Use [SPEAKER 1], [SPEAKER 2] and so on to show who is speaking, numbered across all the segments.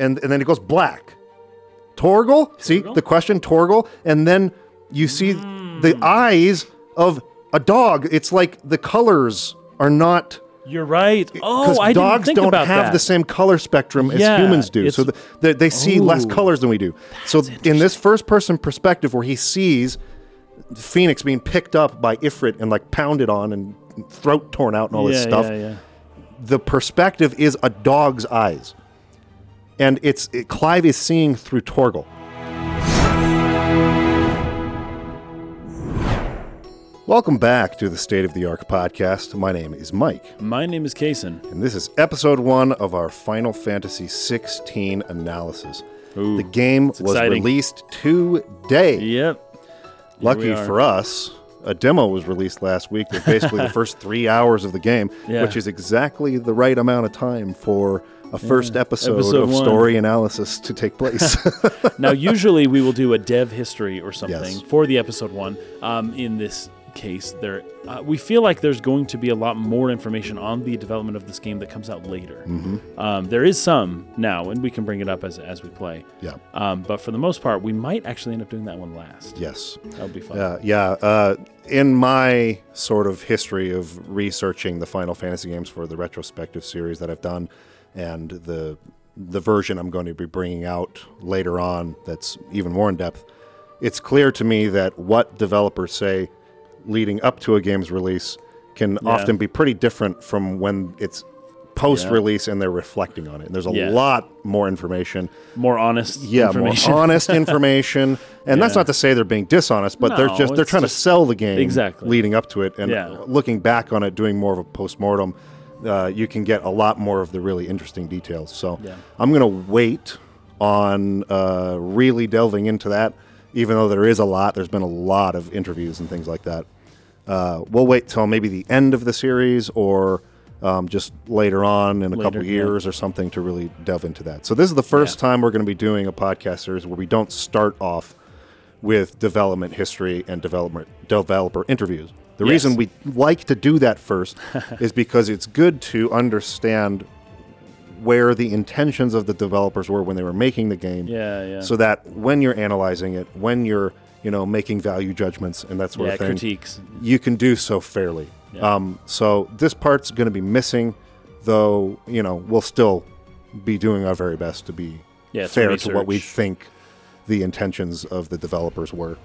[SPEAKER 1] and, and then it goes black. Torgel, see the question Torgel, and then you see
[SPEAKER 2] Hmm.
[SPEAKER 1] the eyes of a dog. It's like the colors are not
[SPEAKER 2] You're right. Oh,
[SPEAKER 1] because
[SPEAKER 2] I didn't
[SPEAKER 1] dogs
[SPEAKER 2] think
[SPEAKER 1] don't
[SPEAKER 2] about
[SPEAKER 1] have
[SPEAKER 2] that.
[SPEAKER 1] the same color spectrum as
[SPEAKER 2] Yeah,
[SPEAKER 1] humans do. So
[SPEAKER 2] it's-
[SPEAKER 1] th they, they see less colors than we do. So in this first person perspective, where he sees Phoenix being picked up by Ifrit and like pounded on and throat torn out and all this
[SPEAKER 2] Yeah,
[SPEAKER 1] stuff,
[SPEAKER 2] yeah, yeah.
[SPEAKER 1] the perspective is a dog's eyes, and it's it, Clive is seeing through Torgel. Welcome back to the State of the Arc podcast. My name is Mike.
[SPEAKER 2] My name is Kason.
[SPEAKER 1] And this is episode one of our Final Fantasy XVI analysis.
[SPEAKER 2] Ooh,
[SPEAKER 1] the game was
[SPEAKER 2] exciting.
[SPEAKER 1] released today.
[SPEAKER 2] Yep.
[SPEAKER 1] Lucky
[SPEAKER 2] we are.
[SPEAKER 1] for us, a demo was released last week with basically the first three hours of the game,
[SPEAKER 2] Yeah.
[SPEAKER 1] which is exactly the right amount of time for a first episode,
[SPEAKER 2] Episode
[SPEAKER 1] of
[SPEAKER 2] one.
[SPEAKER 1] story analysis to take place.
[SPEAKER 2] now, usually we will do a dev history or something
[SPEAKER 1] Yes.
[SPEAKER 2] for the episode one. Um, in this case, there uh, we feel like there's going to be a lot more information on the development of this game that comes out later.
[SPEAKER 1] Mm-hmm.
[SPEAKER 2] Um, there is some now, and we can bring it up as as we play.
[SPEAKER 1] yeah.
[SPEAKER 2] Um, but for the most part, we might actually end up doing that one last.
[SPEAKER 1] Yes.
[SPEAKER 2] That'll be fun.
[SPEAKER 1] Uh, yeah. Uh, in my sort of history of researching the Final Fantasy games for the retrospective series that I've done, and the the version I'm going to be bringing out later on, that's even more in depth. It's clear to me that what developers say leading up to a game's release can often be pretty different from when it's post-release and they're reflecting on it. And there's a
[SPEAKER 2] Yeah.
[SPEAKER 1] lot more information
[SPEAKER 2] More honest.
[SPEAKER 1] yeah, more
[SPEAKER 2] information.
[SPEAKER 1] honest information. And that's not to say they're being dishonest, but they're
[SPEAKER 2] No,
[SPEAKER 1] just they're
[SPEAKER 2] it's
[SPEAKER 1] trying
[SPEAKER 2] just-
[SPEAKER 1] to sell the game
[SPEAKER 2] Exactly.
[SPEAKER 1] leading up to it and
[SPEAKER 2] Yeah.
[SPEAKER 1] looking back on it, doing more of a postmortem. Uh, you can get a lot more of the really interesting details. So
[SPEAKER 2] Yeah.
[SPEAKER 1] I'm gonna wait on uh, really delving into that, even though there is a lot. There's been a lot of interviews and things like that. Uh, we'll wait till maybe the end of the series or um, just later on in a couple
[SPEAKER 2] yeah.
[SPEAKER 1] years or something to really delve into that. So this is the first time we're going to be doing a podcast series where we don't start off with development history and development developer interviews. The
[SPEAKER 2] Yes.
[SPEAKER 1] reason we like to do that first is because it's good to understand where the intentions of the developers were when they were making the game
[SPEAKER 2] Yeah, yeah.
[SPEAKER 1] so that when you're analyzing it, when you're you know making value judgments and that sort
[SPEAKER 2] yeah,
[SPEAKER 1] of thing,
[SPEAKER 2] critiques.
[SPEAKER 1] you can do so fairly. Um, so this part's going to be missing, though. You know, we'll still be doing our very best to be
[SPEAKER 2] Yeah, it's
[SPEAKER 1] fair to what we
[SPEAKER 2] research.
[SPEAKER 1] think the intentions of the developers were.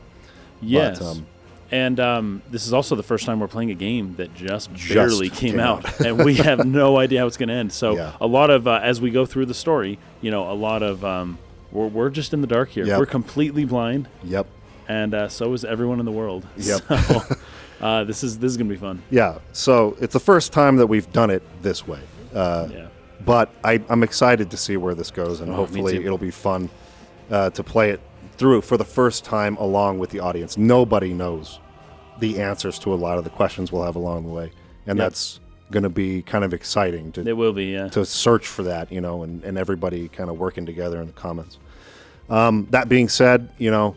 [SPEAKER 2] Yes.
[SPEAKER 1] um,
[SPEAKER 2] and um, this is also the first time we're playing a game that just,
[SPEAKER 1] Just
[SPEAKER 2] barely came,
[SPEAKER 1] came
[SPEAKER 2] out, and we have no idea how it's going to end. So
[SPEAKER 1] Yeah.
[SPEAKER 2] a lot of uh, as we go through the story, you know, a lot of um, we're we're just in the dark here.
[SPEAKER 1] Yep.
[SPEAKER 2] We're completely blind,
[SPEAKER 1] Yep.
[SPEAKER 2] and uh, so is everyone in the world.
[SPEAKER 1] Yep.
[SPEAKER 2] So, uh, this is this is going to be fun.
[SPEAKER 1] Yeah. So it's the first time that we've done it this way. Uh,
[SPEAKER 2] Yeah.
[SPEAKER 1] but I, I'm excited to see where this goes, and
[SPEAKER 2] Oh, me
[SPEAKER 1] hopefully
[SPEAKER 2] too.
[SPEAKER 1] it'll be fun uh, to play it through for the first time along with the audience. Nobody knows the answers to a lot of the questions we'll have along the way, and
[SPEAKER 2] Yep.
[SPEAKER 1] that's going to be kind of exciting
[SPEAKER 2] It
[SPEAKER 1] to
[SPEAKER 2] will be. Yeah.
[SPEAKER 1] to search for that, you know, and, and everybody kind of working together in the comments. Um, that being said, you know,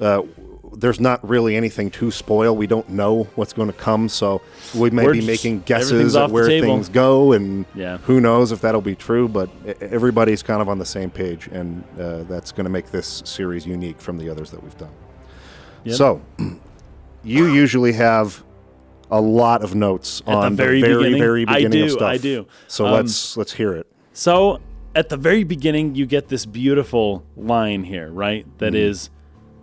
[SPEAKER 1] uh, there's not really anything to spoil. We don't know what's going to come, so we may
[SPEAKER 2] We're
[SPEAKER 1] be
[SPEAKER 2] just-
[SPEAKER 1] making
[SPEAKER 2] everything's
[SPEAKER 1] guesses
[SPEAKER 2] off
[SPEAKER 1] at
[SPEAKER 2] the
[SPEAKER 1] where
[SPEAKER 2] table.
[SPEAKER 1] things go, and
[SPEAKER 2] Yeah.
[SPEAKER 1] who knows if that'll be true. But e- everybody's kind of on the same page, and uh, that's going to make this series unique from the others that we've done.
[SPEAKER 2] Yep.
[SPEAKER 1] So, you usually have a lot of notes
[SPEAKER 2] the
[SPEAKER 1] on
[SPEAKER 2] very
[SPEAKER 1] the very,
[SPEAKER 2] beginning?
[SPEAKER 1] very
[SPEAKER 2] I
[SPEAKER 1] beginning of
[SPEAKER 2] do,
[SPEAKER 1] stuff.
[SPEAKER 2] I do.
[SPEAKER 1] So
[SPEAKER 2] Um,
[SPEAKER 1] let's let's hear it.
[SPEAKER 2] So at the very beginning, you get this beautiful line here, right? That is,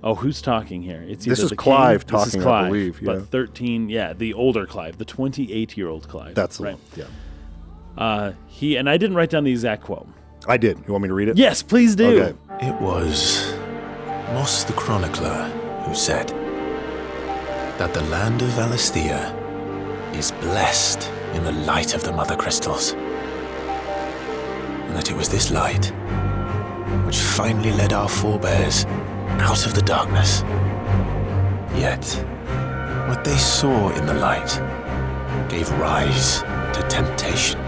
[SPEAKER 2] oh, who's talking here? It's
[SPEAKER 1] Mm-hmm. This
[SPEAKER 2] either
[SPEAKER 1] is
[SPEAKER 2] the king-
[SPEAKER 1] Clive
[SPEAKER 2] This
[SPEAKER 1] talking,
[SPEAKER 2] is
[SPEAKER 1] I
[SPEAKER 2] Clive,
[SPEAKER 1] believe, yeah.
[SPEAKER 2] But thirteen, yeah, the older Clive, the twenty-eight-year-old Clive.
[SPEAKER 1] That's the
[SPEAKER 2] right.
[SPEAKER 1] one. Yeah.
[SPEAKER 2] Uh, he and I didn't write down the exact quote.
[SPEAKER 1] I did. You want me to read it?
[SPEAKER 2] Yes, please do.
[SPEAKER 1] Okay.
[SPEAKER 3] It was Moss the Chronicler who said that the land of Alistia is blessed in the light of the Mother Crystals. And that it was this light which finally led our forebears out of the darkness. Yet, what they saw in the light gave rise to temptation.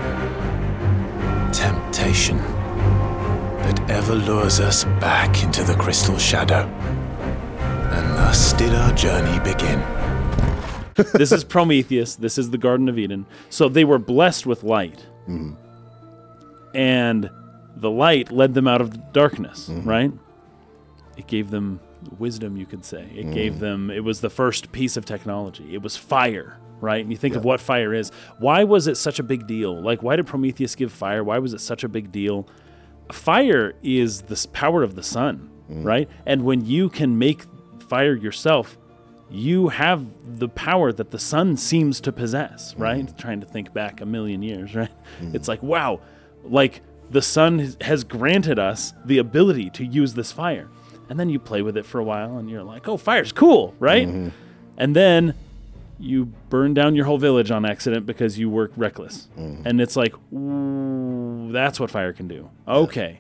[SPEAKER 3] Temptation that ever lures us back into the crystal shadow. And thus did our journey begin.
[SPEAKER 2] this is Prometheus. This is the Garden of Eden. So they were blessed with light, and the light led them out of the darkness, right? It gave them wisdom, you could say. It gave them, it was the first piece of technology. It was fire, right? And you think of what fire is. Why was it such a big deal? Like, why did Prometheus give fire? Why was it such a big deal? Fire is the s- power of the sun, right? And when you can make fire yourself, you have the power that the sun seems to possess, right? Trying to think back a million years, right? It's like, wow, like the sun has- has granted us the ability to use this fire. And then you play with it for a while and you're like, oh, fire's cool, right? And then you burn down your whole village on accident because you work reckless. And it's like, ooh, that's what fire can do. Okay.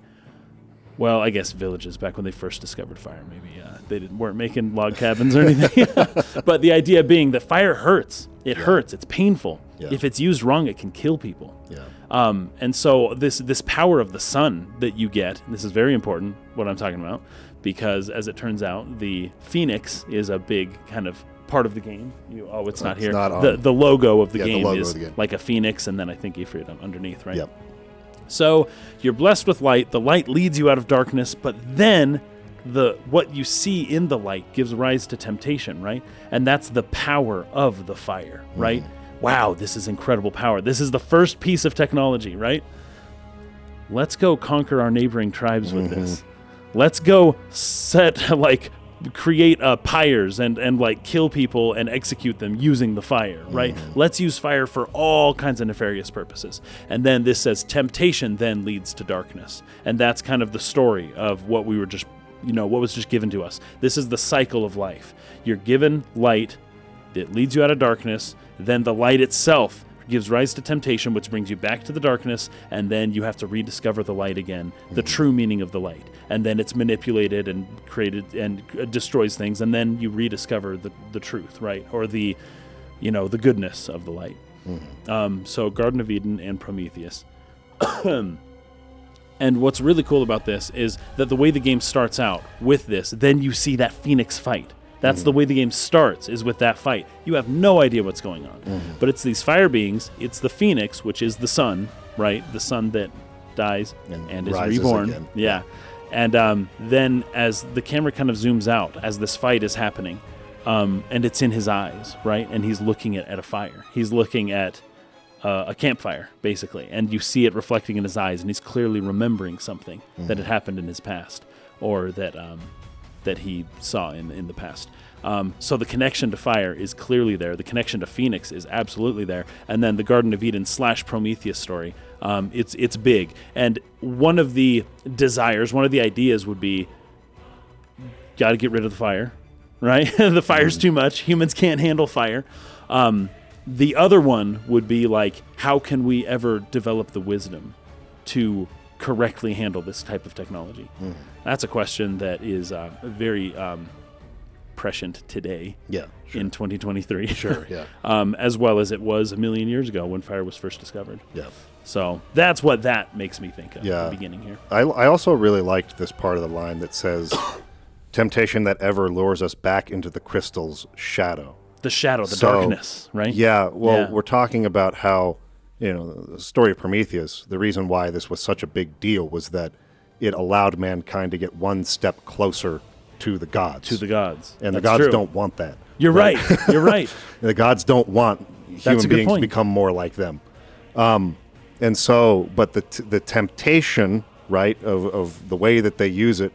[SPEAKER 2] Well, I guess villages back when they first discovered fire, maybe uh, they didn't, weren't making log cabins or anything. but the idea being that fire hurts. It hurts. It's painful.
[SPEAKER 1] Yeah.
[SPEAKER 2] If it's used wrong, it can kill people.
[SPEAKER 1] Yeah.
[SPEAKER 2] Um, and so this this power of the sun that you get, this is very important. What I'm talking about, because as it turns out, the phoenix is a big kind of part of the game. You, oh, it's not
[SPEAKER 1] It's
[SPEAKER 2] here.
[SPEAKER 1] not on.
[SPEAKER 2] The the logo of the
[SPEAKER 1] Yeah, the
[SPEAKER 2] game
[SPEAKER 1] logo
[SPEAKER 2] is
[SPEAKER 1] of the game.
[SPEAKER 2] like a phoenix, and then I think Ifrit underneath, right?
[SPEAKER 1] Yep.
[SPEAKER 2] So you're blessed with light. The light leads you out of darkness, but then the what you see in the light gives rise to temptation, right? And that's the power of the fire, right? Wow, this is incredible power. This is the first piece of technology, right? Let's go conquer our neighboring tribes with this. Let's go set like create uh, pyres and and like kill people and execute them using the fire, right? Let's use fire for all kinds of nefarious purposes. And then this says temptation then leads to darkness, and that's kind of the story of what we were just you know what was just given to us. This is the cycle of life. You're given light, it leads you out of darkness. Then the light itself gives rise to temptation, which brings you back to the darkness. And then you have to rediscover the light again, the true meaning of the light. And then it's manipulated and created and uh, destroys things. And then you rediscover the, the truth, right? Or the, you know, the goodness of the light. Um, so Garden of Eden and Prometheus. And what's really cool about this is that the way the game starts out with this, then you see that Phoenix fight. That's
[SPEAKER 1] Mm-hmm.
[SPEAKER 2] the way the game starts, is with that fight. You have no idea what's going on.
[SPEAKER 1] Mm-hmm.
[SPEAKER 2] But it's these fire beings, it's the Phoenix, which is the sun, right? The sun that dies and,
[SPEAKER 1] And
[SPEAKER 2] is
[SPEAKER 1] rises
[SPEAKER 2] reborn.
[SPEAKER 1] again.
[SPEAKER 2] Yeah. And um, then as the camera kind of zooms out, as this fight is happening, um, and it's in his eyes, right? And he's looking at, at a fire. He's looking at uh, a campfire, basically, and you see it reflecting in his eyes, and he's clearly remembering something that had happened in his past, or that um, that he saw in in the past. Um, so the connection to fire is clearly there. The connection to Phoenix is absolutely there, and then the Garden of Eden slash Prometheus story. Um, it's it's big, and one of the desires, one of the ideas would be got to get rid of the fire, right? the fire's too much. Humans can't handle fire. Um, the other one would be like, how can we ever develop the wisdom to correctly handle this type of technology?
[SPEAKER 1] Mm-hmm.
[SPEAKER 2] That's a question that is uh, very um, prescient today
[SPEAKER 1] Yeah. Sure.
[SPEAKER 2] in 2023.
[SPEAKER 1] Sure, yeah.
[SPEAKER 2] um, as well as it was a million years ago when fire was first discovered.
[SPEAKER 1] Yeah.
[SPEAKER 2] So that's what that makes me think of at
[SPEAKER 1] Yeah.
[SPEAKER 2] the beginning here.
[SPEAKER 1] I, I also really liked this part of the line that says, "Temptation that ever lures us back into the crystal's shadow."
[SPEAKER 2] The shadow, the
[SPEAKER 1] So,
[SPEAKER 2] darkness, right?
[SPEAKER 1] Yeah, well,
[SPEAKER 2] Yeah.
[SPEAKER 1] we're talking about how, you know, the story of Prometheus, the reason why this was such a big deal was that it allowed mankind to get one step closer to the gods.
[SPEAKER 2] To the gods.
[SPEAKER 1] and the
[SPEAKER 2] That's
[SPEAKER 1] gods
[SPEAKER 2] true.
[SPEAKER 1] don't want that.
[SPEAKER 2] You're right. You're right.
[SPEAKER 1] The gods don't want
[SPEAKER 2] a
[SPEAKER 1] human
[SPEAKER 2] good
[SPEAKER 1] beings
[SPEAKER 2] point.
[SPEAKER 1] to become more like them. Um, and so, but the, t- the temptation, right, of, of the way that they use it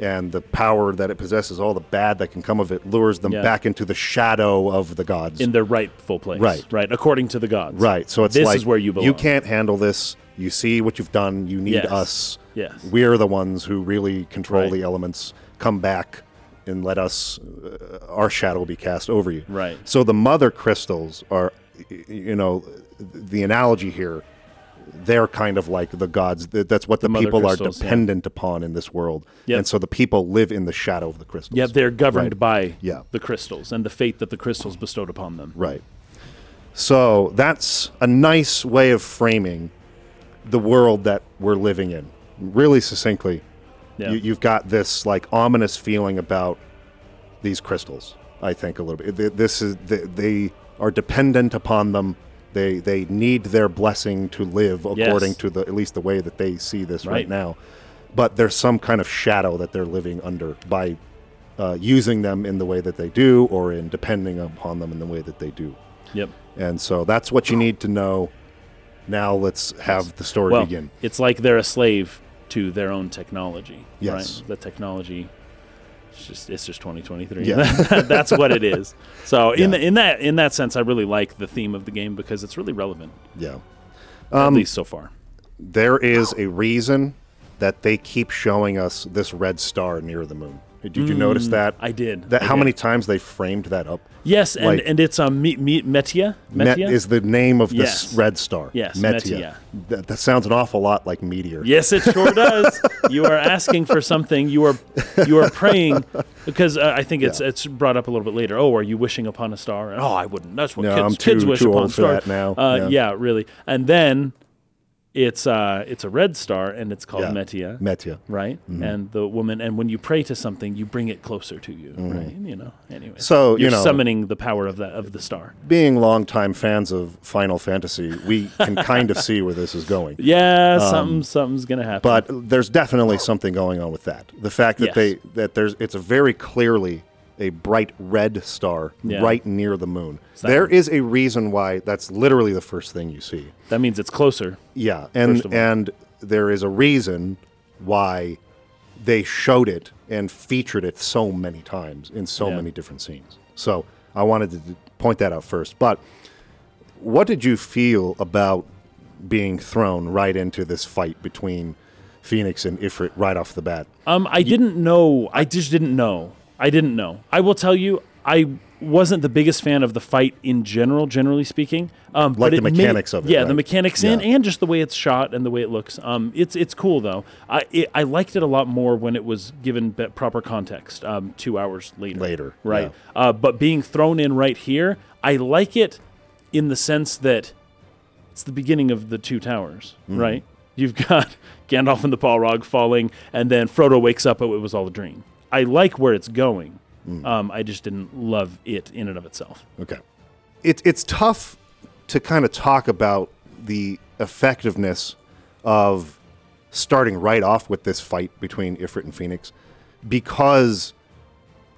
[SPEAKER 1] and the power that it possesses, all the bad that can come of it, lures them
[SPEAKER 2] Yeah.
[SPEAKER 1] back into the shadow of the gods.
[SPEAKER 2] in their rightful place.
[SPEAKER 1] Right.
[SPEAKER 2] Right. According to the gods.
[SPEAKER 1] Right. So it's
[SPEAKER 2] this
[SPEAKER 1] like
[SPEAKER 2] is where you belong.
[SPEAKER 1] can't handle this. You see what you've done. You need
[SPEAKER 2] Yes.
[SPEAKER 1] us.
[SPEAKER 2] Yes.
[SPEAKER 1] We're the ones who really control
[SPEAKER 2] Right.
[SPEAKER 1] the elements. Come back and let us uh, our shadow be cast over you.
[SPEAKER 2] Right.
[SPEAKER 1] So the mother crystals are y- y- you know the analogy here they're kind of like the gods. Th- That's what the,
[SPEAKER 2] mother
[SPEAKER 1] people are
[SPEAKER 2] crystals, yeah.
[SPEAKER 1] dependent upon in this world.
[SPEAKER 2] Yep.
[SPEAKER 1] And so the people live in the shadow of the crystals.
[SPEAKER 2] Yeah, they're governed
[SPEAKER 1] Right.
[SPEAKER 2] by
[SPEAKER 1] Yeah.
[SPEAKER 2] the crystals and the fate that the crystals bestowed upon them.
[SPEAKER 1] Right. So that's a nice way of framing the world that we're living in. Really succinctly,
[SPEAKER 2] Yeah.
[SPEAKER 1] you, you've got this like ominous feeling about these crystals. I think a little bit. Th- This is th- they are dependent upon them. They they need their blessing to live according
[SPEAKER 2] Yes.
[SPEAKER 1] to the at least the way that they see this right,
[SPEAKER 2] Right.
[SPEAKER 1] now. But there's some kind of shadow that they're living under by uh, using them in the way that they do, or in depending upon them in the way that they do.
[SPEAKER 2] Yep.
[SPEAKER 1] And so that's what you need to know. Now let's have the story
[SPEAKER 2] Well,
[SPEAKER 1] begin.
[SPEAKER 2] it's like they're a slave to their own technology.
[SPEAKER 1] Yes.
[SPEAKER 2] Right? The technology. It's just it's just 2023.
[SPEAKER 1] Yeah.
[SPEAKER 2] That's what it is. So in
[SPEAKER 1] Yeah.
[SPEAKER 2] the, in that in that sense, I really like the theme of the game because it's really relevant,
[SPEAKER 1] Yeah. Um,
[SPEAKER 2] at least so far.
[SPEAKER 1] There is a reason that they keep showing us this red star near the moon. Did you notice that?
[SPEAKER 2] Hmm, I did.
[SPEAKER 1] That
[SPEAKER 2] I
[SPEAKER 1] how
[SPEAKER 2] did.
[SPEAKER 1] many times they framed that up?
[SPEAKER 2] Yes, and,
[SPEAKER 1] like-
[SPEAKER 2] and it's um, me, me, Metia.
[SPEAKER 1] Met
[SPEAKER 2] Metia?
[SPEAKER 1] is the name of this
[SPEAKER 2] Yes.
[SPEAKER 1] red star.
[SPEAKER 2] Yes, Meteor.
[SPEAKER 1] That, that sounds an awful lot like meteor.
[SPEAKER 2] Yes, it sure does. you are asking for something. You are you are praying because uh, I think it's
[SPEAKER 1] Yeah.
[SPEAKER 2] it's brought up a little bit later. Oh, are you wishing upon a star? And, oh, I wouldn't. That's what
[SPEAKER 1] No,
[SPEAKER 2] kids,
[SPEAKER 1] I'm
[SPEAKER 2] kids
[SPEAKER 1] too-
[SPEAKER 2] wish
[SPEAKER 1] too
[SPEAKER 2] upon
[SPEAKER 1] old for
[SPEAKER 2] stars.
[SPEAKER 1] that now.
[SPEAKER 2] Uh,
[SPEAKER 1] Yeah.
[SPEAKER 2] yeah. really. And then it's uh it's a red star and it's called
[SPEAKER 1] Yeah. Mm-hmm.
[SPEAKER 2] Metia.
[SPEAKER 1] Meteor.
[SPEAKER 2] Right, and the woman, and when you pray to something, you bring it closer to you. Right, you know. Anyway,
[SPEAKER 1] Mm-hmm. So, you
[SPEAKER 2] you're
[SPEAKER 1] know-
[SPEAKER 2] summoning the power of the of the star.
[SPEAKER 1] Being longtime fans of Final Fantasy, we can kind of see where this is going.
[SPEAKER 2] Yeah, something something's gonna happen.
[SPEAKER 1] Um, but there's definitely something going on with that. The fact that
[SPEAKER 2] Yes.
[SPEAKER 1] they that there's it's a very clearly a bright red star
[SPEAKER 2] Yeah.
[SPEAKER 1] right near the moon.
[SPEAKER 2] that
[SPEAKER 1] There
[SPEAKER 2] one.
[SPEAKER 1] is a reason why that's literally the first thing you see.
[SPEAKER 2] that means it's closer.
[SPEAKER 1] Yeah,
[SPEAKER 2] First
[SPEAKER 1] and
[SPEAKER 2] of all.
[SPEAKER 1] and there is a reason why they showed it and featured it so many times in so
[SPEAKER 2] Yeah.
[SPEAKER 1] many different scenes. So I wanted to d- point that out first. But what did you feel about being thrown right into this fight between Phoenix and Ifrit right off the bat?
[SPEAKER 2] Um, I didn't know. I just didn't know. I didn't know. I will tell you, I wasn't the biggest fan of the fight in general, generally speaking. Um,
[SPEAKER 1] Like
[SPEAKER 2] but
[SPEAKER 1] the
[SPEAKER 2] made-
[SPEAKER 1] mechanics of it,
[SPEAKER 2] Yeah, the
[SPEAKER 1] right?
[SPEAKER 2] mechanics in
[SPEAKER 1] Yeah.
[SPEAKER 2] and just the way it's shot and the way it looks. Um, it's it's cool though. I it, I liked it a lot more when it was given be- proper context. Um, two hours later.
[SPEAKER 1] Later,
[SPEAKER 2] right? Uh, but being thrown in right here, I like it in the sense that it's the beginning of the two towers, right? You've got Gandalf and the Balrog falling, and then Frodo wakes up. Oh, it was all a dream. I like where it's going. Um, I just didn't love it in and of itself.
[SPEAKER 1] Okay. It, it's tough to kind of talk about the effectiveness of starting right off with this fight between Ifrit and Phoenix because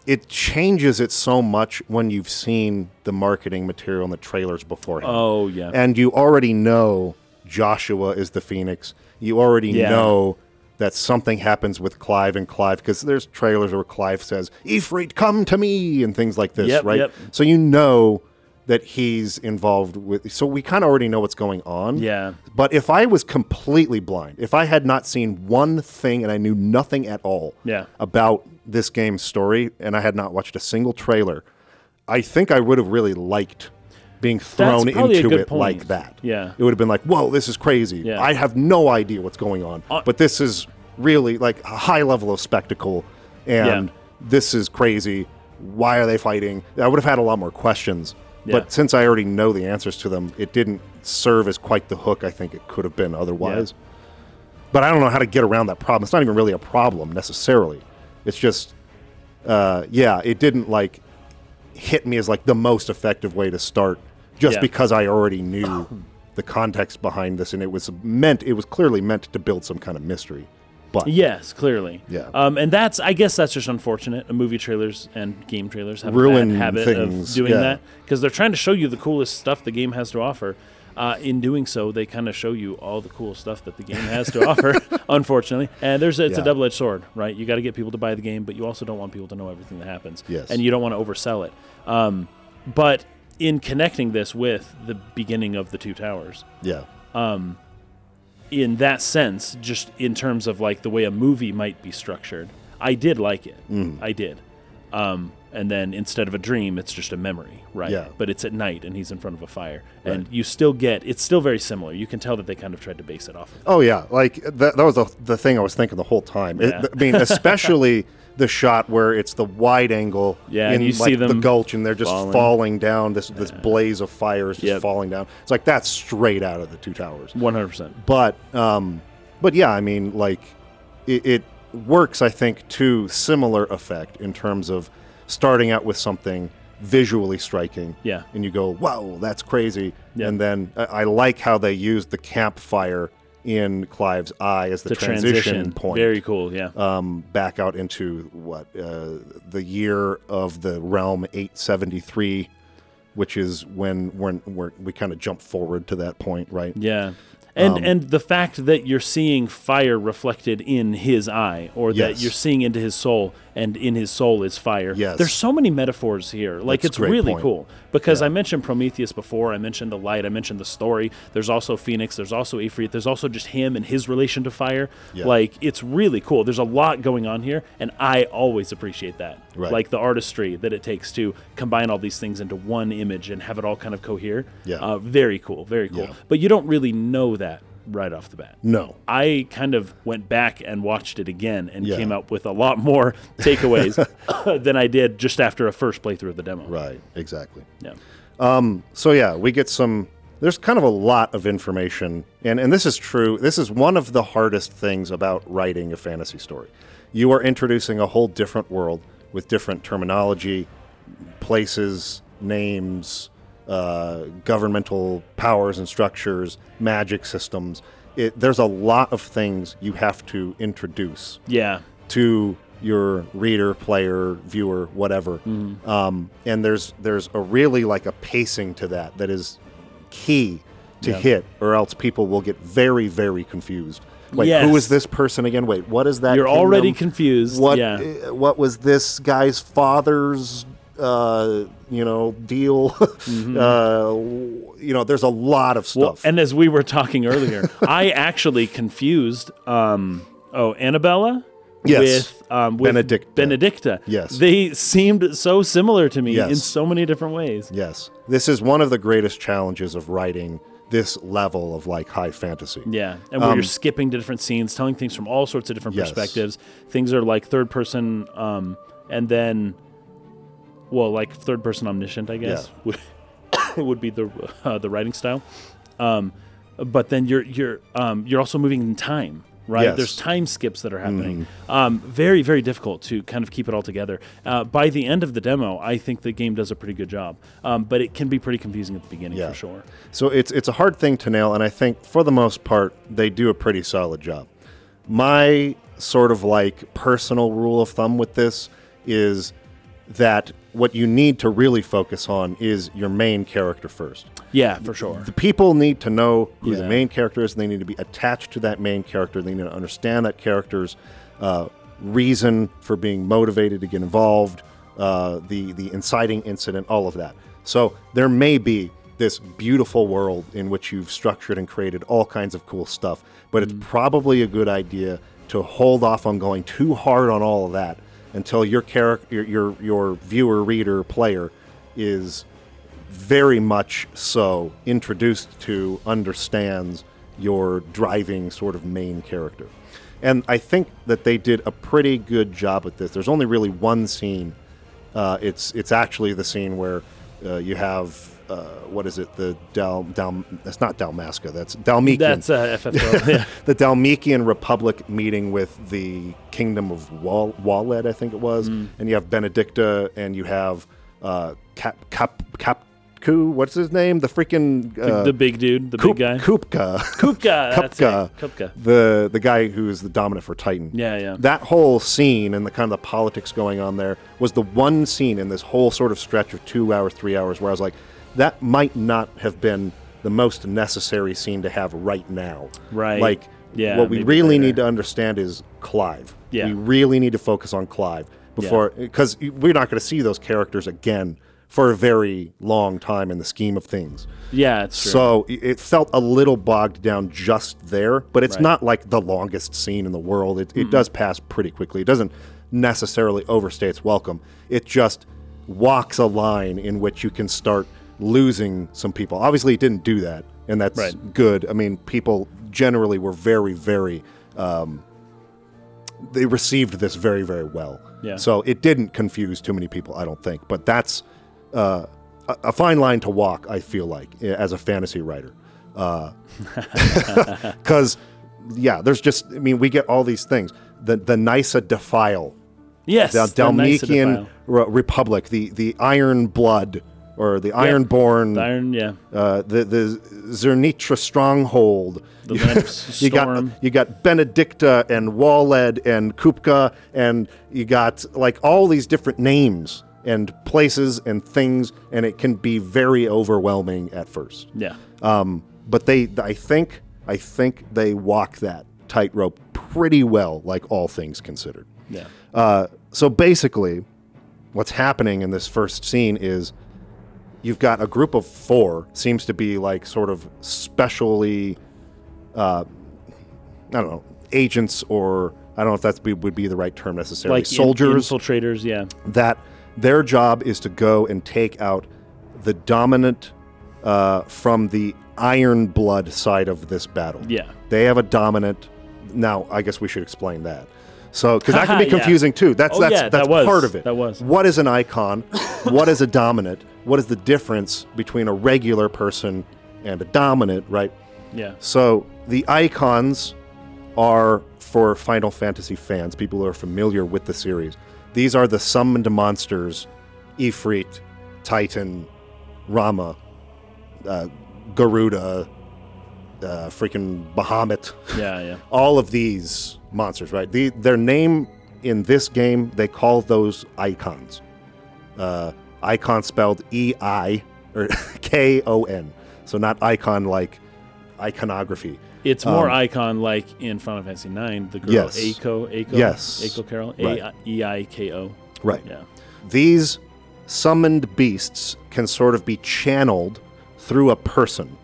[SPEAKER 1] it changes it so much when you've seen the marketing material and the trailers beforehand.
[SPEAKER 2] Oh yeah,
[SPEAKER 1] And you already know Joshua is the Phoenix. You already
[SPEAKER 2] Yeah.
[SPEAKER 1] know that something happens with Clive and Clive because there's trailers where Clive says, Ifrit, come to me, and things like this,
[SPEAKER 2] Yep,
[SPEAKER 1] right?
[SPEAKER 2] yep.
[SPEAKER 1] So you know that he's involved with. So we kind of already know what's going on.
[SPEAKER 2] Yeah.
[SPEAKER 1] But if I was completely blind, if I had not seen one thing and I knew nothing at all
[SPEAKER 2] Yeah.
[SPEAKER 1] about this game's story and I had not watched a single trailer, I think I would have really liked being thrown
[SPEAKER 2] probably a
[SPEAKER 1] into
[SPEAKER 2] good
[SPEAKER 1] it
[SPEAKER 2] point.
[SPEAKER 1] like that.
[SPEAKER 2] Yeah.
[SPEAKER 1] It would have been like, whoa, this is crazy.
[SPEAKER 2] Yeah. Uh,
[SPEAKER 1] I have no idea what's going on. but this is really like a high level of spectacle and
[SPEAKER 2] Yeah.
[SPEAKER 1] this is crazy. Why are they fighting? I would have had a lot more questions.
[SPEAKER 2] Yeah.
[SPEAKER 1] But since I already know the answers to them, it didn't serve as quite the hook I think it could have been otherwise. But I don't know how to get around that problem. It's not even really a problem necessarily. It's just, uh, yeah, it didn't like hit me as like the most effective way to start just
[SPEAKER 2] Yeah.
[SPEAKER 1] because I already knew the context behind this and it was meant, it was clearly meant to build some kind of mystery. But
[SPEAKER 2] yes, clearly.
[SPEAKER 1] Yeah.
[SPEAKER 2] Um, and that's I guess that's just unfortunate. Movie trailers and game trailers have
[SPEAKER 1] Ruin
[SPEAKER 2] a bad habit
[SPEAKER 1] things,
[SPEAKER 2] of doing
[SPEAKER 1] yeah.
[SPEAKER 2] that because they're trying to show you the coolest stuff the game has to offer. Uh, in doing so, they kind of show you all the cool stuff that the game has to offer. Unfortunately, and there's it's
[SPEAKER 1] Yeah.
[SPEAKER 2] a double-edged sword, right? You got to get people to buy the game, but you also don't want people to know everything that happens.
[SPEAKER 1] Yes.
[SPEAKER 2] And you don't want to oversell it. Um, but in connecting this with the beginning of the Two Towers,
[SPEAKER 1] yeah,
[SPEAKER 2] in that sense, just in terms of like the way a movie might be structured, I did like it.
[SPEAKER 1] Mm.
[SPEAKER 2] I did. Um, and then instead of a dream, it's just a memory, right?
[SPEAKER 1] Yeah.
[SPEAKER 2] But it's at night and he's in front of a fire. And you still get, it's still very similar. You can tell that they kind of tried to base it off of.
[SPEAKER 1] Oh yeah, like that, that was the, the thing I was thinking the whole time. It-
[SPEAKER 2] Yeah.
[SPEAKER 1] I mean, especially the shot where it's the wide angle
[SPEAKER 2] Yeah,
[SPEAKER 1] in
[SPEAKER 2] and you
[SPEAKER 1] like,
[SPEAKER 2] see
[SPEAKER 1] the
[SPEAKER 2] them
[SPEAKER 1] gulch and they're just falling,
[SPEAKER 2] falling.
[SPEAKER 1] down. This this blaze of fire is just
[SPEAKER 2] Yep.
[SPEAKER 1] falling down. It's like that's straight out of the two towers.
[SPEAKER 2] 100%.
[SPEAKER 1] But um, but yeah, I mean, like it, it works. I think to similar effect in terms of starting out with something visually striking.
[SPEAKER 2] Yeah.
[SPEAKER 1] And you go, "Wow, that's crazy."
[SPEAKER 2] Yeah.
[SPEAKER 1] And then I, I like how they used the campfire in Clive's eye as the,
[SPEAKER 2] The
[SPEAKER 1] transition,
[SPEAKER 2] transition,
[SPEAKER 1] point
[SPEAKER 2] Very cool. Yeah.
[SPEAKER 1] um, back out into what uh, the year of the realm 873, which is when when we're, we kind of jump forward to that point, right?
[SPEAKER 2] yeah.
[SPEAKER 1] Um,
[SPEAKER 2] And and the fact that you're seeing fire reflected in his eye, or that
[SPEAKER 1] Yes.
[SPEAKER 2] you're seeing into his soul, and in his soul is fire.
[SPEAKER 1] Yes.
[SPEAKER 2] There's so many metaphors here. Like
[SPEAKER 1] That's
[SPEAKER 2] it's
[SPEAKER 1] a great
[SPEAKER 2] really
[SPEAKER 1] point.
[SPEAKER 2] cool because I mentioned Prometheus before. I mentioned the light. I mentioned the story. There's also Phoenix. There's also Ifrit. There's also just him and his relation to fire.
[SPEAKER 1] Yeah.
[SPEAKER 2] Like it's really cool. There's a lot going on here, and I always appreciate that.
[SPEAKER 1] Right.
[SPEAKER 2] Like the artistry that it takes to combine all these things into one image and have it all kind of cohere.
[SPEAKER 1] Yeah.
[SPEAKER 2] Uh, very cool. Very cool.
[SPEAKER 1] Yeah.
[SPEAKER 2] But you don't really know that right off the bat.
[SPEAKER 1] No.
[SPEAKER 2] I kind of went back and watched it again and
[SPEAKER 1] Yeah.
[SPEAKER 2] came up with a lot more takeaways than I did just after a first playthrough of the demo.
[SPEAKER 1] Right. Exactly.
[SPEAKER 2] Yeah.
[SPEAKER 1] So yeah, we get some. There's kind of a lot of information, and and this is true. This is one of the hardest things about writing a fantasy story. You are introducing a whole different world with different terminology, places, names, uh, governmental powers and structures, magic systems. It, there's a lot of things you have to introduce
[SPEAKER 2] Yeah.
[SPEAKER 1] to your reader, player, viewer, whatever.
[SPEAKER 2] Mm-hmm.
[SPEAKER 1] Um, and there's there's a really like a pacing to that that is key to hit, or else people will get very very confused. Wait, who
[SPEAKER 2] Yes.
[SPEAKER 1] is this person again? Wait, what is that?
[SPEAKER 2] You're
[SPEAKER 1] kingdom?
[SPEAKER 2] already confused.
[SPEAKER 1] What
[SPEAKER 2] yeah.
[SPEAKER 1] uh, what was this guy's father's? Uh, you know, deal. Uh, you know, there's a lot of
[SPEAKER 2] Mm-hmm. Well,
[SPEAKER 1] stuff.
[SPEAKER 2] and as we were talking earlier, I actually confused. Um, oh, Annabella.
[SPEAKER 1] Yes.
[SPEAKER 2] With, um, with
[SPEAKER 1] Benedicta.
[SPEAKER 2] Benedicta.
[SPEAKER 1] Yes.
[SPEAKER 2] They seemed so similar to me in
[SPEAKER 1] Yes.
[SPEAKER 2] so many different ways.
[SPEAKER 1] yes, this is one of the greatest challenges of writing this level of like high fantasy.
[SPEAKER 2] Yeah, and where you're skipping to different scenes, telling things from all sorts of different
[SPEAKER 1] Um, Yes.
[SPEAKER 2] perspectives. Things are like third person, um, and then, well, like third person omniscient, I guess, would would be the uh, the writing style. Um, but then you're you're um, you're also moving in time, right?
[SPEAKER 1] Yes. Mm-hmm.
[SPEAKER 2] There's time skips that are happening. Um, very very difficult to kind of keep it all together. Uh, by the end of the demo, I think the game does a pretty good job, um, but it can be pretty confusing at the beginning
[SPEAKER 1] Yeah.
[SPEAKER 2] for sure.
[SPEAKER 1] So it's it's a hard thing to nail, and I think for the most part they do a pretty solid job. My sort of like personal rule of thumb with this is that what you need to really focus on is your main character first.
[SPEAKER 2] Yeah, for sure.
[SPEAKER 1] The people need to know who the
[SPEAKER 2] Yeah.
[SPEAKER 1] main character is, and they need to be attached to that main character. They need to understand that character's uh, reason for being motivated to get involved, uh, the the inciting incident, all of that. So there may be this beautiful world in which you've structured and created all kinds of cool stuff, but it's probably a good idea to hold off on going too hard on all of that until your character, your, your your viewer, reader, player is very much so introduced to, understands your driving sort of main character. And I think that they did a pretty good job with this. There's only really one scene. Uh, it's it's actually the scene where uh, you have uh, what is it the Dal, Dal that's not Dalmasca that's Dalmecian
[SPEAKER 2] That's uh, FFO. yeah.
[SPEAKER 1] the Dalmecian Republic meeting with the Kingdom of Wal- Waled, I think it was,
[SPEAKER 2] Mm.
[SPEAKER 1] and you have Benedicta, and you have uh, Cap Cap Capku. What's his name? The freaking uh,
[SPEAKER 2] the big dude, the
[SPEAKER 1] Kup-
[SPEAKER 2] big guy.
[SPEAKER 1] Kupka.
[SPEAKER 2] Kupka. That's
[SPEAKER 1] Kupka.
[SPEAKER 2] it. Kupka.
[SPEAKER 1] The the guy who is the dominant for Titan.
[SPEAKER 2] Yeah, yeah.
[SPEAKER 1] That whole scene and the kind of the politics going on there was the one scene in this whole sort of stretch of two hours, three hours, where I was like, that might not have been the most necessary scene to have right now.
[SPEAKER 2] Right.
[SPEAKER 1] Like,
[SPEAKER 2] Yeah,
[SPEAKER 1] what we
[SPEAKER 2] maybe
[SPEAKER 1] really
[SPEAKER 2] later.
[SPEAKER 1] need to understand is Clive.
[SPEAKER 2] Yeah.
[SPEAKER 1] We really need to focus on Clive before, because we're not going to see those characters again for a very long time in the scheme of things.
[SPEAKER 2] Yeah, it's true.
[SPEAKER 1] So i- it felt a little bogged down just there, but it's
[SPEAKER 2] Right. Mm-hmm.
[SPEAKER 1] not like the longest scene in the world. It, it does pass pretty quickly. It doesn't necessarily overstay its welcome. It just walks a line in which you can start losing some people. Obviously, it didn't do that, and that's
[SPEAKER 2] Right.
[SPEAKER 1] good. I mean, people generally were very, very. Um, they received this very, very well.
[SPEAKER 2] Yeah.
[SPEAKER 1] So it didn't confuse too many people, I don't think. But that's uh, a, a fine line to walk. I feel like i- as a fantasy writer, Uh, because yeah, there's just I mean we get all these things. The the Nysa defile
[SPEAKER 2] Yes,
[SPEAKER 1] the
[SPEAKER 2] the
[SPEAKER 1] Dalmatian
[SPEAKER 2] Nicodophile.
[SPEAKER 1] Re- Republic, the the Iron Blood or the Ironborn,
[SPEAKER 2] The iron, yeah.
[SPEAKER 1] uh, the the Zernitra stronghold.
[SPEAKER 2] The land of s-
[SPEAKER 1] You got
[SPEAKER 2] storm.
[SPEAKER 1] you got Benedicta and Walled and Kupka and you got like all these different names and places and things and it can be very overwhelming at first.
[SPEAKER 2] yeah.
[SPEAKER 1] Um, but they, I think, I think they walk that tightrope pretty well, like all things considered.
[SPEAKER 2] Yeah.
[SPEAKER 1] Uh, so basically, what's happening in this first scene is you've got a group of four, seems to be like sort of specially, uh, I don't know, agents or I don't know if that would be the right term necessarily,
[SPEAKER 2] Like in-
[SPEAKER 1] soldiers
[SPEAKER 2] infiltrators, yeah.
[SPEAKER 1] that their job is to go and take out the dominant uh, from the Iron Blood side of this battle.
[SPEAKER 2] Yeah.
[SPEAKER 1] They have a dominant. Now, I guess we should explain that. So, because that can be
[SPEAKER 2] Yeah.
[SPEAKER 1] confusing too. That's
[SPEAKER 2] Oh,
[SPEAKER 1] that's
[SPEAKER 2] yeah,
[SPEAKER 1] that's
[SPEAKER 2] that was-
[SPEAKER 1] part of it.
[SPEAKER 2] that was.
[SPEAKER 1] What is an icon? what is a dominant? What is the difference between a regular person and a dominant? Right.
[SPEAKER 2] Yeah.
[SPEAKER 1] So the icons are for Final Fantasy fans, people who are familiar with the series. These are the summoned monsters: Ifrit, Titan, Rama, uh, Garuda, uh, freaking Bahamut.
[SPEAKER 2] Yeah, yeah.
[SPEAKER 1] All of these monsters, right? The, their name in this game, they call those icons. Uh, icon spelled E I or K O N. So not icon like iconography.
[SPEAKER 2] It's more icon like in Final Fantasy IX, the girl
[SPEAKER 1] Um, Yes.
[SPEAKER 2] Aiko, Aiko,
[SPEAKER 1] Yes.
[SPEAKER 2] Aiko Carol,
[SPEAKER 1] Right.
[SPEAKER 2] A E I K O.
[SPEAKER 1] Right.
[SPEAKER 2] Yeah.
[SPEAKER 1] These summoned beasts can sort of be channeled through a person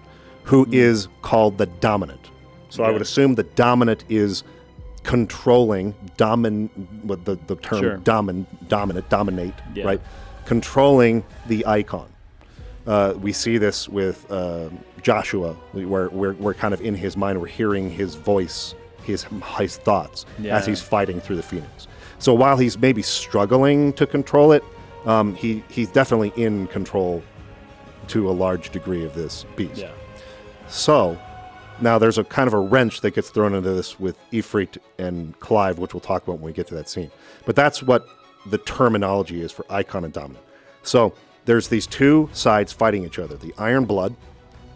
[SPEAKER 1] who is
[SPEAKER 2] Hmm.
[SPEAKER 1] called the dominant. So I
[SPEAKER 2] Yeah.
[SPEAKER 1] would assume the dominant is controlling, domin, with the, the term
[SPEAKER 2] Sure.
[SPEAKER 1] domin, dominant, dominate,
[SPEAKER 2] Yeah.
[SPEAKER 1] right? Controlling the icon. Uh, we see this with uh, Joshua, where we're, we're kind of in his mind, we're hearing his voice, his, his thoughts
[SPEAKER 2] Yeah.
[SPEAKER 1] as he's fighting through the Phoenix. So while he's maybe struggling to control it, um, he, he's definitely in control to a large degree of this beast.
[SPEAKER 2] Yeah.
[SPEAKER 1] So now there's a kind of a wrench that gets thrown into this with Ifrit and Clive, which we'll talk about when we get to that scene. But that's what the terminology is for icon and dominant. So there's these two sides fighting each other the Iron Blood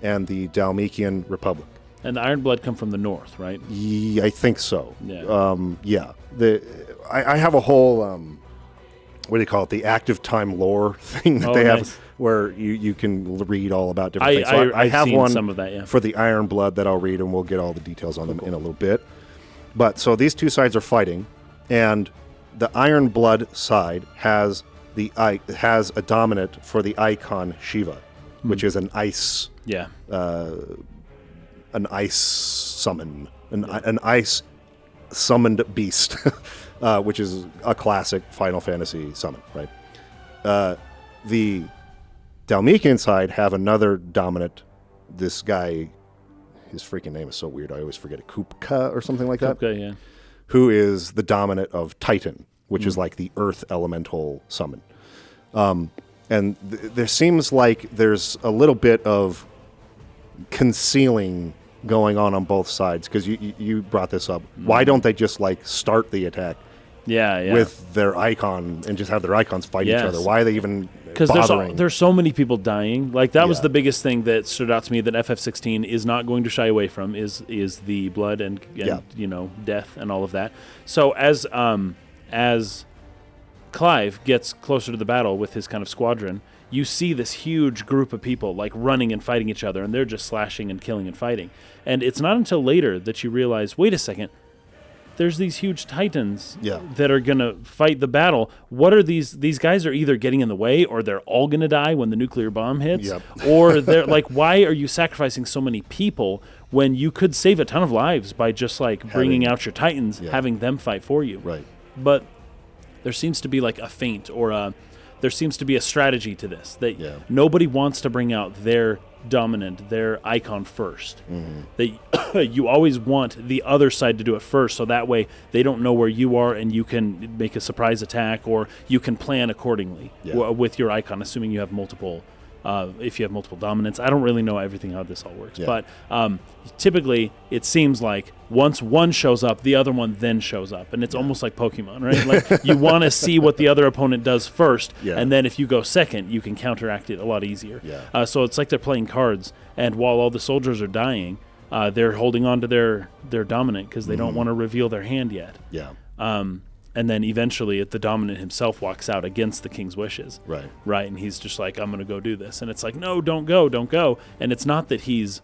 [SPEAKER 1] and the Dalmatian Republic.
[SPEAKER 2] And the Iron Blood come from the north, right?
[SPEAKER 1] Ye- I think so.
[SPEAKER 2] Yeah.
[SPEAKER 1] Um, yeah. The I, I have a whole um, what do you call it? The active time lore thing that
[SPEAKER 2] Oh,
[SPEAKER 1] they have,
[SPEAKER 2] nice.
[SPEAKER 1] where you, you can l- read all about different
[SPEAKER 2] I-
[SPEAKER 1] things.
[SPEAKER 2] I- I've seen some of that, yeah.
[SPEAKER 1] for the Iron Blood that I'll read, and we'll get all the details on them in a little bit. But so these two sides are fighting, and the Iron Blood side has the I, has a dominant for the icon Shiva, which
[SPEAKER 2] Hmm.
[SPEAKER 1] is an ice
[SPEAKER 2] Yeah.
[SPEAKER 1] Uh, an ice summon, an, an ice summoned beast, uh, which is a classic Final Fantasy summon, right? Uh, the Dalmatian side have another dominant. This guy, his freaking name is so weird. I always forget it. Kupka or something like that.
[SPEAKER 2] okay, yeah.
[SPEAKER 1] Who is the dominant of Titan, which
[SPEAKER 2] Hmm.
[SPEAKER 1] is like the Earth elemental summon. Um, and th- there seems like there's a little bit of concealing going on on both sides because you, you you brought this up. Why don't they just like start the attack
[SPEAKER 2] Yeah, Hmm. yeah.
[SPEAKER 1] with their icon and just have their icons fight each
[SPEAKER 2] Yes.
[SPEAKER 1] other? Why are they even
[SPEAKER 2] because there's a,
[SPEAKER 1] bothering?
[SPEAKER 2] there's so many people dying. Like that was
[SPEAKER 1] Yeah.
[SPEAKER 2] the biggest thing that stood out to me that FF16 is not going to shy away from is is the blood and, and
[SPEAKER 1] Yeah.
[SPEAKER 2] you know death and all of that. So as um as Clive gets closer to the battle with his kind of squadron, you see this huge group of people like running and fighting each other, and they're just slashing and killing and fighting. And it's not until later that you realize, wait a second, there's these huge titans
[SPEAKER 1] Yeah.
[SPEAKER 2] that are gonna fight the battle. What are these? These guys are either getting in the way, or they're all gonna die when the nuclear bomb hits,
[SPEAKER 1] Yep.
[SPEAKER 2] or they're like, why are you sacrificing so many people when you could save a ton of lives by just like bringing out your titans, having them fight for you?
[SPEAKER 1] Right.
[SPEAKER 2] But there seems to be like a feint or a there seems to be a strategy to this that
[SPEAKER 1] Yeah.
[SPEAKER 2] nobody wants to bring out their dominant their icon first that you always want the other side to do it first so that way they don't know where you are and you can make a surprise attack or you can plan accordingly
[SPEAKER 1] Yeah.
[SPEAKER 2] w- with your icon assuming you have multiple uh, if you have multiple dominants. I don't really know everything how this all works,
[SPEAKER 1] Yeah.
[SPEAKER 2] but um, typically it seems like once one shows up, the other one then shows up, and it's almost like Pokemon, right? Like you want to see what the other opponent does first,
[SPEAKER 1] Yeah.
[SPEAKER 2] and then if you go second, you can counteract it a lot easier.
[SPEAKER 1] Yeah.
[SPEAKER 2] Uh, so it's like they're playing cards, and while all the soldiers are dying. Uh, they're holding on to their, their dominant because they don't
[SPEAKER 1] Mm.
[SPEAKER 2] want to reveal their hand yet.
[SPEAKER 1] Yeah.
[SPEAKER 2] Um, and then eventually, it- the dominant himself walks out against the king's wishes.
[SPEAKER 1] Right.
[SPEAKER 2] Right. And he's just like, I'm going to go do this. And it's like, no, don't go, don't go. And it's not that he's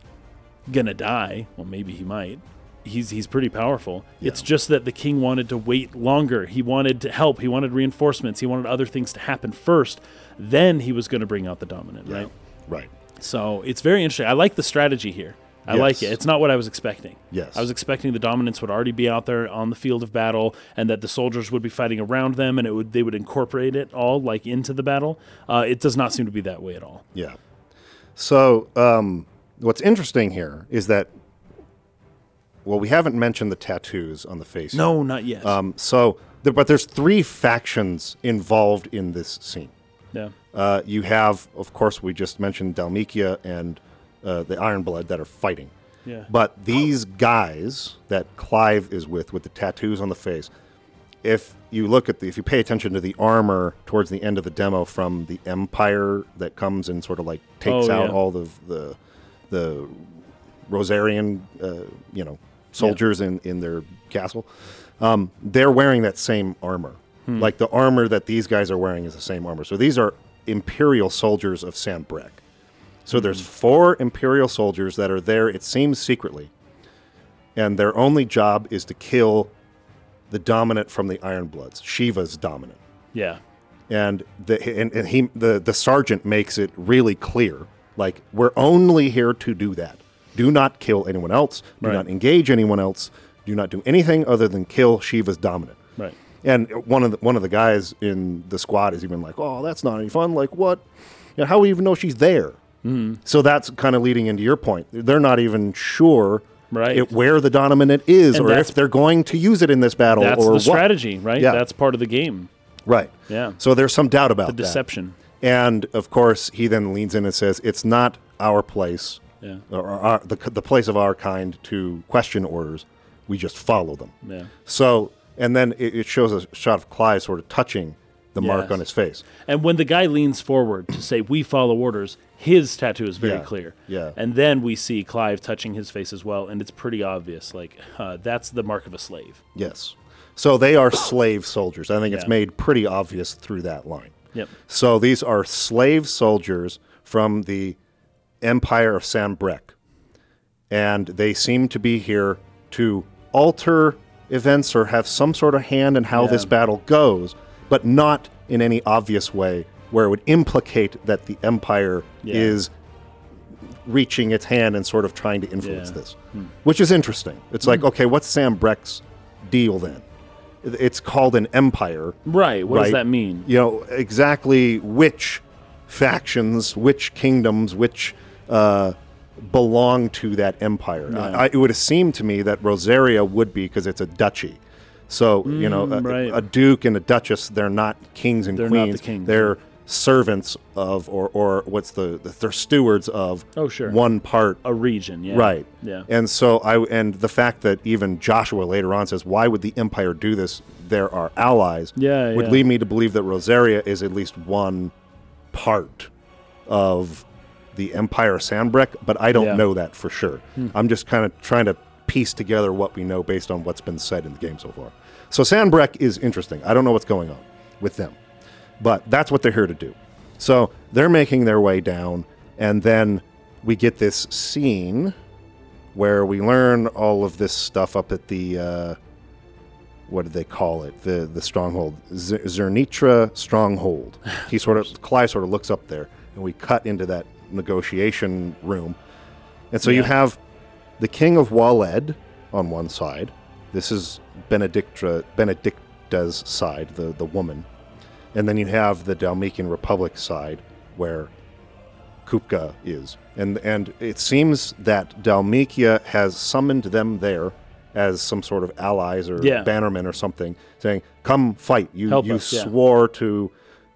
[SPEAKER 2] going to die. Well, maybe he might. He's, he's pretty powerful. It's just that the king wanted to wait longer. He wanted to help. He wanted reinforcements. He wanted other things to happen first. Then he was going to bring out the dominant,
[SPEAKER 1] Yeah.
[SPEAKER 2] right?
[SPEAKER 1] Right.
[SPEAKER 2] So it's very interesting. I like the strategy here. I like
[SPEAKER 1] Yes.
[SPEAKER 2] it. It's not what I was expecting.
[SPEAKER 1] Yes.
[SPEAKER 2] I was expecting the dominance would already be out there on the field of battle and that the soldiers would be fighting around them and it would they would incorporate it all like into the battle. Uh, it does not seem to be that way at all.
[SPEAKER 1] Yeah. So, um, what's interesting here is that, well, we haven't mentioned the tattoos on the face. yet.
[SPEAKER 2] No, not yet.
[SPEAKER 1] Um, so, there, but there's three factions involved in this scene.
[SPEAKER 2] yeah.
[SPEAKER 1] Uh, you have, of course, we just mentioned Dalmikia and uh, the Ironblood that are fighting.
[SPEAKER 2] Yeah.
[SPEAKER 1] But these guys that Clive is with, with the tattoos on the face, if you look at the, if you pay attention to the armor towards the end of the demo from the Empire that comes and sort of like takes
[SPEAKER 2] Oh,
[SPEAKER 1] out
[SPEAKER 2] yeah.
[SPEAKER 1] all the the the Rosarian, uh, you know, soldiers in in their castle, um, they're wearing that same armor.
[SPEAKER 2] Hmm.
[SPEAKER 1] Like the armor that these guys are wearing is the same armor. So these are Imperial soldiers of Sambrek. So there's
[SPEAKER 2] Hmm.
[SPEAKER 1] four Imperial soldiers that are there, it seems secretly, and their only job is to kill the dominant from the Ironbloods, Shiva's dominant.
[SPEAKER 2] Yeah.
[SPEAKER 1] And the and, and he the, the sergeant makes it really clear. Like, we're only here to do that. Do not kill anyone else. Do
[SPEAKER 2] Right.
[SPEAKER 1] not engage anyone else. Do not do anything other than kill Shiva's dominant.
[SPEAKER 2] Right.
[SPEAKER 1] And one of the, one of the guys in the squad is even like, "Oh, that's not any fun. Like, what? You know, how we even know she's there?"
[SPEAKER 2] Mm-hmm.
[SPEAKER 1] Mm. So that's kind of leading into your point. They're not even sure
[SPEAKER 2] Right.
[SPEAKER 1] it, where the dominant is,
[SPEAKER 2] And
[SPEAKER 1] or
[SPEAKER 2] that's-
[SPEAKER 1] if they're going to use it in this battle,
[SPEAKER 2] That's
[SPEAKER 1] or
[SPEAKER 2] the
[SPEAKER 1] what.
[SPEAKER 2] strategy, right?
[SPEAKER 1] Yeah.
[SPEAKER 2] That's part of the game.
[SPEAKER 1] Right.
[SPEAKER 2] Yeah.
[SPEAKER 1] So there's some doubt about that.
[SPEAKER 2] Deception.
[SPEAKER 1] And of course, he then leans in and says, "It's not our place,
[SPEAKER 2] Yeah.
[SPEAKER 1] or our, the the place of our kind to question orders. We just follow them."
[SPEAKER 2] Yeah.
[SPEAKER 1] So, and then it, it shows a shot of Clive sort of touching the mark
[SPEAKER 2] Yes.
[SPEAKER 1] on his face.
[SPEAKER 2] And when the guy leans forward to say, We follow orders, his tattoo is very
[SPEAKER 1] Yeah,
[SPEAKER 2] clear.
[SPEAKER 1] yeah.
[SPEAKER 2] And then we see Clive touching his face as well. And it's pretty obvious. Like, uh, that's the mark of a slave.
[SPEAKER 1] Yes. So they are slave soldiers. I think it's
[SPEAKER 2] Yeah.
[SPEAKER 1] made pretty obvious through that line.
[SPEAKER 2] Yep.
[SPEAKER 1] So these are slave soldiers from the Empire of Sambrek. And they seem to be here to alter events or have some sort of hand in how this battle goes, but not in any obvious way where it would implicate that the Empire
[SPEAKER 2] Yeah.
[SPEAKER 1] is reaching its hand and sort of trying to influence
[SPEAKER 2] Yeah. Hmm.
[SPEAKER 1] this, which is interesting. It's like, okay, what's Sam Breck's deal then? It- It's called an empire.
[SPEAKER 2] Right. What does
[SPEAKER 1] right?
[SPEAKER 2] that mean?
[SPEAKER 1] You know, exactly which factions, which kingdoms, which uh, belong to that empire. I, I, it would have seemed to me that Rosaria would be because it's a duchy. So, you know, a,
[SPEAKER 2] Mm, right.
[SPEAKER 1] a duke and a duchess, they're not kings and
[SPEAKER 2] They're not the
[SPEAKER 1] queens.
[SPEAKER 2] kings,
[SPEAKER 1] They're servants of, or, or what's the, they're stewards of
[SPEAKER 2] Oh, sure.
[SPEAKER 1] one part
[SPEAKER 2] A region. Yeah.
[SPEAKER 1] Right.
[SPEAKER 2] Yeah.
[SPEAKER 1] And so I and the fact that even Joshua later on says, "Why would the Empire do this? There are allies."
[SPEAKER 2] Yeah,
[SPEAKER 1] Would
[SPEAKER 2] yeah.
[SPEAKER 1] lead me to believe that Rosaria is at least one part of the Empire Sandbreck, but I don't
[SPEAKER 2] Yeah.
[SPEAKER 1] know that for sure. I'm just kind of trying to piece together what we know based on what's been said in the game so far. So Sandbreck is interesting. I don't know what's going on with them, but that's what they're here to do. So they're making their way down, and then we get this scene where we learn all of this stuff up at the uh, what did they call it? The the stronghold, Z- Zernitra stronghold. He sort of Clive sort of looks up there, and we cut into that negotiation room, and so you
[SPEAKER 2] Yeah.
[SPEAKER 1] have the king of Waled on one side. This is Benedictra Benedicta's side, the the woman, and then you have the Dalmatian Republic side where Kupka is. And and it seems that Dalmikia has summoned them there as some sort of allies or
[SPEAKER 2] Yeah.
[SPEAKER 1] bannermen or something, saying, Come fight. You
[SPEAKER 2] Help
[SPEAKER 1] you
[SPEAKER 2] us, yeah.
[SPEAKER 1] swore to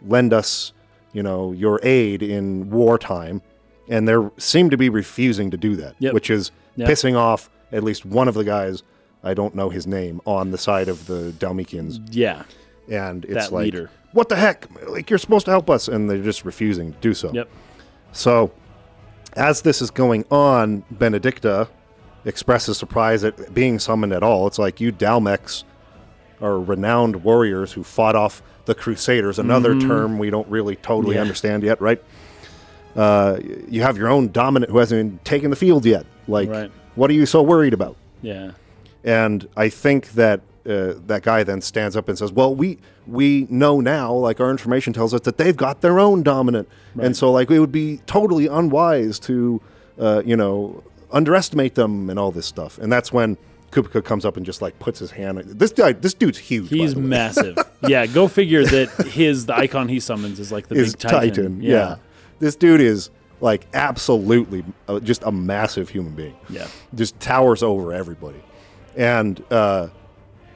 [SPEAKER 1] lend us you know, your aid in wartime, and they seem to be refusing to do that,
[SPEAKER 2] Yep.
[SPEAKER 1] which is
[SPEAKER 2] Yep.
[SPEAKER 1] pissing off at least one of the guys. I don't know his name on the side of the Dalmatians,
[SPEAKER 2] Yeah.
[SPEAKER 1] and it's
[SPEAKER 2] That
[SPEAKER 1] like,
[SPEAKER 2] leader.
[SPEAKER 1] what the heck? Like you're supposed to help us, and they're just refusing to do so.
[SPEAKER 2] Yep.
[SPEAKER 1] So, as this is going on, Benedicta expresses surprise at being summoned at all. It's like you Dalmex are renowned warriors who fought off the Crusaders, another term we don't really totally
[SPEAKER 2] Mm-hmm. Yeah.
[SPEAKER 1] understand yet, right? Uh, y- you have your own dominant who hasn't even taken the field yet. Like,
[SPEAKER 2] Right.
[SPEAKER 1] what are you so worried about?
[SPEAKER 2] Yeah.
[SPEAKER 1] And I think that uh, that guy then stands up and says, "Well, we we know now, like our information tells us that they've got their own dominant, and so like it would be totally unwise to, uh, you know, underestimate them and all this stuff." And that's when Kupika comes up and just like puts his hand. This guy, this dude's huge. by
[SPEAKER 2] He's
[SPEAKER 1] the way.
[SPEAKER 2] massive. yeah. Go figure that his the icon he summons is like the
[SPEAKER 1] is
[SPEAKER 2] big titan.
[SPEAKER 1] Titan. Yeah. this dude is like absolutely uh, just a massive human being.
[SPEAKER 2] Yeah.
[SPEAKER 1] just towers over everybody, and uh,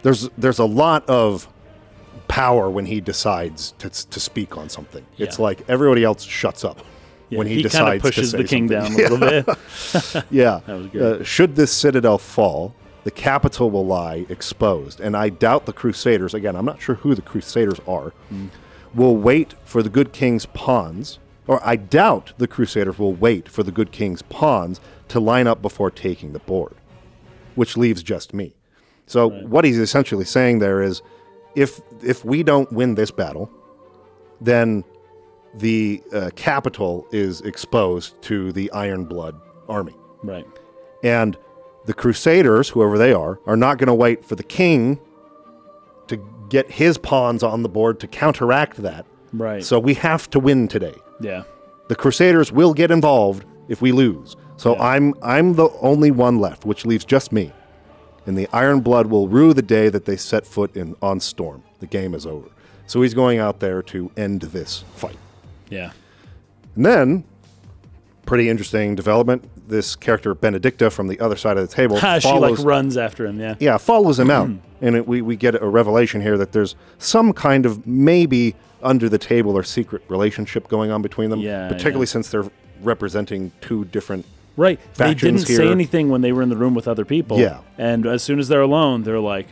[SPEAKER 1] there's there's a lot of power when he decides to, to speak on something. It's
[SPEAKER 2] Yeah.
[SPEAKER 1] like everybody else shuts up
[SPEAKER 2] Yeah,
[SPEAKER 1] when he,
[SPEAKER 2] kinda
[SPEAKER 1] decides to
[SPEAKER 2] pushes
[SPEAKER 1] say
[SPEAKER 2] the king
[SPEAKER 1] something.
[SPEAKER 2] down a little bit.
[SPEAKER 1] Yeah.
[SPEAKER 2] was good.
[SPEAKER 1] Uh, should this citadel fall, the capital will lie exposed. And I doubt the Crusaders, again, I'm not sure who the Crusaders are,
[SPEAKER 2] Hmm.
[SPEAKER 1] will wait for the good king's pawns, or I doubt the Crusaders will wait for the good king's pawns to line up before taking the board, which leaves just me. So what he's essentially saying there is if if we don't win this battle, then the uh, capital is exposed to the Iron Blood army.
[SPEAKER 2] Right.
[SPEAKER 1] And the Crusaders, whoever they are, are not going to wait for the king to get his pawns on the board to counteract that.
[SPEAKER 2] Right.
[SPEAKER 1] So we have to win today.
[SPEAKER 2] yeah.
[SPEAKER 1] The Crusaders will get involved if we lose. So I'm I'm the only one left, which leaves just me. And the Iron Blood will rue the day that they set foot in on Storm. The game is over. So he's going out there to end this fight.
[SPEAKER 2] Yeah.
[SPEAKER 1] And then, pretty interesting development. This character Benedicta from the other side of the table
[SPEAKER 2] Ha, she like Mm-hmm.
[SPEAKER 1] follows.
[SPEAKER 2] runs after him. Yeah.
[SPEAKER 1] yeah, follows him out, and it, we we get a revelation here that there's some kind of maybe under the table or secret relationship going on between them.
[SPEAKER 2] Yeah,
[SPEAKER 1] particularly
[SPEAKER 2] yeah.
[SPEAKER 1] since they're representing two different.
[SPEAKER 2] Right. They didn't
[SPEAKER 1] Factions
[SPEAKER 2] say
[SPEAKER 1] here.
[SPEAKER 2] anything when they were in the room with other people.
[SPEAKER 1] Yeah.
[SPEAKER 2] And as soon as they're alone, they're like,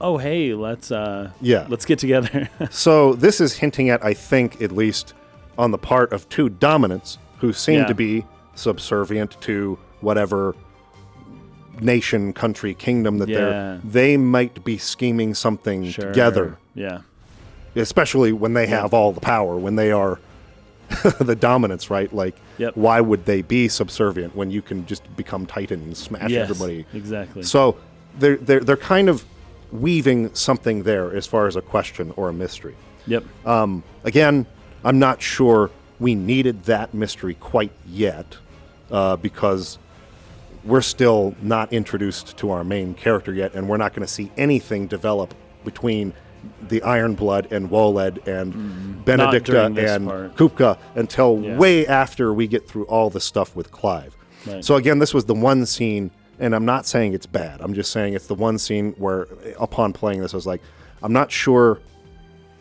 [SPEAKER 2] "Oh, hey, let's uh,
[SPEAKER 1] Yeah.
[SPEAKER 2] let's get together."
[SPEAKER 1] So this is hinting at, I think, at least on the part of two dominants who seem
[SPEAKER 2] Yeah.
[SPEAKER 1] to be subservient to whatever nation, country, kingdom that
[SPEAKER 2] Yeah.
[SPEAKER 1] they're they might be scheming something
[SPEAKER 2] Sure.
[SPEAKER 1] together.
[SPEAKER 2] Yeah.
[SPEAKER 1] especially when they have all the power, when they are the dominants, right? Like,
[SPEAKER 2] Yep.
[SPEAKER 1] why would they be subservient when you can just become Titan and smash
[SPEAKER 2] Yes,
[SPEAKER 1] everybody?
[SPEAKER 2] Exactly.
[SPEAKER 1] So they're, they're, they're kind of weaving something there as far as a question or a mystery.
[SPEAKER 2] yep.
[SPEAKER 1] Um, again, I'm not sure we needed that mystery quite yet uh, because we're still not introduced to our main character yet, and we're not going to see anything develop between the Iron Blood and Woled and Benedicta
[SPEAKER 2] Mm-hmm. during this
[SPEAKER 1] and
[SPEAKER 2] part.
[SPEAKER 1] Kupka until
[SPEAKER 2] Yeah.
[SPEAKER 1] way after we get through all the stuff with Clive.
[SPEAKER 2] Right.
[SPEAKER 1] So again, this was the one scene, and I'm not saying it's bad. I'm just saying it's the one scene where, upon playing this, I was like, I'm not sure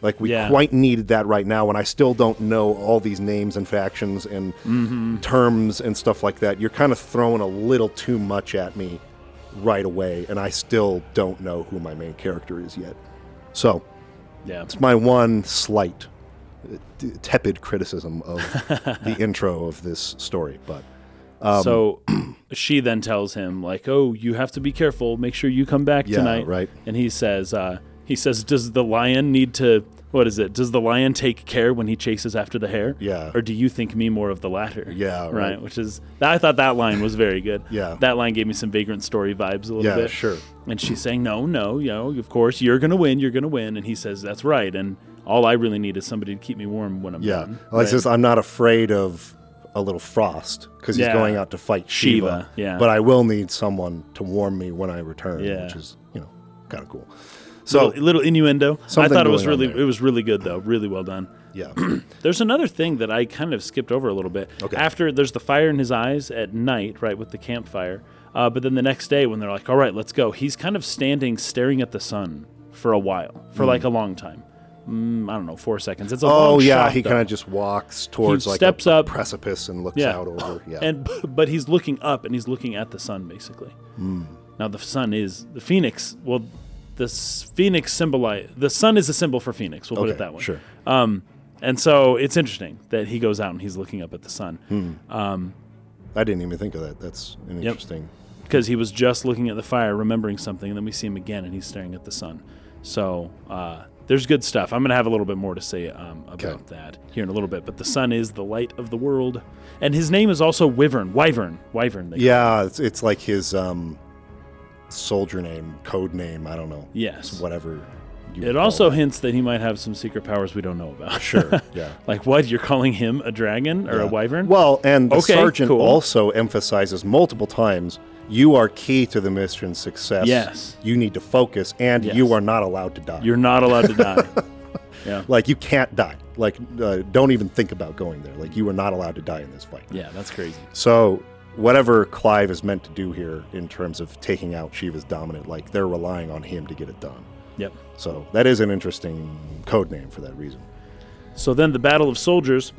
[SPEAKER 1] like we
[SPEAKER 2] Yeah.
[SPEAKER 1] quite needed that right now when I still don't know all these names and factions and terms and stuff like that. You're kind of throwing a little too much at me right away, and I still don't know who my main character is yet. So
[SPEAKER 2] yeah.
[SPEAKER 1] it's my one slight, uh, t- tepid criticism of the intro of this story. But Um,
[SPEAKER 2] so she then tells him like, "Oh, you have to be careful. Make sure you come back
[SPEAKER 1] Yeah,
[SPEAKER 2] tonight."
[SPEAKER 1] right.
[SPEAKER 2] And he says, uh, "He says, does the lion need to? What is it? Does the lion take care when he chases after the hare?
[SPEAKER 1] Yeah.
[SPEAKER 2] Or do you think me more of the latter?
[SPEAKER 1] Yeah,
[SPEAKER 2] Right.
[SPEAKER 1] right.
[SPEAKER 2] Which is I thought that line was very good.
[SPEAKER 1] Yeah.
[SPEAKER 2] That line gave me some vagrant story vibes a little
[SPEAKER 1] Yeah,
[SPEAKER 2] bit.
[SPEAKER 1] sure.
[SPEAKER 2] And she's saying, "No, no, you know, of course you're gonna win. You're gonna win." And he says, "That's right." And all I really need is somebody to keep me warm when I'm
[SPEAKER 1] yeah,
[SPEAKER 2] done.
[SPEAKER 1] like
[SPEAKER 2] Right.
[SPEAKER 1] says, I'm not afraid of a little frost because he's
[SPEAKER 2] Yeah.
[SPEAKER 1] going out to fight Shiva.
[SPEAKER 2] Shiva, yeah.
[SPEAKER 1] But I will need someone to warm me when I return,
[SPEAKER 2] Yeah.
[SPEAKER 1] which is you know kind of cool.
[SPEAKER 2] So
[SPEAKER 1] So
[SPEAKER 2] little, little innuendo. I
[SPEAKER 1] Something
[SPEAKER 2] thought it was
[SPEAKER 1] going on
[SPEAKER 2] really
[SPEAKER 1] there.
[SPEAKER 2] it was really good though. Really well done.
[SPEAKER 1] yeah,
[SPEAKER 2] There's another thing that I kind of skipped over a little bit.
[SPEAKER 1] Okay.
[SPEAKER 2] After there's the fire in his eyes at night, right with the campfire. Uh, but then the next day, when they're like, "All right, let's go," he's kind of standing, staring at the sun for a while, for like a long time. mm, I don't know, four seconds. It's a
[SPEAKER 1] Hmm. Oh
[SPEAKER 2] long
[SPEAKER 1] yeah,
[SPEAKER 2] shot,
[SPEAKER 1] he
[SPEAKER 2] though.
[SPEAKER 1] kind of just walks towards like
[SPEAKER 2] steps
[SPEAKER 1] a
[SPEAKER 2] up.
[SPEAKER 1] precipice and looks
[SPEAKER 2] Yeah.
[SPEAKER 1] out over. Yeah,
[SPEAKER 2] and but he's looking up and he's looking at the sun basically.
[SPEAKER 1] Hmm.
[SPEAKER 2] Now the sun is the phoenix. Well, the s- phoenix symbolize the sun is a symbol for phoenix. We'll put
[SPEAKER 1] Okay,
[SPEAKER 2] it that way.
[SPEAKER 1] Sure.
[SPEAKER 2] Um, and so it's interesting that he goes out and he's looking up at the sun
[SPEAKER 1] Hmm. I didn't even think of that. That's an interesting.
[SPEAKER 2] because he was just looking at the fire, remembering something, and then we see him again and he's staring at the sun. So uh, there's good stuff. I'm gonna have a little bit more to say um, about
[SPEAKER 1] Okay.
[SPEAKER 2] that here in a little bit. But the sun is the light of the world, and his name is also Wyvern. Wyvern. Wyvern. They call
[SPEAKER 1] Yeah, it's, it's like his um, soldier name, code name. I don't know.
[SPEAKER 2] Yes.
[SPEAKER 1] It's whatever. You would
[SPEAKER 2] It
[SPEAKER 1] call
[SPEAKER 2] also hints that he might have some secret powers we don't know about.
[SPEAKER 1] Sure, yeah.
[SPEAKER 2] like what? You're calling him a dragon or a
[SPEAKER 1] Yeah.
[SPEAKER 2] wyvern?
[SPEAKER 1] Well, and the
[SPEAKER 2] Okay,
[SPEAKER 1] sergeant
[SPEAKER 2] cool.
[SPEAKER 1] also emphasizes multiple times you are key to the mission's success.
[SPEAKER 2] Yes.
[SPEAKER 1] You need to focus, and
[SPEAKER 2] Yes.
[SPEAKER 1] you are not allowed to die.
[SPEAKER 2] you're not allowed to die. yeah.
[SPEAKER 1] like you can't die. Like uh, don't even think about going there. Like you are not allowed to die in this fight.
[SPEAKER 2] Yeah, that's crazy.
[SPEAKER 1] So whatever Clive is meant to do here in terms of taking out Shiva's dominant, like they're relying on him to get it done.
[SPEAKER 2] Yep.
[SPEAKER 1] So that is an interesting code name for that reason.
[SPEAKER 2] So then the battle of soldiers,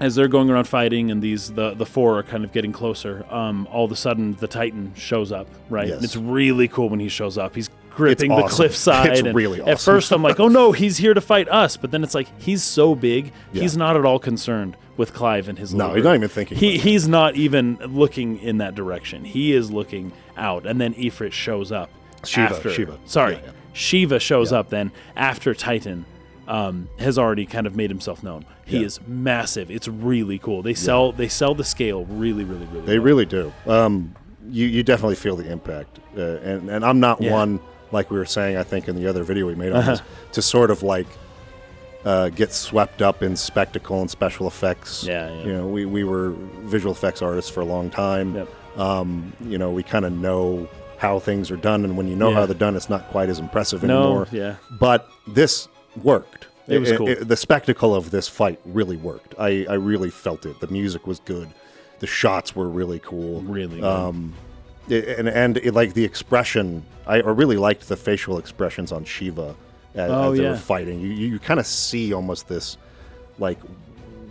[SPEAKER 2] as they're going around fighting, and these the the four are kind of getting closer. Um, all of a sudden the titan shows up, right?
[SPEAKER 1] Yes.
[SPEAKER 2] And it's really cool when he shows up. He's gripping the
[SPEAKER 1] awesome.
[SPEAKER 2] cliffside.
[SPEAKER 1] It's
[SPEAKER 2] and
[SPEAKER 1] really
[SPEAKER 2] At
[SPEAKER 1] awesome.
[SPEAKER 2] first I'm like, oh no, he's here to fight us. But then it's like he's so big, he's
[SPEAKER 1] Yeah. not
[SPEAKER 2] not at all concerned with Clive and his.
[SPEAKER 1] No,
[SPEAKER 2] little
[SPEAKER 1] he's
[SPEAKER 2] group.
[SPEAKER 1] not even thinking
[SPEAKER 2] He
[SPEAKER 1] about
[SPEAKER 2] he's not even looking in that direction. He is looking out, and then Ifrit shows up.
[SPEAKER 1] Shiva,
[SPEAKER 2] after,
[SPEAKER 1] Shiva.
[SPEAKER 2] Sorry,
[SPEAKER 1] Yeah, yeah.
[SPEAKER 2] Shiva shows up then after Titan. Um, has already kind of made himself known. He
[SPEAKER 1] Yeah.
[SPEAKER 2] is massive. It's really cool. They sell they sell the scale really really really.
[SPEAKER 1] They
[SPEAKER 2] well.
[SPEAKER 1] really do. Um, you you definitely feel the impact, uh, and and I'm not
[SPEAKER 2] Yeah. Uh-huh.
[SPEAKER 1] one like we were saying. I think in the other video we made on this to sort of like. Uh, get swept up in spectacle and special effects.
[SPEAKER 2] Yeah, yeah.
[SPEAKER 1] You know, we, we were visual effects artists for a long time.
[SPEAKER 2] Yep.
[SPEAKER 1] Um, you know, we kind of know how things are done, and when you know
[SPEAKER 2] Yeah.
[SPEAKER 1] how they're done, it's not quite as impressive
[SPEAKER 2] No,
[SPEAKER 1] anymore.
[SPEAKER 2] yeah.
[SPEAKER 1] But this worked.
[SPEAKER 2] It was cool.
[SPEAKER 1] the spectacle of this fight really worked. I, I really felt it. The music was good. The shots were really cool.
[SPEAKER 2] really. good.
[SPEAKER 1] Um, it- and and it, like the expression, I, I really liked the facial expressions on Shiva as,
[SPEAKER 2] Oh,
[SPEAKER 1] as they
[SPEAKER 2] yeah.
[SPEAKER 1] were fighting. You you, you kind of see almost this, like,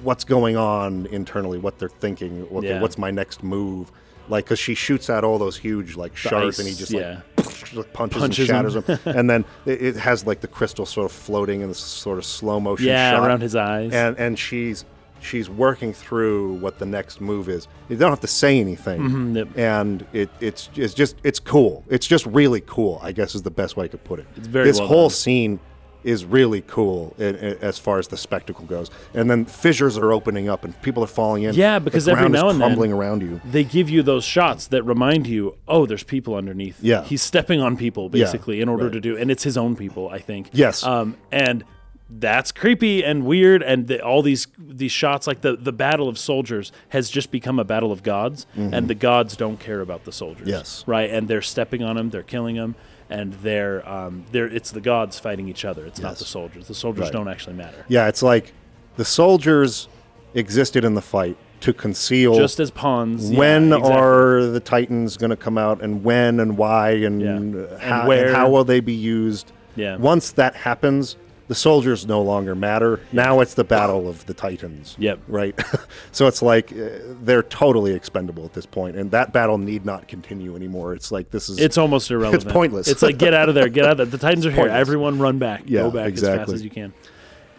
[SPEAKER 1] what's going on internally, what they're thinking. Okay,
[SPEAKER 2] Yeah.
[SPEAKER 1] what's my next move? Like, because she shoots out all those huge like shards, and he
[SPEAKER 2] ice,
[SPEAKER 1] just like
[SPEAKER 2] yeah.
[SPEAKER 1] like, punches,
[SPEAKER 2] Punches
[SPEAKER 1] and shatters
[SPEAKER 2] him.
[SPEAKER 1] them. and then it, it has like the crystal sort of floating in this sort of slow motion
[SPEAKER 2] yeah,
[SPEAKER 1] shot.
[SPEAKER 2] around his eyes.
[SPEAKER 1] and and she's she's working through what the next move is. You don't have to say anything,
[SPEAKER 2] Mm-hmm, yep.
[SPEAKER 1] and it it's it's just it's cool. It's just really cool. I guess is the best way I could put it. It's
[SPEAKER 2] very
[SPEAKER 1] this
[SPEAKER 2] well
[SPEAKER 1] whole
[SPEAKER 2] done.
[SPEAKER 1] scene is really cool i i as far as the spectacle goes. And then fissures are opening up and people are falling in.
[SPEAKER 2] Yeah, because
[SPEAKER 1] the
[SPEAKER 2] every
[SPEAKER 1] ground is
[SPEAKER 2] now and then-
[SPEAKER 1] crumbling around you.
[SPEAKER 2] they give you those shots that remind you, oh, there's people underneath.
[SPEAKER 1] Yeah.
[SPEAKER 2] he's stepping on people basically in order
[SPEAKER 1] right.
[SPEAKER 2] to do, and it's his own people, I think.
[SPEAKER 1] Yes.
[SPEAKER 2] um, and that's creepy and weird, and the, all these these shots, like the the battle of soldiers, has just become a battle of gods, and the gods don't care about the soldiers.
[SPEAKER 1] Mm-hmm. Yes.
[SPEAKER 2] right, and they're stepping on them, they're killing them. And they're, um, they're, it's the gods fighting each other. It's not
[SPEAKER 1] Yes.
[SPEAKER 2] the soldiers. The soldiers
[SPEAKER 1] Right.
[SPEAKER 2] don't actually matter.
[SPEAKER 1] Yeah, it's like the soldiers existed in the fight to conceal
[SPEAKER 2] Just as pawns. yeah,
[SPEAKER 1] when
[SPEAKER 2] exactly.
[SPEAKER 1] are the Titans going to come out, and when, and why, and,
[SPEAKER 2] Yeah.
[SPEAKER 1] uh,
[SPEAKER 2] And
[SPEAKER 1] how, and
[SPEAKER 2] where.
[SPEAKER 1] how will they be used?
[SPEAKER 2] Yeah.
[SPEAKER 1] Once that happens, the soldiers no longer matter. Now it's the battle of the Titans.
[SPEAKER 2] Yep.
[SPEAKER 1] Right. so it's like uh, they're totally expendable at this point, and that battle need not continue anymore. It's like this is
[SPEAKER 2] It's almost irrelevant.
[SPEAKER 1] pointless.
[SPEAKER 2] It's like get out of there, get out of there. The Titans are here.
[SPEAKER 1] pointless.
[SPEAKER 2] Everyone run back.
[SPEAKER 1] Yeah,
[SPEAKER 2] Go back as fast
[SPEAKER 1] exactly.
[SPEAKER 2] as you can.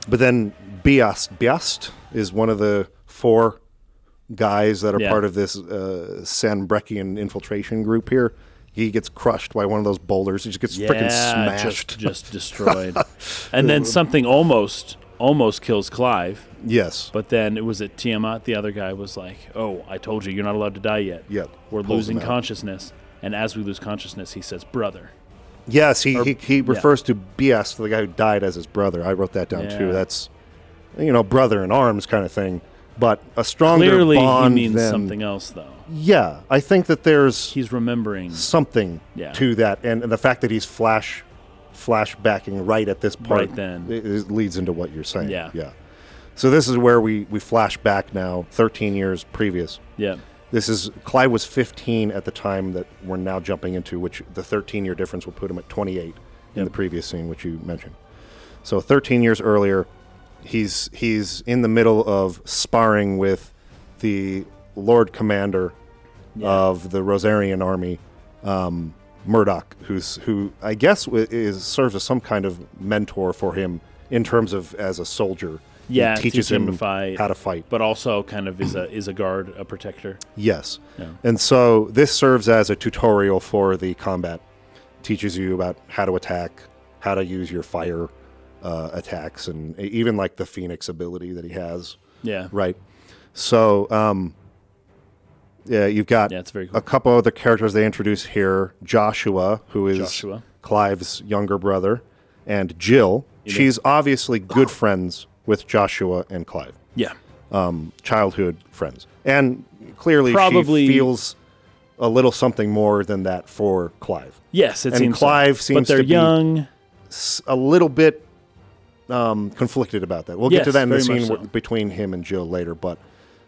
[SPEAKER 1] But then Biast Biast is one of the four guys that are
[SPEAKER 2] Yeah.
[SPEAKER 1] part of this uh, Sanbrechian infiltration group here. He gets crushed by one of those boulders. He just gets frickin'
[SPEAKER 2] Yeah,
[SPEAKER 1] smashed.
[SPEAKER 2] just just destroyed. and then something almost almost kills Clive,
[SPEAKER 1] yes.
[SPEAKER 2] but then it was at Tiamat. The other guy was like, "Oh, I told you, you're not allowed to die yet.
[SPEAKER 1] Yep.
[SPEAKER 2] we're
[SPEAKER 1] Pulls
[SPEAKER 2] losing
[SPEAKER 1] him out. So 13 years earlier, he's he's in the middle of sparring with the Lord Commander of the Rosarian army, um, Murdoch, who's who I guess wi- is serves as some kind of mentor for him in terms of as a soldier. He
[SPEAKER 2] Yeah,
[SPEAKER 1] teaches
[SPEAKER 2] teach him
[SPEAKER 1] him
[SPEAKER 2] to fight.
[SPEAKER 1] how to fight.
[SPEAKER 2] but also kind of is a is a guard, a protector.
[SPEAKER 1] Yes. And so this serves as a tutorial for the combat. Teaches you about how to attack, how to use your fire uh, attacks, and e- even like the Phoenix ability that he has.
[SPEAKER 2] Yeah,
[SPEAKER 1] Right. So, um, yeah, you've got
[SPEAKER 2] Yeah, it's very cool.
[SPEAKER 1] a couple other characters they introduce here Joshua, who is
[SPEAKER 2] Joshua.
[SPEAKER 1] Clive's younger brother, and Jill. She's obviously good friends with Joshua and Clive
[SPEAKER 2] yeah.
[SPEAKER 1] childhood friends. And clearly
[SPEAKER 2] Probably-
[SPEAKER 1] she feels a little something more than that for Clive.
[SPEAKER 2] Yes, it
[SPEAKER 1] And
[SPEAKER 2] seems. so.
[SPEAKER 1] Clive
[SPEAKER 2] but
[SPEAKER 1] seems
[SPEAKER 2] they're
[SPEAKER 1] to be-
[SPEAKER 2] young.
[SPEAKER 1] S- A little bit um, conflicted about that. We'll get to
[SPEAKER 2] Yes,
[SPEAKER 1] that in the
[SPEAKER 2] very much
[SPEAKER 1] scene
[SPEAKER 2] so.
[SPEAKER 1] w- between him and Jill later, but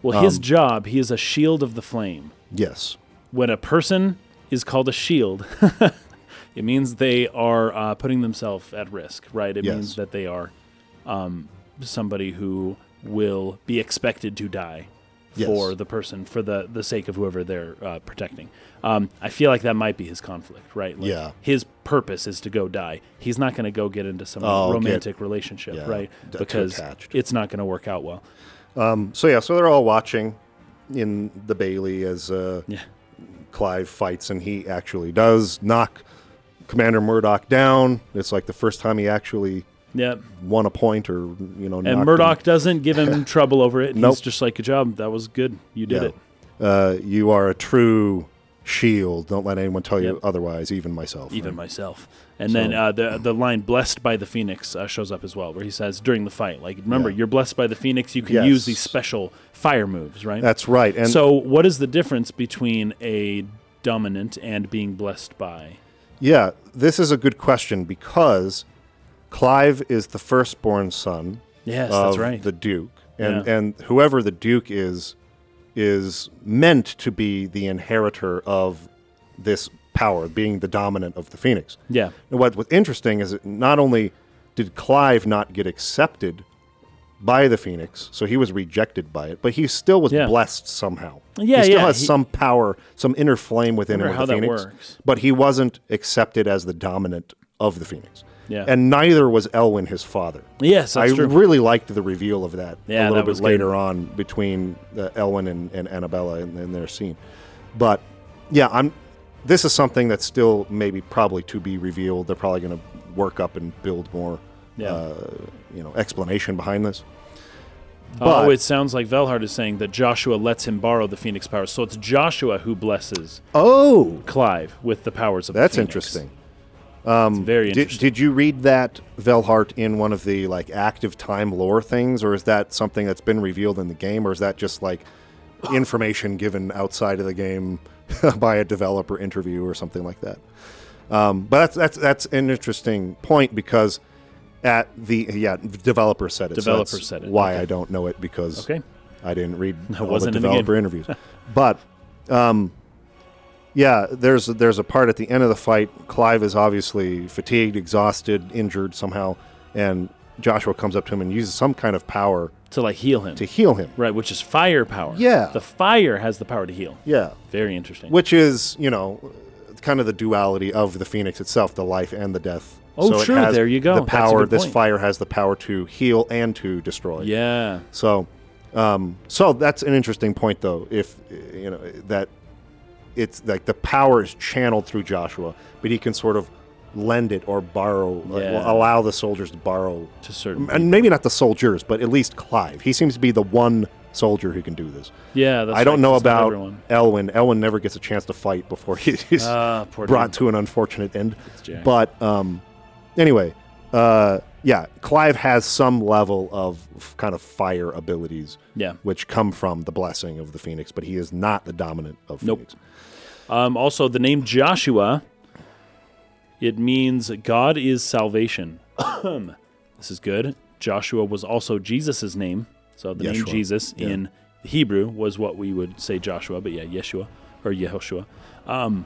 [SPEAKER 2] Well,
[SPEAKER 1] um,
[SPEAKER 2] his job, he is a shield of the flame.
[SPEAKER 1] yes.
[SPEAKER 2] When a person is called a shield, it means they are uh, putting themselves at risk, right? It
[SPEAKER 1] Yes.
[SPEAKER 2] means that they are um, somebody who will be expected to die
[SPEAKER 1] Yes.
[SPEAKER 2] for the person, for the, the sake of whoever they're uh, protecting. Um, I feel like that might be his conflict, right? Like,
[SPEAKER 1] Yeah.
[SPEAKER 2] His purpose is to go die. He's not going to go get into some
[SPEAKER 1] Oh, get-
[SPEAKER 2] romantic relationship,
[SPEAKER 1] yeah,
[SPEAKER 2] right?
[SPEAKER 1] d- too
[SPEAKER 2] Because
[SPEAKER 1] attached.
[SPEAKER 2] it's not going to work out well.
[SPEAKER 1] So yeah, so they're all watching in the Bailey as uh,
[SPEAKER 2] Yeah.
[SPEAKER 1] Clive fights, and he actually does knock Commander Murdoch down. It's like the first time he actually
[SPEAKER 2] Yep.
[SPEAKER 1] won a point, or you know, knocked
[SPEAKER 2] And
[SPEAKER 1] him-
[SPEAKER 2] Murdoch doesn't give him trouble over it.
[SPEAKER 1] Nope.
[SPEAKER 2] He's just like, good job. That was good. You did
[SPEAKER 1] Yeah.
[SPEAKER 2] it.
[SPEAKER 1] Uh, you are a true shield. Don't let anyone tell you
[SPEAKER 2] Yep.
[SPEAKER 1] otherwise, even myself.
[SPEAKER 2] Even myself. And then uh, the the line "blessed by the phoenix" uh, shows up as well, where he says during the fight, like, remember,
[SPEAKER 1] Yeah.
[SPEAKER 2] you're blessed by the phoenix. You can
[SPEAKER 1] Yes.
[SPEAKER 2] use these special fire moves, right?
[SPEAKER 1] That's right. And
[SPEAKER 2] so, what is the difference between a dominant and being blessed by?
[SPEAKER 1] yeah, this is a good question because Clive is the firstborn son
[SPEAKER 2] Yes,
[SPEAKER 1] of
[SPEAKER 2] that's right.
[SPEAKER 1] the Duke. And
[SPEAKER 2] Yeah.
[SPEAKER 1] and whoever the Duke is is meant to be the inheritor of this power, being the dominant of the Phoenix.
[SPEAKER 2] yeah,
[SPEAKER 1] And what was interesting is that not only did Clive not get accepted by the Phoenix, so he was rejected by it, but he still was
[SPEAKER 2] Yeah.
[SPEAKER 1] blessed somehow.
[SPEAKER 2] Yeah,
[SPEAKER 1] he still
[SPEAKER 2] yeah,
[SPEAKER 1] has
[SPEAKER 2] he-
[SPEAKER 1] some power, some inner flame within him
[SPEAKER 2] Wonder
[SPEAKER 1] with
[SPEAKER 2] how
[SPEAKER 1] the
[SPEAKER 2] that
[SPEAKER 1] Phoenix.
[SPEAKER 2] works.
[SPEAKER 1] But he wasn't accepted as the dominant of the Phoenix.
[SPEAKER 2] Yeah.
[SPEAKER 1] And neither was Elwin his father.
[SPEAKER 2] yes, that's
[SPEAKER 1] I
[SPEAKER 2] true.
[SPEAKER 1] really liked the reveal of that a
[SPEAKER 2] Yeah, that
[SPEAKER 1] little bit
[SPEAKER 2] was good.
[SPEAKER 1] later on between uh, Elwin and, and Annabella in, in their scene. But yeah, I'm. This is something that's still maybe probably to be revealed. They're probably going to work up and build more,
[SPEAKER 2] Yeah.
[SPEAKER 1] uh, you know, explanation behind this.
[SPEAKER 2] oh,
[SPEAKER 1] but-
[SPEAKER 2] it sounds like Velhard is saying that Joshua lets him borrow the phoenix powers. So it's Joshua who blesses
[SPEAKER 1] Oh,
[SPEAKER 2] Clive with the powers of.
[SPEAKER 1] that's
[SPEAKER 2] the Phoenix.
[SPEAKER 1] interesting. Mm.
[SPEAKER 2] It's very
[SPEAKER 1] Did,
[SPEAKER 2] interesting.
[SPEAKER 1] did you read that Velhart in one of the like active time lore things, or is that something that's been revealed in the game, or is that just like information given outside of the game by a developer interview or something like that? Um, but that's that's that's an interesting point because at the yeah the developer said it. so
[SPEAKER 2] Developer
[SPEAKER 1] that's
[SPEAKER 2] said it,
[SPEAKER 1] Why I don't know it because
[SPEAKER 2] Okay.
[SPEAKER 1] I didn't read all
[SPEAKER 2] wasn't
[SPEAKER 1] the
[SPEAKER 2] in the game.
[SPEAKER 1] developer interviews, but. um, Yeah, there's there's a part at the end of the fight. Clive is obviously fatigued, exhausted, injured somehow, and Joshua comes up to him and uses some kind of power
[SPEAKER 2] to like heal him,
[SPEAKER 1] to heal him.
[SPEAKER 2] right? Which is fire power.
[SPEAKER 1] Yeah.
[SPEAKER 2] the fire has the power to heal.
[SPEAKER 1] Yeah,
[SPEAKER 2] Very interesting.
[SPEAKER 1] which is you know kind of the duality of the phoenix itself, the life and the death.
[SPEAKER 2] Oh,
[SPEAKER 1] it
[SPEAKER 2] true,
[SPEAKER 1] has
[SPEAKER 2] there you go.
[SPEAKER 1] The
[SPEAKER 2] That's a
[SPEAKER 1] power.
[SPEAKER 2] good
[SPEAKER 1] This
[SPEAKER 2] point.
[SPEAKER 1] fire has the power to heal and to destroy.
[SPEAKER 2] yeah,
[SPEAKER 1] So, um, so that's an interesting point, though. If uh, you know that it's like the power is channeled through Joshua, but he can sort of lend it or borrow, like,
[SPEAKER 2] Yeah.
[SPEAKER 1] well, allow the soldiers to borrow,
[SPEAKER 2] to certain.
[SPEAKER 1] and maybe not the soldiers, but at least Clive. He seems to be the one soldier who can do this.
[SPEAKER 2] yeah, that's
[SPEAKER 1] I don't
[SPEAKER 2] right,
[SPEAKER 1] know
[SPEAKER 2] it's not
[SPEAKER 1] about
[SPEAKER 2] everyone.
[SPEAKER 1] Elwin. Elwin never gets a chance to fight before he's
[SPEAKER 2] Ah, poor
[SPEAKER 1] brought
[SPEAKER 2] dude.
[SPEAKER 1] to an unfortunate end.
[SPEAKER 2] Jack.
[SPEAKER 1] But um, anyway, uh, yeah, Clive has some level of f- kind of fire abilities,
[SPEAKER 2] Yeah.
[SPEAKER 1] which come from the blessing of the Phoenix, but he is not the dominant of
[SPEAKER 2] Nope.
[SPEAKER 1] Phoenix.
[SPEAKER 2] Um, also, the name Joshua. It means God is salvation. this is good. Joshua was also Jesus' name. So the name
[SPEAKER 1] Yeshua,
[SPEAKER 2] Jesus
[SPEAKER 1] yeah.
[SPEAKER 2] in Hebrew was what we would say Joshua, but yeah, Yeshua or Yehoshua. Um,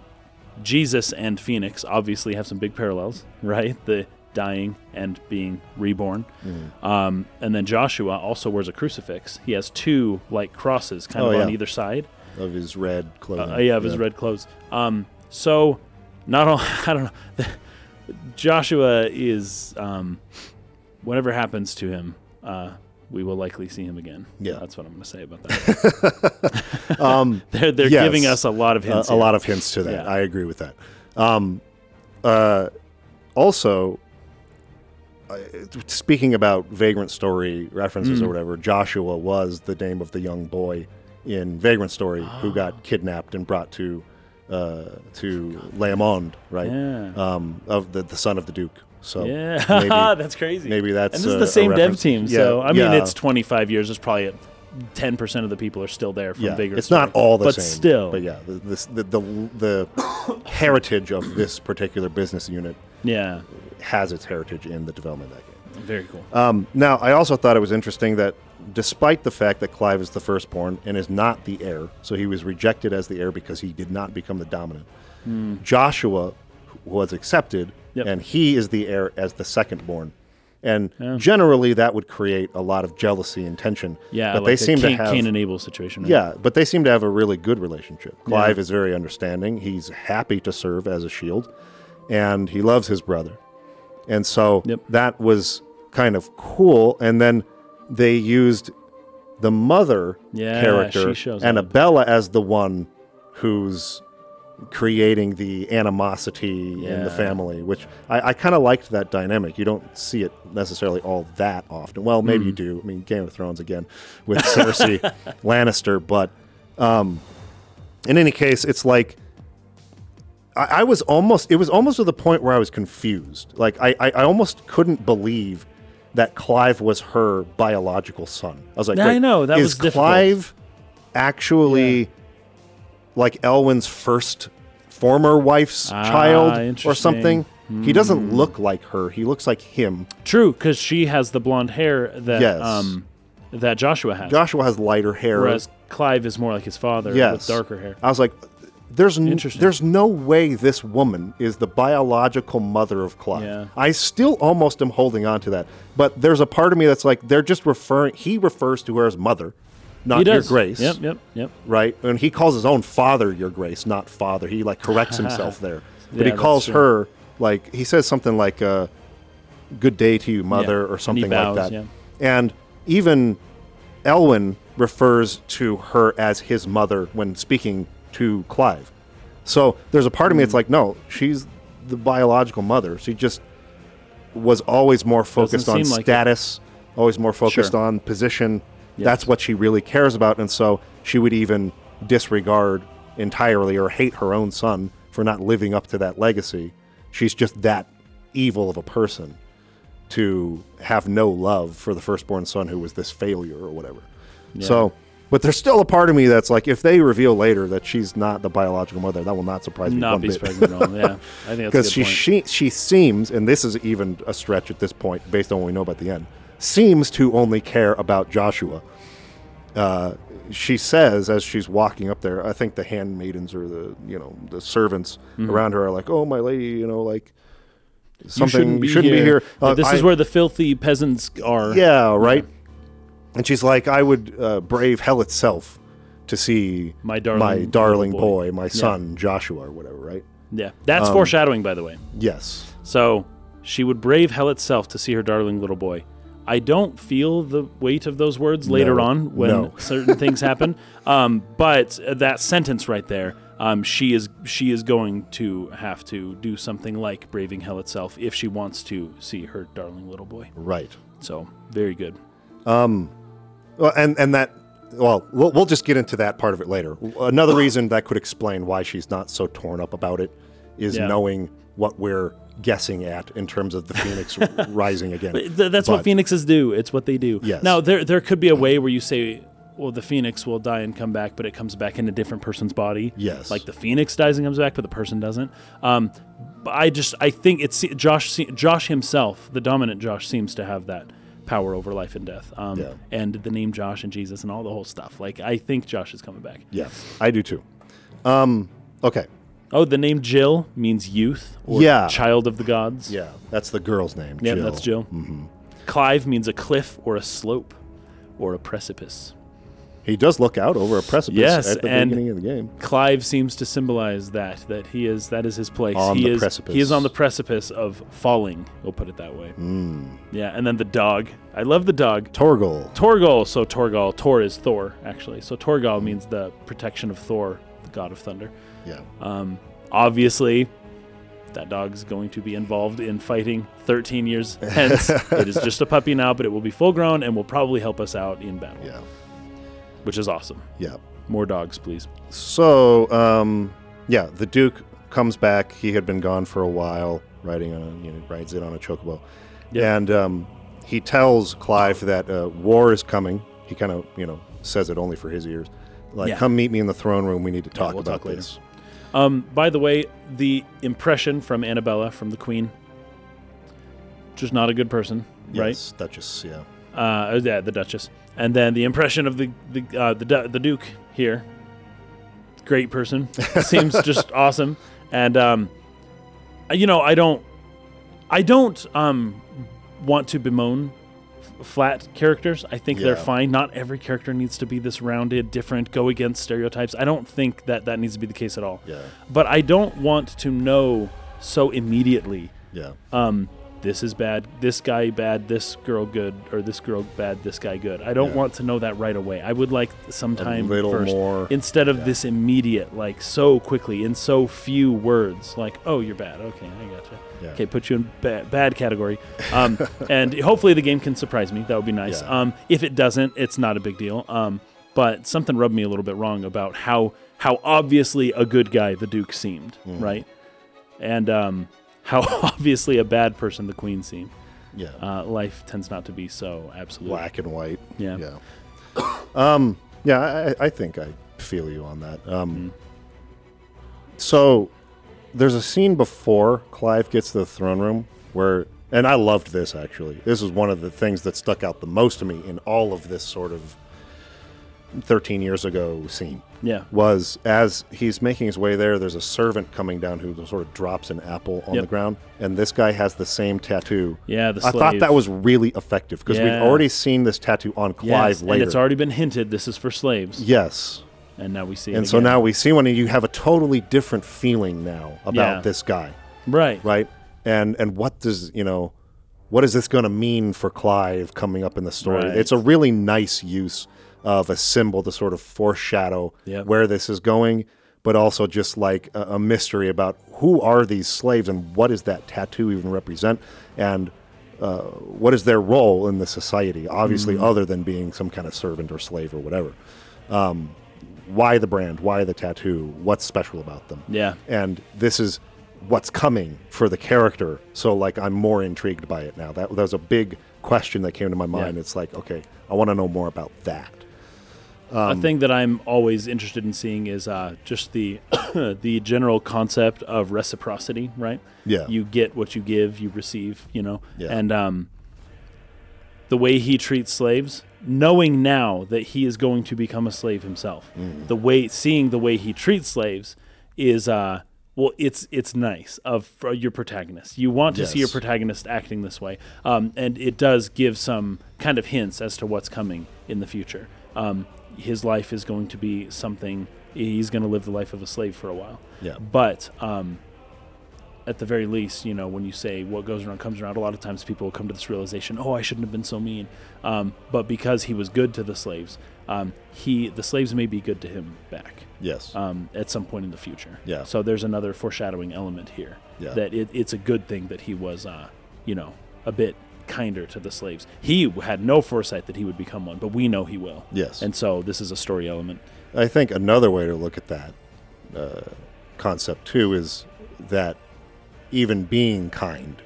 [SPEAKER 2] Jesus and Phoenix obviously have some big parallels, right? The dying and being reborn.
[SPEAKER 1] Mm.
[SPEAKER 2] Um, and then Joshua also wears a crucifix. He has two like crosses kind
[SPEAKER 1] Oh,
[SPEAKER 2] of on
[SPEAKER 1] yeah.
[SPEAKER 2] either side.
[SPEAKER 1] of his red clothing.
[SPEAKER 2] Uh, yeah, of his red clothes. Um, so not all I don't know. Joshua is um, whatever happens to him, uh, we will likely see him again.
[SPEAKER 1] Yeah.
[SPEAKER 2] that's what I'm going to say about that. um, they're they're
[SPEAKER 1] yes.
[SPEAKER 2] giving us a lot of
[SPEAKER 1] a,
[SPEAKER 2] hints.
[SPEAKER 1] a lot of hints to that.
[SPEAKER 2] Yeah.
[SPEAKER 1] I agree with that. Um, uh, also, uh, speaking about Vagrant Story references
[SPEAKER 2] Mm.
[SPEAKER 1] or whatever, Joshua was the name of the young boy in Vagrant Story
[SPEAKER 2] Ah.
[SPEAKER 1] who got kidnapped and brought to uh, to Laemond, right?
[SPEAKER 2] Oh Yeah.
[SPEAKER 1] Um, of the, the son of the Duke. So
[SPEAKER 2] Yeah,
[SPEAKER 1] maybe,
[SPEAKER 2] that's crazy.
[SPEAKER 1] maybe that's
[SPEAKER 2] and this
[SPEAKER 1] a-
[SPEAKER 2] is the
[SPEAKER 1] a
[SPEAKER 2] same dev
[SPEAKER 1] reference.
[SPEAKER 2] team.
[SPEAKER 1] Yeah,
[SPEAKER 2] so I mean,
[SPEAKER 1] yeah.
[SPEAKER 2] it's 25 years. There's probably 10 percent of the people are still there from
[SPEAKER 1] yeah,
[SPEAKER 2] Vagrant.
[SPEAKER 1] it's not
[SPEAKER 2] Story.
[SPEAKER 1] all the
[SPEAKER 2] but
[SPEAKER 1] same,
[SPEAKER 2] still,
[SPEAKER 1] But yeah, the, this, the, the the heritage of this particular business unit
[SPEAKER 2] yeah,
[SPEAKER 1] has its heritage in the development of that game.
[SPEAKER 2] very cool.
[SPEAKER 1] Um, now, I also thought it was interesting that despite the fact that Clive is the firstborn and is not the heir, so he was rejected as the heir because he did not become the dominant, Joshua was accepted
[SPEAKER 2] Hmm. Yep.
[SPEAKER 1] and he is the heir as the secondborn. And generally, that would create a lot of jealousy and tension.
[SPEAKER 2] yeah,
[SPEAKER 1] but
[SPEAKER 2] like
[SPEAKER 1] they
[SPEAKER 2] a
[SPEAKER 1] seem
[SPEAKER 2] Cain,
[SPEAKER 1] to have
[SPEAKER 2] Cain and Abel situation. right?
[SPEAKER 1] yeah, but they seem to have a really good relationship. Clive is very understanding. He's happy to serve as a shield, and he loves his brother. And so
[SPEAKER 2] Yep.
[SPEAKER 1] that was kind of cool. And then they used the mother
[SPEAKER 2] Yeah,
[SPEAKER 1] character,
[SPEAKER 2] she shows up.
[SPEAKER 1] Annabella, as the one who's creating the animosity in the
[SPEAKER 2] Yeah.
[SPEAKER 1] family, which I, I kind of liked that dynamic. You don't see it necessarily all that often. Well, maybe
[SPEAKER 2] Mm.
[SPEAKER 1] you do. I mean, Game of Thrones again with Cersei Lannister, but um, in any case, it's like. I, I was almost it was almost to the point where I was confused. Like I, I, I almost couldn't believe that Clive was her biological son. I was like,
[SPEAKER 2] Yeah, I
[SPEAKER 1] wait,
[SPEAKER 2] know, that
[SPEAKER 1] is
[SPEAKER 2] was difficult.
[SPEAKER 1] Clive actually like Elwyn's first former wife's
[SPEAKER 2] Ah,
[SPEAKER 1] child or
[SPEAKER 2] interesting. Hmm.
[SPEAKER 1] something? He doesn't look like her. He looks like him.
[SPEAKER 2] True, because she has the blonde hair that
[SPEAKER 1] Yes.
[SPEAKER 2] um that Joshua has,
[SPEAKER 1] Joshua has lighter hair.
[SPEAKER 2] whereas Clive is more like his father with
[SPEAKER 1] Yes. Uh,
[SPEAKER 2] darker hair.
[SPEAKER 1] I was like, there's n-
[SPEAKER 2] Interesting.
[SPEAKER 1] there's no way this woman is the biological mother of Clive.
[SPEAKER 2] Yeah.
[SPEAKER 1] I still almost am holding on to that, but there's a part of me that's like, they're just referring. He refers to her as mother, not
[SPEAKER 2] He
[SPEAKER 1] your
[SPEAKER 2] does.
[SPEAKER 1] grace.
[SPEAKER 2] Yep, yep, yep.
[SPEAKER 1] Right, and he calls his own father your grace, not father. He like corrects himself there, but
[SPEAKER 2] Yeah,
[SPEAKER 1] he
[SPEAKER 2] that's
[SPEAKER 1] calls
[SPEAKER 2] true.
[SPEAKER 1] her like he says something like uh, "Good day to you, mother,"
[SPEAKER 2] and
[SPEAKER 1] or
[SPEAKER 2] he
[SPEAKER 1] something
[SPEAKER 2] bows,
[SPEAKER 1] like that.
[SPEAKER 2] yeah.
[SPEAKER 1] And even Elwin refers to her as his mother when speaking to Clive. So there's a part of me
[SPEAKER 2] Hmm.
[SPEAKER 1] that's like, no, she's the biological mother. She just was always more focused on
[SPEAKER 2] seem like it.
[SPEAKER 1] status, always more focused
[SPEAKER 2] Sure.
[SPEAKER 1] on position.
[SPEAKER 2] Yes.
[SPEAKER 1] That's what she really cares about. And so she would even disregard entirely or hate her own son for not living up to that legacy. She's just that evil of a person to have no love for the firstborn son who was this failure or whatever. So, but there's still a part of me that's like, if they reveal later that she's not the biological mother, that will not surprise me.
[SPEAKER 2] Not
[SPEAKER 1] one
[SPEAKER 2] be
[SPEAKER 1] bit.
[SPEAKER 2] pregnant at all. Yeah, I think that's
[SPEAKER 1] because
[SPEAKER 2] a good
[SPEAKER 1] she,
[SPEAKER 2] point.
[SPEAKER 1] she she seems, and this is even a stretch at this point, based on what we know about the end, seems to only care about Joshua. Uh, she says as she's walking up there, I think the handmaidens or the you know the servants
[SPEAKER 2] Mm-hmm.
[SPEAKER 1] around her are like, "Oh, my lady, you know, like something you shouldn't be here."
[SPEAKER 2] But
[SPEAKER 1] Uh,
[SPEAKER 2] this is
[SPEAKER 1] I-
[SPEAKER 2] where the filthy peasants are.
[SPEAKER 1] yeah, right. And she's like, "I would uh, brave hell itself to see
[SPEAKER 2] My darling
[SPEAKER 1] my
[SPEAKER 2] little
[SPEAKER 1] darling
[SPEAKER 2] boy."
[SPEAKER 1] boy. Um, my son Joshua or whatever." Right?
[SPEAKER 2] yeah. That's foreshadowing, by the way.
[SPEAKER 1] Yes.
[SPEAKER 2] So she would brave hell itself to see her darling little boy. I don't feel the weight of those words later
[SPEAKER 1] No,
[SPEAKER 2] on when
[SPEAKER 1] no.
[SPEAKER 2] certain things happen. Um, but that sentence right there, um, she is she is going to have to do something like braving hell itself if she wants to see her darling little boy.
[SPEAKER 1] Right.
[SPEAKER 2] So very good.
[SPEAKER 1] Well, and and that well, we'll we'll just get into that part of it later. Another reason that could explain why she's not so torn up about it is
[SPEAKER 2] Yeah.
[SPEAKER 1] knowing what we're guessing at in terms of the phoenix rising again.
[SPEAKER 2] Th- that's what
[SPEAKER 1] But-
[SPEAKER 2] phoenixes do. It's what they do.
[SPEAKER 1] Yes.
[SPEAKER 2] Now there there could be a way where you say, well, the phoenix will die and come back, but it comes back in a different person's body.
[SPEAKER 1] Yes.
[SPEAKER 2] Like the phoenix dies and comes back, but the person doesn't. Um, but I just I think it's Josh se- Josh himself, the dominant Josh, seems to have that power over life and death. Um,
[SPEAKER 1] Yeah.
[SPEAKER 2] And the name Josh and Jesus and all the whole stuff. Like I think Josh is coming back.
[SPEAKER 1] Yeah, I do too. Um, okay,
[SPEAKER 2] Oh, the name Jill means youth or
[SPEAKER 1] Yeah.
[SPEAKER 2] child of the gods.
[SPEAKER 1] Yeah, that's the girl's name.
[SPEAKER 2] Yeah, that's Jill. Mm-hmm. Clive means a cliff or a slope or a precipice.
[SPEAKER 1] He does look out over a precipice
[SPEAKER 2] Yes,
[SPEAKER 1] at the
[SPEAKER 2] and-
[SPEAKER 1] beginning of the game.
[SPEAKER 2] Clive seems to symbolize that that he is that is his place.
[SPEAKER 1] On
[SPEAKER 2] he
[SPEAKER 1] the
[SPEAKER 2] is
[SPEAKER 1] precipice.
[SPEAKER 2] he is on the precipice of falling. We'll put it that way.
[SPEAKER 1] Mm.
[SPEAKER 2] Yeah, and then the dog. I love the dog.
[SPEAKER 1] Torgel.
[SPEAKER 2] Torgal. So Torgal. Tor is Thor actually. So Torgal means the protection of Thor, the god of thunder.
[SPEAKER 1] Yeah.
[SPEAKER 2] Um, obviously, that dog's going to be involved in fighting 13 years hence. it is just a puppy now, but it will be full grown and will probably help us out in battle,
[SPEAKER 1] Yeah.
[SPEAKER 2] which is awesome.
[SPEAKER 1] Yeah.
[SPEAKER 2] More dogs, please.
[SPEAKER 1] So, um, yeah, the Duke comes back. He had been gone for a while, riding on, a, you know, rides it on a chocobo,
[SPEAKER 2] Yeah.
[SPEAKER 1] and um, he tells Clive that uh, war is coming. He kind of, you know, says it only for his ears. Like,
[SPEAKER 2] Yeah.
[SPEAKER 1] come meet me in the throne room. We need to talk
[SPEAKER 2] we'll
[SPEAKER 1] about
[SPEAKER 2] talk later.
[SPEAKER 1] this.
[SPEAKER 2] Um, by the way, the impression from Annabella from the Queen, just not a good person, right?
[SPEAKER 1] Yes, Duchess. Yeah.
[SPEAKER 2] Uh, yeah, the Duchess, and then the impression of the the uh, the, du- the Duke here, great person, seems just awesome, and um, you know I don't, I don't um, want to bemoan f- flat characters. I think they're
[SPEAKER 1] Yeah.
[SPEAKER 2] fine. Not every character needs to be this rounded, different, go against stereotypes. I don't think that that needs to be the case at all.
[SPEAKER 1] Yeah.
[SPEAKER 2] But I don't want to know so immediately
[SPEAKER 1] Yeah.
[SPEAKER 2] um, this is bad, this guy bad, this girl good, or this girl bad, this guy good. I don't
[SPEAKER 1] Yeah.
[SPEAKER 2] want to know that right away. I would like some time
[SPEAKER 1] little
[SPEAKER 2] first,
[SPEAKER 1] more,
[SPEAKER 2] instead of this immediate, like so quickly in so few words. Like, oh, you're bad. Okay, I gotcha.
[SPEAKER 1] Yeah.
[SPEAKER 2] Okay, put you in ba- bad category, um, and hopefully the game can surprise me. That would be nice.
[SPEAKER 1] Yeah.
[SPEAKER 2] Um, if it doesn't, it's not a big deal. Um, but something rubbed me a little bit wrong about how how obviously a good guy the Duke seemed,
[SPEAKER 1] Mm.
[SPEAKER 2] right? and um, how obviously a bad person the queen seemed.
[SPEAKER 1] yeah.
[SPEAKER 2] Uh, life tends not to be so absolute.
[SPEAKER 1] black and white.
[SPEAKER 2] Yeah.
[SPEAKER 1] Yeah. um, yeah, I- I, I think I feel you on that. Um, So there's a scene before Clive gets to the throne room where, and I loved this actually. This is one of the things that stuck out the most to me in all of this sort of 13 years ago scene
[SPEAKER 2] Yeah.
[SPEAKER 1] was as he's making his way there, there's a servant coming down who sort of drops an apple on
[SPEAKER 2] Yep.
[SPEAKER 1] the ground, and this guy has the same tattoo.
[SPEAKER 2] Yeah, the
[SPEAKER 1] I thought
[SPEAKER 2] slave.
[SPEAKER 1] that was really effective because
[SPEAKER 2] Yeah.
[SPEAKER 1] we've already seen this tattoo on Clive
[SPEAKER 2] Yes,
[SPEAKER 1] later.
[SPEAKER 2] and it's already been hinted this is for slaves,
[SPEAKER 1] yes,
[SPEAKER 2] and now we see.
[SPEAKER 1] and
[SPEAKER 2] it
[SPEAKER 1] so
[SPEAKER 2] again.
[SPEAKER 1] now we see one, and you have a totally different feeling now about
[SPEAKER 2] Yeah.
[SPEAKER 1] this guy,
[SPEAKER 2] right,
[SPEAKER 1] right? And and what does you know, what is this going to mean for Clive coming up in the story?
[SPEAKER 2] Right.
[SPEAKER 1] It's a really nice use of a symbol to sort of foreshadow
[SPEAKER 2] Yep.
[SPEAKER 1] where this is going, but also just like a, a mystery about who are these slaves and what does that tattoo even represent, and uh, what is their role in the society? Obviously,
[SPEAKER 2] Mm-hmm.
[SPEAKER 1] other than being some kind of servant or slave or whatever. Um, why the brand? Why the tattoo? What's special about them?
[SPEAKER 2] Yeah.
[SPEAKER 1] And this is what's coming for the character. So like, I'm more intrigued by it now. That, that was a big question that came to my mind.
[SPEAKER 2] Yeah.
[SPEAKER 1] It's like, okay, I want to know more about that. Um,
[SPEAKER 2] a thing that I'm always interested in seeing is uh, just the the general concept of reciprocity, right?
[SPEAKER 1] Yeah.
[SPEAKER 2] you get what you give, you receive, you know,
[SPEAKER 1] Yeah.
[SPEAKER 2] and um, the way he treats slaves, knowing now that he is going to become a slave himself,
[SPEAKER 1] Mm.
[SPEAKER 2] the way seeing the way he treats slaves is uh, well, it's it's nice of for your protagonist. You want to see your
[SPEAKER 1] Yes.
[SPEAKER 2] protagonist acting this way, um, and it does give some kind of hints as to what's coming in the future. Um, his life is going to be something. He's going to live the life of a slave for a while.
[SPEAKER 1] Yeah.
[SPEAKER 2] But um, at the very least, you know, when you say what goes around comes around, a lot of times people will come to this realization, oh, I shouldn't have been so mean. Um, but because he was good to the slaves, um, he the slaves may be good to him back
[SPEAKER 1] Yes.
[SPEAKER 2] um, at some point in the future.
[SPEAKER 1] Yeah.
[SPEAKER 2] So there's another foreshadowing element here
[SPEAKER 1] Yeah.
[SPEAKER 2] that it, it's a good thing that he was, uh, you know, a bit kinder to the slaves. He had no foresight that he would become one, but we know he will.
[SPEAKER 1] Yes.
[SPEAKER 2] And so this is a story element.
[SPEAKER 1] I think another way to look at that uh, concept too is that even being kind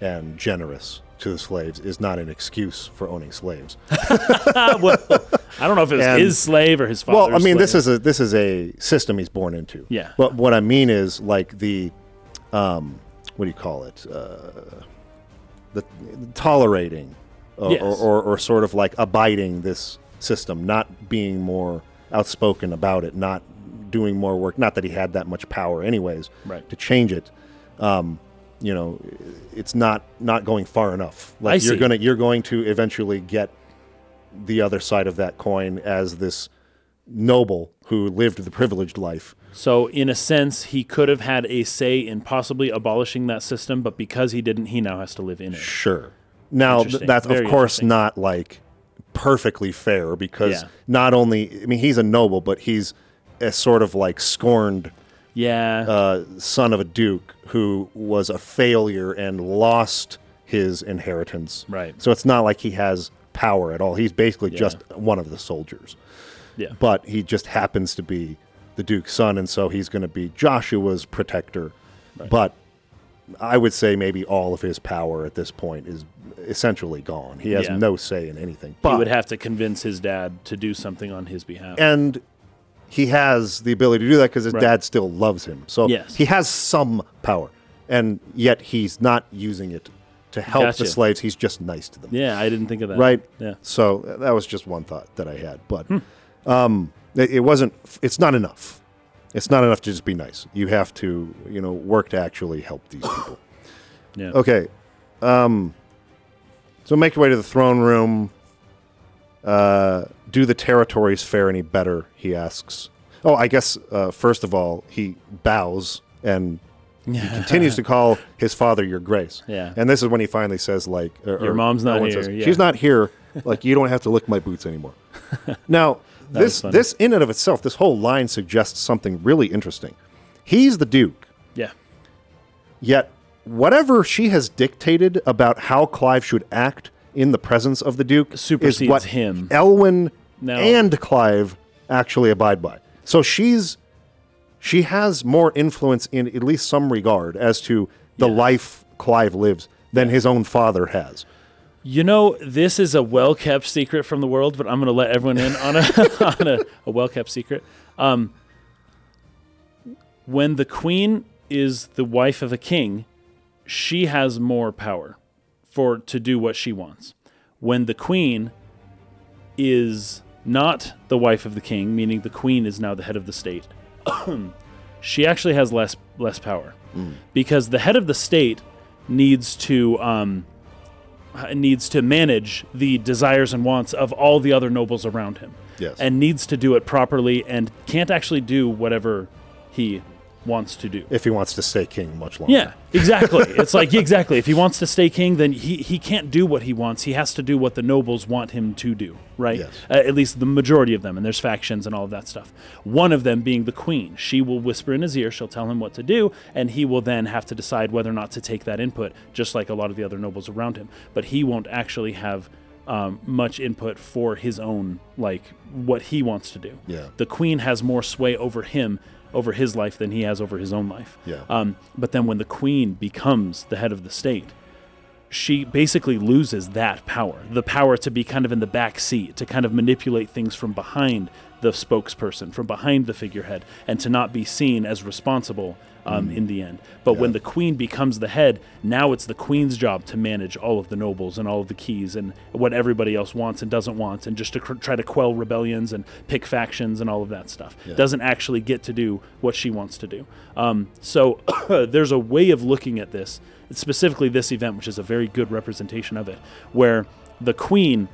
[SPEAKER 1] and generous to the slaves is not an excuse for owning slaves.
[SPEAKER 2] Ah, well, I don't know if it was
[SPEAKER 1] Uh, And-
[SPEAKER 2] his slave or his father's
[SPEAKER 1] well, I mean, this
[SPEAKER 2] slave.
[SPEAKER 1] is a this is a system he's born into.
[SPEAKER 2] Yeah.
[SPEAKER 1] But what I mean is like the, um, what do you call it? Uh, the, tolerating, or,
[SPEAKER 2] Yes.
[SPEAKER 1] or, or or sort of like abiding this system, not being more outspoken about it, not doing more work. Not that he had that much power, anyways,
[SPEAKER 2] Right.
[SPEAKER 1] to change it. Um, you know, it's not not going far enough. Like
[SPEAKER 2] I
[SPEAKER 1] you're
[SPEAKER 2] see.
[SPEAKER 1] gonna you're going to eventually get the other side of that coin as this noble who lived the privileged life.
[SPEAKER 2] So, in a sense, he could have had a say in possibly abolishing that system, but because he didn't, he now has to live in it.
[SPEAKER 1] Sure. Now th-
[SPEAKER 2] Interesting.
[SPEAKER 1] that's
[SPEAKER 2] Very
[SPEAKER 1] of course
[SPEAKER 2] interesting.
[SPEAKER 1] not like perfectly fair because
[SPEAKER 2] Yeah.
[SPEAKER 1] not only I mean he's a noble, but he's a sort of like scorned
[SPEAKER 2] Yeah.
[SPEAKER 1] uh, son of a duke who was a failure and lost his inheritance.
[SPEAKER 2] Right.
[SPEAKER 1] So it's not like he has power at all. He's basically just one of the soldiers.
[SPEAKER 2] Yeah.
[SPEAKER 1] But he just happens to be the duke's son, and so he's going to be Joshua's protector. But I would say maybe all of his power at this point is essentially gone. He has
[SPEAKER 2] Yeah.
[SPEAKER 1] no say in anything. But
[SPEAKER 2] he would have to convince his dad to do something on his behalf.
[SPEAKER 1] and he has the ability to do that because his dad still loves him. So
[SPEAKER 2] Yes.
[SPEAKER 1] he has some power, and yet he's not using it to help
[SPEAKER 2] Gotcha.
[SPEAKER 1] the slaves. He's just nice to them,
[SPEAKER 2] yeah, I didn't think of that.
[SPEAKER 1] right?
[SPEAKER 2] Yeah. Hmm.
[SPEAKER 1] So uh, that was just one thought that I had, but um, it, it wasn't. It's not enough. It's not enough to just be nice. You have to, you know, work to actually help these people.
[SPEAKER 2] Yeah.
[SPEAKER 1] Okay. Um, so make your way to the throne room. Uh, do the territories fare any better? He asks. Oh, I guess uh, first of all, he bows and he continues to call his father your grace.
[SPEAKER 2] Yeah.
[SPEAKER 1] And this is when he finally says, like, er, or-
[SPEAKER 2] Your
[SPEAKER 1] or
[SPEAKER 2] mom's not
[SPEAKER 1] Owen
[SPEAKER 2] here, yeah.
[SPEAKER 1] She's not here. Like, you don't have to lick my boots anymore. Now, this
[SPEAKER 2] funny.
[SPEAKER 1] this in and of itself, this whole line suggests something really interesting. He's the duke.
[SPEAKER 2] Yeah.
[SPEAKER 1] Yet, whatever she has dictated about how Clive should act in the presence of the Duke is
[SPEAKER 2] Supersedes
[SPEAKER 1] what
[SPEAKER 2] him.
[SPEAKER 1] Elwyn
[SPEAKER 2] Now-
[SPEAKER 1] and Clive actually abide by. So she's she has more influence in at least some regard as to the life Clive lives than his own father has.
[SPEAKER 2] You know, this is a well kept secret from the world, but I'm going to let everyone in on a, on a, a well kept secret. Um, when the queen is the wife of a king, she has more power for to do what she wants. When the queen is not the wife of the king, meaning the queen is now the head of the state, she actually has less less power because the head of the state needs to. Um, uh, needs to manage the desires and wants of all the other nobles around him.
[SPEAKER 1] Yes.
[SPEAKER 2] And needs to do it properly and can't actually do whatever he wants to do.
[SPEAKER 1] If he wants to stay king much longer.
[SPEAKER 2] Yeah, exactly. it's like yeah, exactly. If he wants to stay king, then he he can't do what he wants. He has to do what the nobles want him to do, right?
[SPEAKER 1] Yes.
[SPEAKER 2] Uh, at least the majority of them, and there's factions and all of that stuff. One of them being the queen. She will whisper in his ear. She'll tell him what to do, and he will then have to decide whether or not to take that input, just like a lot of the other nobles around him. But he won't actually have. Um, much input for his own, like what he wants to do.
[SPEAKER 1] Yeah.
[SPEAKER 2] The queen has more sway over him, over his life, than he has over his own life.
[SPEAKER 1] Yeah.
[SPEAKER 2] Um, but then when the queen becomes the head of the state, she basically loses that power the power to be kind of in the back seat, to kind of manipulate things from behind the spokesperson, from behind the figurehead, and to not be seen as responsible um, in the end. But when the queen becomes the head, now it's the queen's job to manage all of the nobles and all of the keys and what everybody else wants and doesn't want, and just to cr- try to quell rebellions and pick factions and all of that stuff. Doesn't actually get to do what she wants to do. Um, so there's a way of looking at this, specifically this event, which is a very good representation of it, where the queen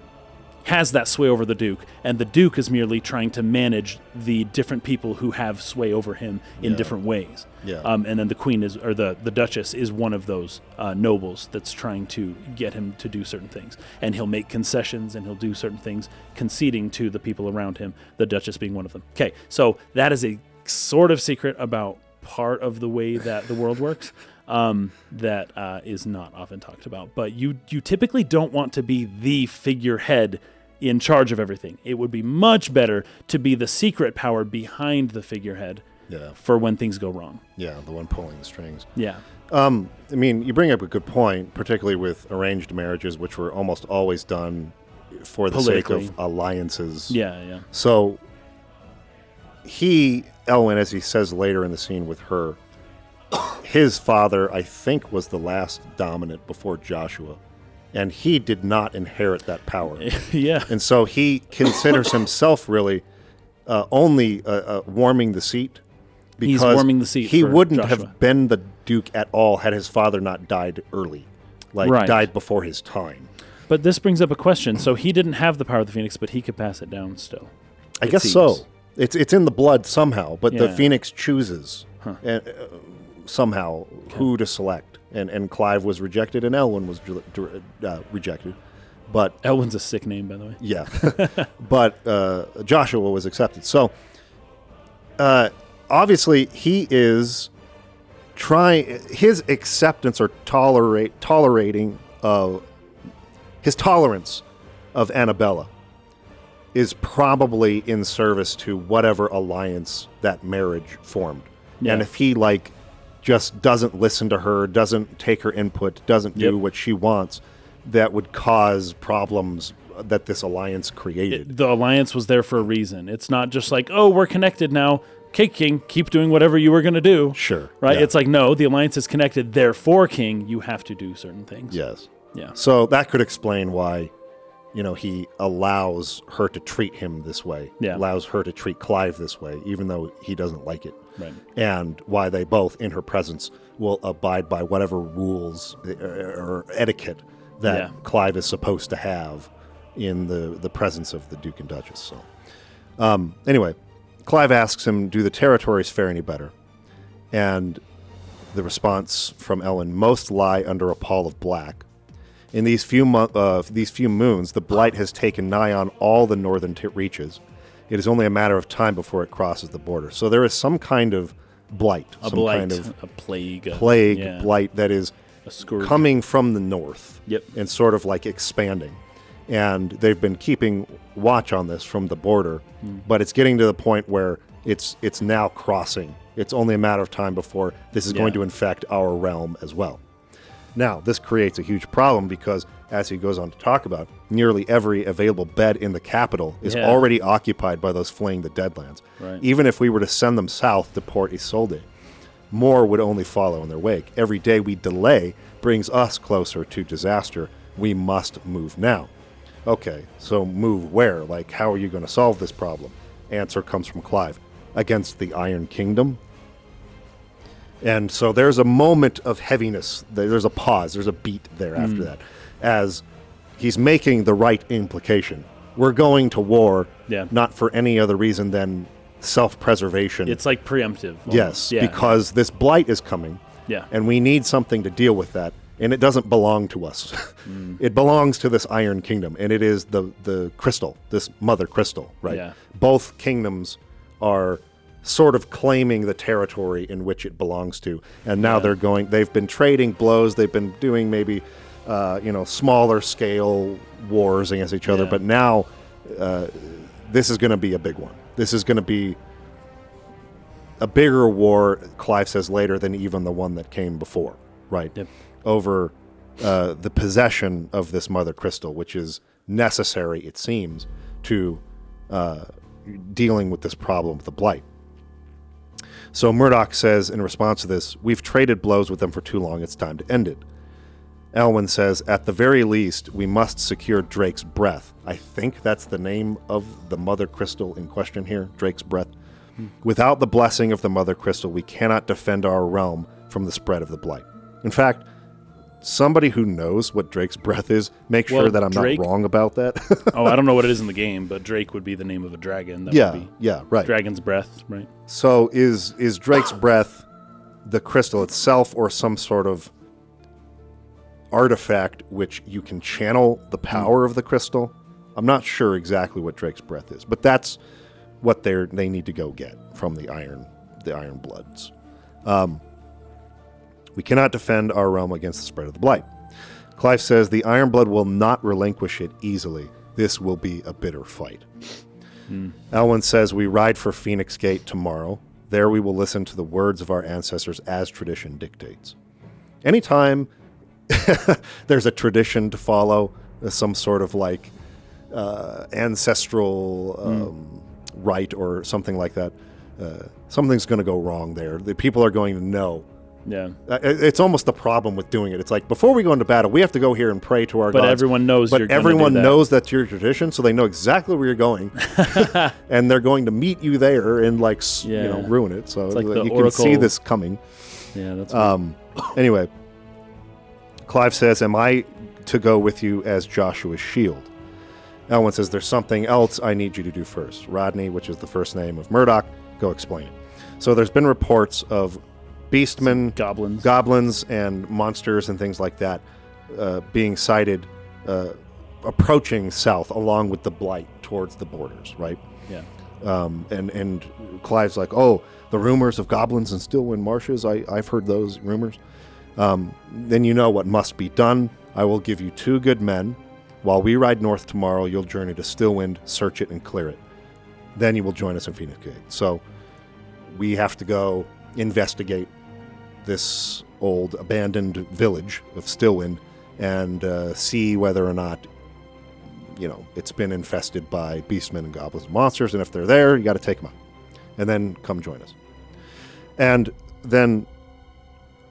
[SPEAKER 2] has that sway over the Duke, and the Duke is merely trying to manage the different people who have sway over him in different ways.
[SPEAKER 1] Yeah.
[SPEAKER 2] Um, and then the Queen is, or the, the Duchess is one of those uh, nobles that's trying to get him to do certain things. And he'll make concessions and he'll do certain things, conceding to the people around him, the Duchess being one of them. Okay, so that is a sort of secret about part of the way that the world works. Um, that uh, is not often talked about, but you you typically don't want to be the figurehead in charge of everything. It would be much better to be the secret power behind the figurehead
[SPEAKER 1] Yeah.
[SPEAKER 2] for when things go wrong.
[SPEAKER 1] Yeah, the one pulling the strings.
[SPEAKER 2] Yeah.
[SPEAKER 1] Um, I mean, you bring up a good point, particularly with arranged marriages, which were almost always done for the sake
[SPEAKER 2] Politically.
[SPEAKER 1] of alliances.
[SPEAKER 2] Yeah, yeah.
[SPEAKER 1] So he, Elwin, as he says later in the scene with her, his father, I think, was the last dominant before Joshua, and he did not inherit that power.
[SPEAKER 2] yeah.
[SPEAKER 1] and so he considers himself really uh, only uh, uh, warming the seat.
[SPEAKER 2] He's warming the seat
[SPEAKER 1] He
[SPEAKER 2] for
[SPEAKER 1] wouldn't
[SPEAKER 2] Joshua.
[SPEAKER 1] have been the Duke at all had his father not died early, like
[SPEAKER 2] Right.
[SPEAKER 1] died before his time.
[SPEAKER 2] But this brings up a question. So he didn't have the power of the Phoenix, but he could pass it down still.
[SPEAKER 1] I
[SPEAKER 2] It
[SPEAKER 1] guess
[SPEAKER 2] seems.
[SPEAKER 1] so. It's it's in the blood somehow, but the
[SPEAKER 2] Yeah.
[SPEAKER 1] Phoenix chooses uh, uh, somehow who to select, and and Clive was rejected, and Elwyn was dr- dr- uh, rejected, but
[SPEAKER 2] Elwyn's a sick name, by the way.
[SPEAKER 1] Yeah, but uh, Joshua was accepted. So uh, obviously he is trying his acceptance or tolerate tolerating uh, his tolerance of Annabella is probably in service to whatever alliance that marriage formed.
[SPEAKER 2] Yeah.
[SPEAKER 1] And if he like just doesn't listen to her, doesn't take her input, doesn't do
[SPEAKER 2] Yep.
[SPEAKER 1] what she wants, that would cause problems that this alliance created.
[SPEAKER 2] The alliance was there for a reason. It's not just like, oh, we're connected now. Cake King, keep doing whatever you were going to do.
[SPEAKER 1] Sure,
[SPEAKER 2] Right?
[SPEAKER 1] yeah.
[SPEAKER 2] It's like, no, the alliance is connected. Therefore, King, you have to do certain things.
[SPEAKER 1] yes.
[SPEAKER 2] Yeah.
[SPEAKER 1] So that could explain why, you know, he allows her to treat him this way.
[SPEAKER 2] Yeah.
[SPEAKER 1] Allows her to treat Clive this way, even though he doesn't like it.
[SPEAKER 2] Right.
[SPEAKER 1] And why they both, in her presence, will abide by whatever rules uh, or etiquette that
[SPEAKER 2] Yeah.
[SPEAKER 1] Clive is supposed to have in the, the presence of the Duke and Duchess. So, um, anyway, Clive asks him, Do the territories fare any better? And the response from Ellen most lie under a pall of black. In these few mo- uh, these few moons, the blight has taken nigh on all the northern t- reaches. It is only a matter of time before it crosses the border. So there is some kind of blight,
[SPEAKER 2] A
[SPEAKER 1] some
[SPEAKER 2] blight,
[SPEAKER 1] kind of
[SPEAKER 2] a plague, a-
[SPEAKER 1] plague
[SPEAKER 2] yeah,
[SPEAKER 1] blight that is
[SPEAKER 2] a scourge.
[SPEAKER 1] coming from the north
[SPEAKER 2] Yep.
[SPEAKER 1] and sort of like expanding. And they've been keeping watch on this from the border,
[SPEAKER 2] Hmm.
[SPEAKER 1] but it's getting to the point where it's it's now crossing. It's only a matter of time before this is going
[SPEAKER 2] Yeah.
[SPEAKER 1] to infect our realm as well. Now, this creates a huge problem because, as he goes on to talk about, nearly every available bed in the capital is
[SPEAKER 2] Yeah.
[SPEAKER 1] already occupied by those fleeing the Deadlands.
[SPEAKER 2] Right.
[SPEAKER 1] Even if we were to send them south to Port Isolde, more would only follow in their wake. Every day we delay brings us closer to disaster. We must move now. Okay, so move where? Like, how are you going to solve this problem? Answer comes from Clive against the Iron Kingdom. And so there's a moment of heaviness. There- There's a pause. There's a beat there after that as he's making the right implication. We're going to war,
[SPEAKER 2] Yeah.
[SPEAKER 1] not for any other reason than self preservation.
[SPEAKER 2] It's like preemptive. almost.
[SPEAKER 1] Yes,
[SPEAKER 2] Yeah.
[SPEAKER 1] because this blight is coming.
[SPEAKER 2] Yeah.
[SPEAKER 1] And we need something to deal with that. And it doesn't belong to us.
[SPEAKER 2] Mm.
[SPEAKER 1] It belongs to this Iron Kingdom, and it is the the crystal, this Mother Crystal, right?
[SPEAKER 2] Yeah.
[SPEAKER 1] Both kingdoms are sort of claiming the territory in which it belongs to, and now they're going. They've been trading blows. They've been doing maybe, uh, you know, smaller scale wars against each other,
[SPEAKER 2] Yeah.
[SPEAKER 1] but now uh, this is going to be a big one. This is going to be a bigger war, Clive says later, than even the one that came before, right?
[SPEAKER 2] Yep.
[SPEAKER 1] Over uh, the possession of this mother crystal, which is necessary, it seems, to uh, dealing with this problem of the blight. So Murdoch says in response to this, We've traded blows with them for too long, it's time to end it. Elwin says, At the very least, we must secure Drake's breath. I think that's the name of the mother crystal in question here, Drake's breath.
[SPEAKER 2] Hmm.
[SPEAKER 1] Without the blessing of the mother crystal, we cannot defend our realm from the spread of the blight. In fact, somebody who knows what Drake's breath is, make
[SPEAKER 2] Well,
[SPEAKER 1] sure that I'm
[SPEAKER 2] Drake-
[SPEAKER 1] not wrong about that.
[SPEAKER 2] oh, I don't know what it is in the game, but Drake would be the name of a dragon. That would
[SPEAKER 1] yeah,
[SPEAKER 2] be
[SPEAKER 1] yeah, right.
[SPEAKER 2] Dragon's Breath, right?
[SPEAKER 1] So is is Drake's breath the crystal itself or some sort of artifact which you can channel the power of the crystal? I'm not sure exactly what Drake's breath is, but that's what they are they need to go get from the iron the iron bloods. Um, we cannot defend our realm against the spread of the blight. Clive says the iron blood will not relinquish it easily. This will be a bitter fight. Elwin says, We ride for Phoenix Gate tomorrow. There we will listen to the words of our ancestors as tradition dictates. Anytime there's a tradition to follow, uh, some sort of like uh, ancestral um, rite or something like that, uh, something's going to go wrong there. The people are going to know
[SPEAKER 2] Yeah.
[SPEAKER 1] Uh, it- It's almost the problem with doing it. It's like before we go into battle, we have to go here and pray to our
[SPEAKER 2] But
[SPEAKER 1] gods.
[SPEAKER 2] everyone knows
[SPEAKER 1] But
[SPEAKER 2] you're gonna do
[SPEAKER 1] everyone
[SPEAKER 2] that.
[SPEAKER 1] knows that's your tradition, so they know exactly where you're going, and they're going to meet you there and like s you know
[SPEAKER 2] Yeah.
[SPEAKER 1] ruin it. So
[SPEAKER 2] like
[SPEAKER 1] that
[SPEAKER 2] the
[SPEAKER 1] you can see
[SPEAKER 2] Oracle-
[SPEAKER 1] this coming.
[SPEAKER 2] Yeah, that's
[SPEAKER 1] Um, anyway, Clive says, "Am I to go with you as Joshua's shield?" Elwin says, "There's something else I need you to do first. Rodney, which is the first name of Murdoch, go explain it." So there's been reports of beastmen,
[SPEAKER 2] goblins.
[SPEAKER 1] goblins, and monsters and things like that uh, being sighted uh, approaching south along with the blight towards the borders, right?
[SPEAKER 2] yeah.
[SPEAKER 1] Um, and and Clive's like, oh, the rumors of goblins and Stillwind marshes. I I've heard those rumors. Um, then you know what must be done. I will give you two good men. While we ride north tomorrow, you'll journey to Stillwind, search it, and clear it. Then you will join us in Phoenix Gate. So we have to go investigate this old abandoned village of Stillwind and uh, see whether or not you know, it's been infested by beastmen and goblins and monsters, and if they're there, you got to take them out, and then come join us. And then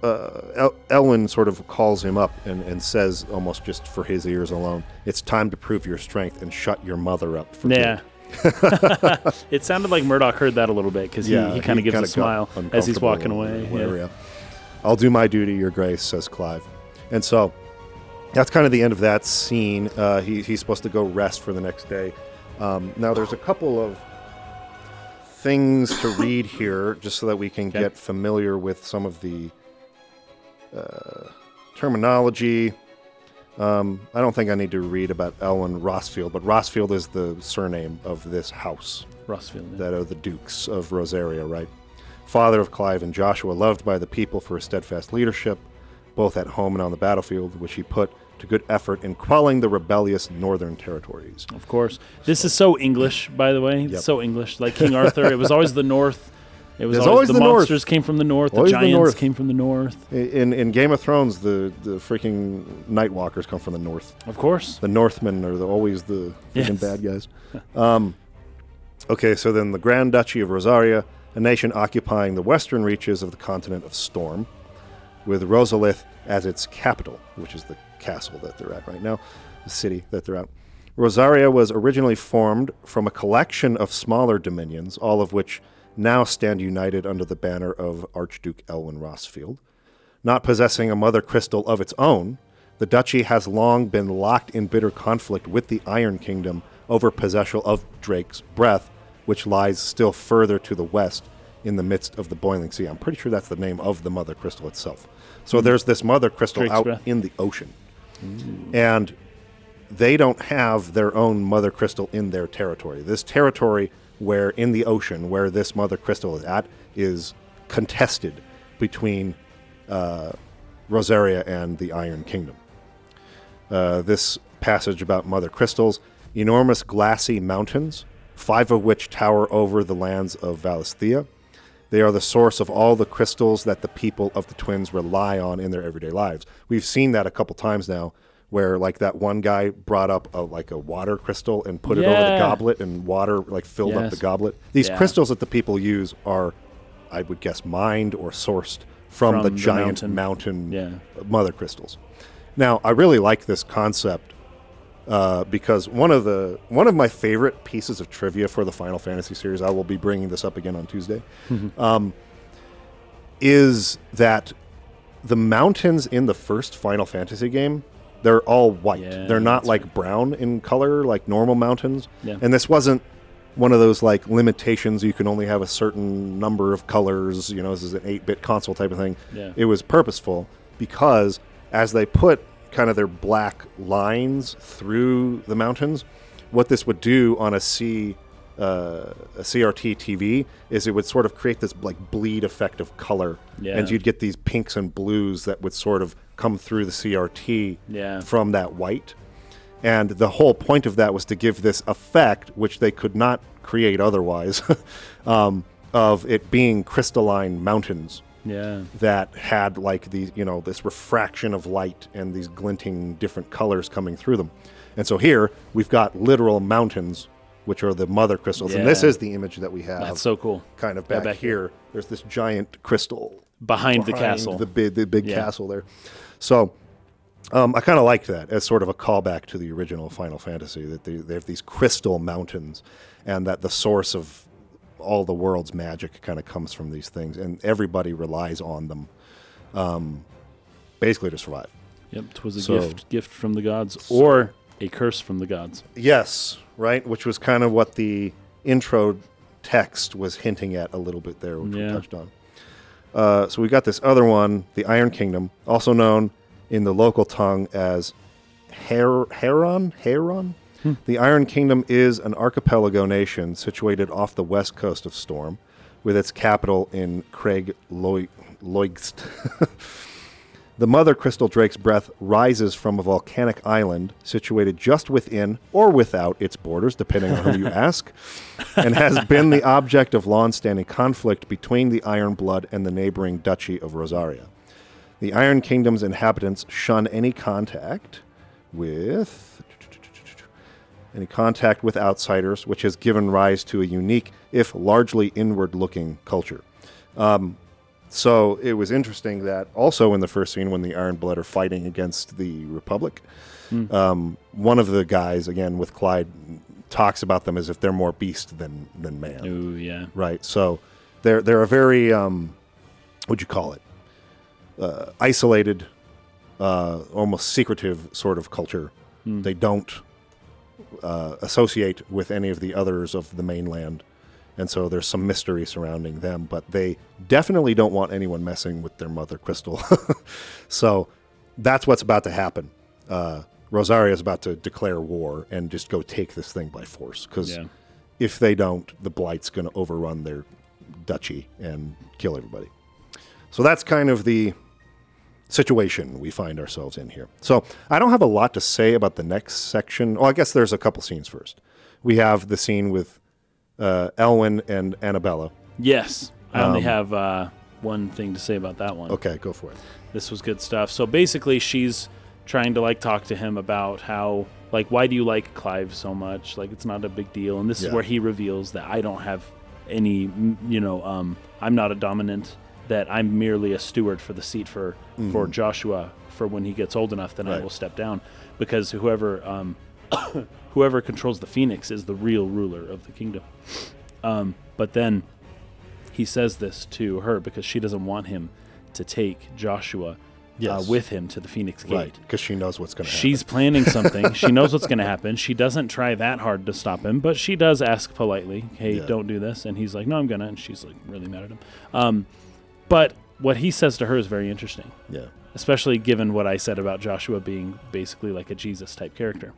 [SPEAKER 1] uh, El- Elwin sort of calls him up and, and says, almost just for his ears alone, "It's time to prove your strength and shut your mother up for
[SPEAKER 2] Yeah.
[SPEAKER 1] good."
[SPEAKER 2] it sounded like Murdoch heard that a little bit because he, he kind of gives
[SPEAKER 1] kinda
[SPEAKER 2] a
[SPEAKER 1] got
[SPEAKER 2] smile as he's
[SPEAKER 1] uncomfortable
[SPEAKER 2] walking
[SPEAKER 1] or
[SPEAKER 2] away.
[SPEAKER 1] whatever,
[SPEAKER 2] Yeah.
[SPEAKER 1] yeah. I'll do my duty, Your Grace, says Clive. And so that's kind of the end of that scene. Uh, he, he's supposed to go rest for the next day. Um, now, there's a couple of things to read here just so that we can get familiar with some of the uh, terminology. Um, I don't think I need to read about Elwin Rossfield, but Rossfield is the surname of this house
[SPEAKER 2] Rossfield. yeah.
[SPEAKER 1] that are the dukes of Rosaria, right? Father of Clive and Joshua, loved by the people for his steadfast leadership, both at home and on the battlefield, which he put to good effort in quelling the rebellious northern territories.
[SPEAKER 2] Of course. This is so English, by the way. It's
[SPEAKER 1] Yep.
[SPEAKER 2] So English. Like King Arthur, it was always the North. It was
[SPEAKER 1] There's
[SPEAKER 2] always,
[SPEAKER 1] always
[SPEAKER 2] the,
[SPEAKER 1] the North.
[SPEAKER 2] monsters came from the North.
[SPEAKER 1] Always
[SPEAKER 2] the
[SPEAKER 1] the
[SPEAKER 2] giants
[SPEAKER 1] North.
[SPEAKER 2] came from the North.
[SPEAKER 1] In, in Game of Thrones, the, the freaking Nightwalkers come from the north.
[SPEAKER 2] Of course.
[SPEAKER 1] The Northmen are the, always the freaking
[SPEAKER 2] Yes.
[SPEAKER 1] bad guys. Um, okay, so then the Grand Duchy of Rosaria, a nation occupying the western reaches of the continent of Storm, with Rosalith as its capital, which is the castle that they're at right now, the city that they're at. Rosaria was originally formed from a collection of smaller dominions, all of which now stand united under the banner of Archduke Elwin Rossfield. Not possessing a mother crystal of its own, the duchy has long been locked in bitter conflict with the Iron Kingdom over possession of Drake's Breath, which lies still further to the west in the midst of the boiling sea. I'm pretty sure that's the name of the mother crystal itself. So there's this mother crystal
[SPEAKER 2] Mm. Drake's
[SPEAKER 1] out
[SPEAKER 2] Breath. Mm.
[SPEAKER 1] in the ocean. And they don't have their own mother crystal in their territory. This territory where in the ocean where this mother crystal is at is contested between Rosaria and the Iron Kingdom. Uh, this passage about mother crystals, enormous glassy mountains, five of which tower over the lands of Valisthea. They are the source of all the crystals that the people of the twins rely on in their everyday lives. We've seen that a couple times now, where like that one guy brought up a, like a water crystal and put it over the
[SPEAKER 2] Yeah.
[SPEAKER 1] goblet, and water like filled up the
[SPEAKER 2] Yes.
[SPEAKER 1] goblet. These
[SPEAKER 2] Yeah.
[SPEAKER 1] crystals that the people use are, I would guess, mined or sourced from,
[SPEAKER 2] From
[SPEAKER 1] the
[SPEAKER 2] the
[SPEAKER 1] giant
[SPEAKER 2] mountain.
[SPEAKER 1] mountain
[SPEAKER 2] Yeah.
[SPEAKER 1] mother crystals. Now, I really like this concept uh, because one of the one of my favorite pieces of trivia for the Final Fantasy series, I will be bringing this up again on Tuesday, um,
[SPEAKER 2] Mm-hmm.
[SPEAKER 1] is that the mountains in the first Final Fantasy game. They're all white.
[SPEAKER 2] Yeah,
[SPEAKER 1] They're not
[SPEAKER 2] that's
[SPEAKER 1] like brown in color, like normal mountains.
[SPEAKER 2] Yeah.
[SPEAKER 1] And this wasn't one of those like limitations. You can only have a certain number of colors. You know, this is an 8 bit console type of thing
[SPEAKER 2] Yeah.
[SPEAKER 1] it was purposeful because as they put kind of their black lines through the mountains, what this would do on a C, uh, a CRT TV is it would sort of create this like bleed effect of color,
[SPEAKER 2] Yeah.
[SPEAKER 1] and you'd get these pinks and blues that would sort of come through the CRT
[SPEAKER 2] Yeah.
[SPEAKER 1] from that white. And the whole point of that was to give this effect, which they could not create otherwise, um, of it being crystalline mountains
[SPEAKER 2] Yeah.
[SPEAKER 1] that had like these, you know, this refraction of light and these glinting different colors coming through them. And so here we've got literal mountains, which are the mother crystals. And this
[SPEAKER 2] Yeah.
[SPEAKER 1] is the image that we have
[SPEAKER 2] That's so cool.
[SPEAKER 1] kind of
[SPEAKER 2] Yeah,
[SPEAKER 1] back,
[SPEAKER 2] back
[SPEAKER 1] here. There's this giant crystal
[SPEAKER 2] behind, the
[SPEAKER 1] behind
[SPEAKER 2] castle.
[SPEAKER 1] the big, the big
[SPEAKER 2] Yeah.
[SPEAKER 1] castle there. So um, I kind of like that as sort of a callback to the original Final Fantasy that they, they have these crystal mountains, and that the source of all the world's magic kind of comes from these things, and everybody relies on them, um, basically to survive.
[SPEAKER 2] yep, 'twas a
[SPEAKER 1] So-
[SPEAKER 2] gift, gift from the gods, or a curse from the gods.
[SPEAKER 1] Yes, right, which was kind of what the intro text was hinting at a little bit there, which we
[SPEAKER 2] Yeah.
[SPEAKER 1] touched on. Uh, so we got this other one, the Iron Kingdom, also known in the local tongue as Her- Heron. Heron. The Iron Kingdom is an archipelago nation situated off the west coast of Storm, with its capital in Craig Loigst. The mother crystal drake's breath rises from a volcanic island situated just within or without its borders, depending on who you ask, and has been the object of long-standing conflict between the Iron Blood and the neighboring duchy of Rosaria. The Iron Kingdom's inhabitants shun any contact with any contact with outsiders, which has given rise to a unique, if largely inward-looking, culture. Um, So it was interesting that also in the first scene when the Iron Blood are fighting against the Republic, um, one of the guys again with Clyde talks about them as if they're more beast than than man,
[SPEAKER 2] Ooh, yeah.
[SPEAKER 1] right? So they're they're a very um, what'd you call it? Uh, isolated, uh, almost secretive sort of culture. They don't uh, associate with any of the others of the mainland. And so there's some mystery surrounding them, but they definitely don't want anyone messing with their mother crystal. so that's what's about to happen. Uh, Rosaria is about to declare war and just go take this thing by force. Because
[SPEAKER 2] Yeah.
[SPEAKER 1] if they don't, the Blight's going to overrun their duchy and kill everybody. So that's kind of the situation we find ourselves in here. So I don't have a lot to say about the next section. Well, I guess there's a couple scenes first. We have the scene with uh, Elwin and Annabella.
[SPEAKER 2] Yes, I only
[SPEAKER 1] Um,
[SPEAKER 2] have uh, one thing to say about that one.
[SPEAKER 1] Okay, go for it.
[SPEAKER 2] This was good stuff. So basically, she's trying to like talk to him about how like why do you like Clive so much? Like it's not a big deal. And this
[SPEAKER 1] Yeah.
[SPEAKER 2] is where he reveals that I don't have any, m- you know, um, I'm not a dominant. That I'm merely a steward for the seat for for Joshua for when he gets old enough, then I
[SPEAKER 1] Mm-hmm. Right.
[SPEAKER 2] will step down because whoever um, whoever controls the phoenix is the real ruler of the kingdom. Um, but then he says this to her because she doesn't want him to take Joshua
[SPEAKER 1] Yes.
[SPEAKER 2] uh, with him to the Phoenix Gate.
[SPEAKER 1] Right, because she knows what's going to happen.
[SPEAKER 2] She's planning something. she knows what's going to happen. She doesn't try that hard to stop him, but she does ask politely, "Hey,
[SPEAKER 1] Yeah.
[SPEAKER 2] don't do this." And he's like, "No, I'm gonna." And she's like, really mad at him. Um, but what he says to her is very interesting,
[SPEAKER 1] yeah,
[SPEAKER 2] especially given what I said about Joshua being basically like a Jesus type character.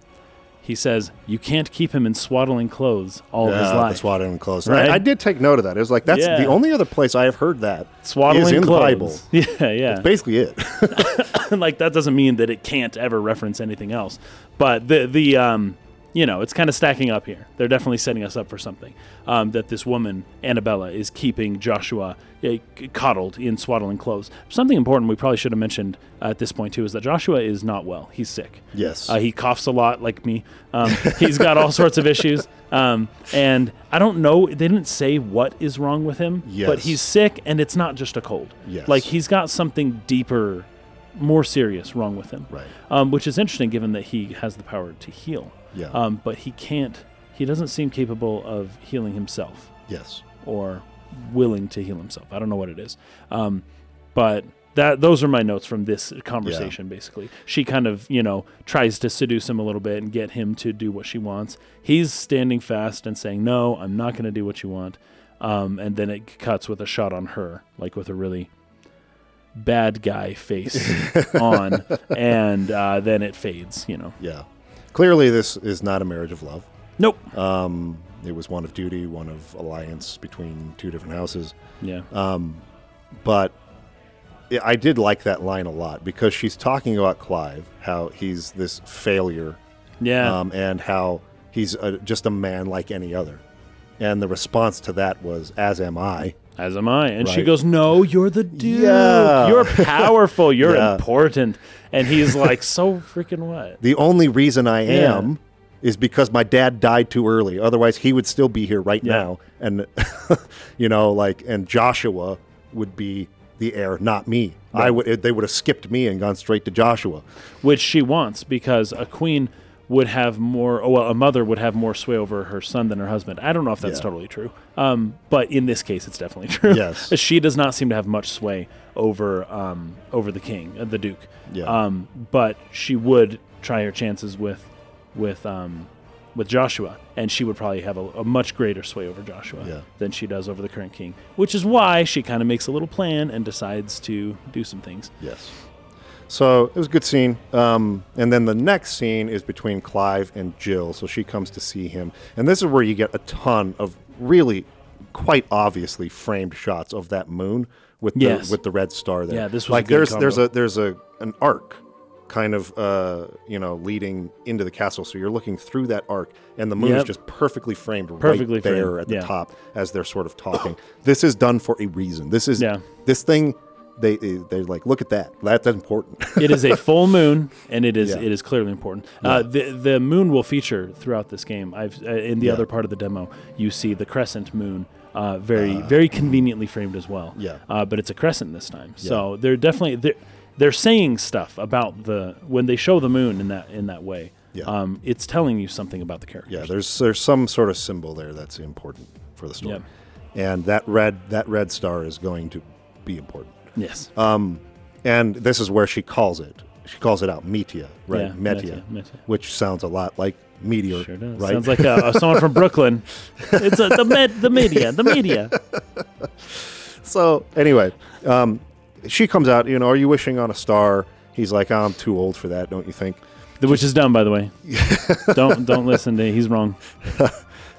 [SPEAKER 2] He says, "You can't keep him in swaddling clothes all
[SPEAKER 1] yeah,
[SPEAKER 2] Oh, his
[SPEAKER 1] Ah, the
[SPEAKER 2] life."
[SPEAKER 1] swaddling and clothes.
[SPEAKER 2] Right?
[SPEAKER 1] I, I did take note of that. It was like that's
[SPEAKER 2] Yeah.
[SPEAKER 1] the only other place I have heard that
[SPEAKER 2] swaddling
[SPEAKER 1] is in
[SPEAKER 2] clothes.
[SPEAKER 1] the Bible.
[SPEAKER 2] Yeah, yeah.
[SPEAKER 1] Basically, it.
[SPEAKER 2] like that doesn't mean that it can't ever reference anything else. But the the um, you know, it's kind of stacking up here. They're definitely setting us up for something. Um, that this woman Annabella is keeping Joshua uh, c- coddled in swaddling clothes. Something important we probably should have mentioned uh, at this point too is that Joshua is not well. He's sick.
[SPEAKER 1] Yes.
[SPEAKER 2] Uh, he coughs a lot, like me. Um, he's got all sorts of issues. Um, and I don't know. They didn't say what is wrong with him, but
[SPEAKER 1] Yes.
[SPEAKER 2] he's sick, and it's not just a cold.
[SPEAKER 1] Yes.
[SPEAKER 2] Like he's got something deeper, more serious wrong with him.
[SPEAKER 1] Right.
[SPEAKER 2] Um, which is interesting given that he has the power to heal.
[SPEAKER 1] Yeah.
[SPEAKER 2] Um, but he can't, he doesn't seem capable of healing himself
[SPEAKER 1] yes.
[SPEAKER 2] or willing to heal himself. I don't know what it is. Um, but that those are my notes from this conversation basically. She kind of, you know, tries to seduce him a little bit and get him to do what she wants. He's standing fast and saying, "No, I'm not going to do what you want." Um, and then it cuts with a shot on her, like with a really bad guy face on, and uh, then it fades. You know,
[SPEAKER 1] Yeah. Clearly, this is not a marriage of love.
[SPEAKER 2] nope.
[SPEAKER 1] Um, it was one of duty, one of alliance between two different houses.
[SPEAKER 2] yeah,
[SPEAKER 1] But I- I did like that line a lot because she's talking about Clive, how he's this failure,
[SPEAKER 2] yeah,
[SPEAKER 1] um, and how he's a, just a man like any other. And the response to that was, "As am I."
[SPEAKER 2] As am I. And she
[SPEAKER 1] Right.
[SPEAKER 2] goes, No, you're the dude.
[SPEAKER 1] Yeah.
[SPEAKER 2] You're powerful. You're
[SPEAKER 1] Yeah.
[SPEAKER 2] important. And he's like, So freaking what?
[SPEAKER 1] The only reason I
[SPEAKER 2] Yeah.
[SPEAKER 1] am is because my dad died too early. Otherwise, he would still be here right
[SPEAKER 2] Yeah.
[SPEAKER 1] now. And, you know, like, and Joshua would be the heir, not me. I would. They would have skipped me and gone straight to Joshua.
[SPEAKER 2] which she wants because a queen would have more oh, well a mother would have more sway over her son than her husband i don't know if that's
[SPEAKER 1] Yeah.
[SPEAKER 2] totally true um, but in this case it's definitely true
[SPEAKER 1] Yes.
[SPEAKER 2] she does not seem to have much sway over um, over the king uh, the duke
[SPEAKER 1] Yeah.
[SPEAKER 2] um, but she would try her chances with with um, with joshua and she would probably have a, a much greater sway over joshua
[SPEAKER 1] Yeah.
[SPEAKER 2] than she does over the current king which is why she kind of makes a little plan and decides to do some things
[SPEAKER 1] Yes. So it was a good scene. Um, and then the next scene is between Clive and Jill. So she comes to see him. And this is where you get a ton of really quite obviously framed shots of that moon with the
[SPEAKER 2] Yes.
[SPEAKER 1] with the red star there.
[SPEAKER 2] Yeah, this was a
[SPEAKER 1] like
[SPEAKER 2] good
[SPEAKER 1] there's there's
[SPEAKER 2] combo.
[SPEAKER 1] a there's a an arc kind of uh, you know leading into the castle. So you're looking through that arc and the moon is
[SPEAKER 2] Yep.
[SPEAKER 1] just perfectly framed
[SPEAKER 2] Perfectly
[SPEAKER 1] right there
[SPEAKER 2] framed,
[SPEAKER 1] at the
[SPEAKER 2] yeah.
[SPEAKER 1] top as they're sort of talking. this is done for a reason. This is
[SPEAKER 2] Yeah.
[SPEAKER 1] this thing they they're like look at that that's important
[SPEAKER 2] it is a full moon, and it is
[SPEAKER 1] Yeah.
[SPEAKER 2] it is clearly important. Uh, the the moon will feature throughout this game. I've uh, in the other part of the demo, you see the crescent moon, uh, very very conveniently framed as well.
[SPEAKER 1] yeah.
[SPEAKER 2] uh, but it's a crescent this time, so they're definitely they're, they're saying stuff about the when they show the moon in that in that way.
[SPEAKER 1] Yeah.
[SPEAKER 2] um, it's telling you something about the character.
[SPEAKER 1] yeah there's there's some sort of symbol there that's important for the story and that red that red star is going to be important
[SPEAKER 2] Yes.
[SPEAKER 1] Uh, and this is where she calls it she calls it out metia right
[SPEAKER 2] Yeah,
[SPEAKER 1] metia,
[SPEAKER 2] Metia, Metia.
[SPEAKER 1] which sounds a lot like meteor
[SPEAKER 2] Sure does.
[SPEAKER 1] right
[SPEAKER 2] Sounds like uh uh, someone from Brooklyn. It's a, the med, the media, the media.
[SPEAKER 1] so anyway um, she comes out you know are you wishing on a star he's like i'm too old for that don't you think
[SPEAKER 2] The witch is dumb, by the way. don't don't listen to. He's wrong.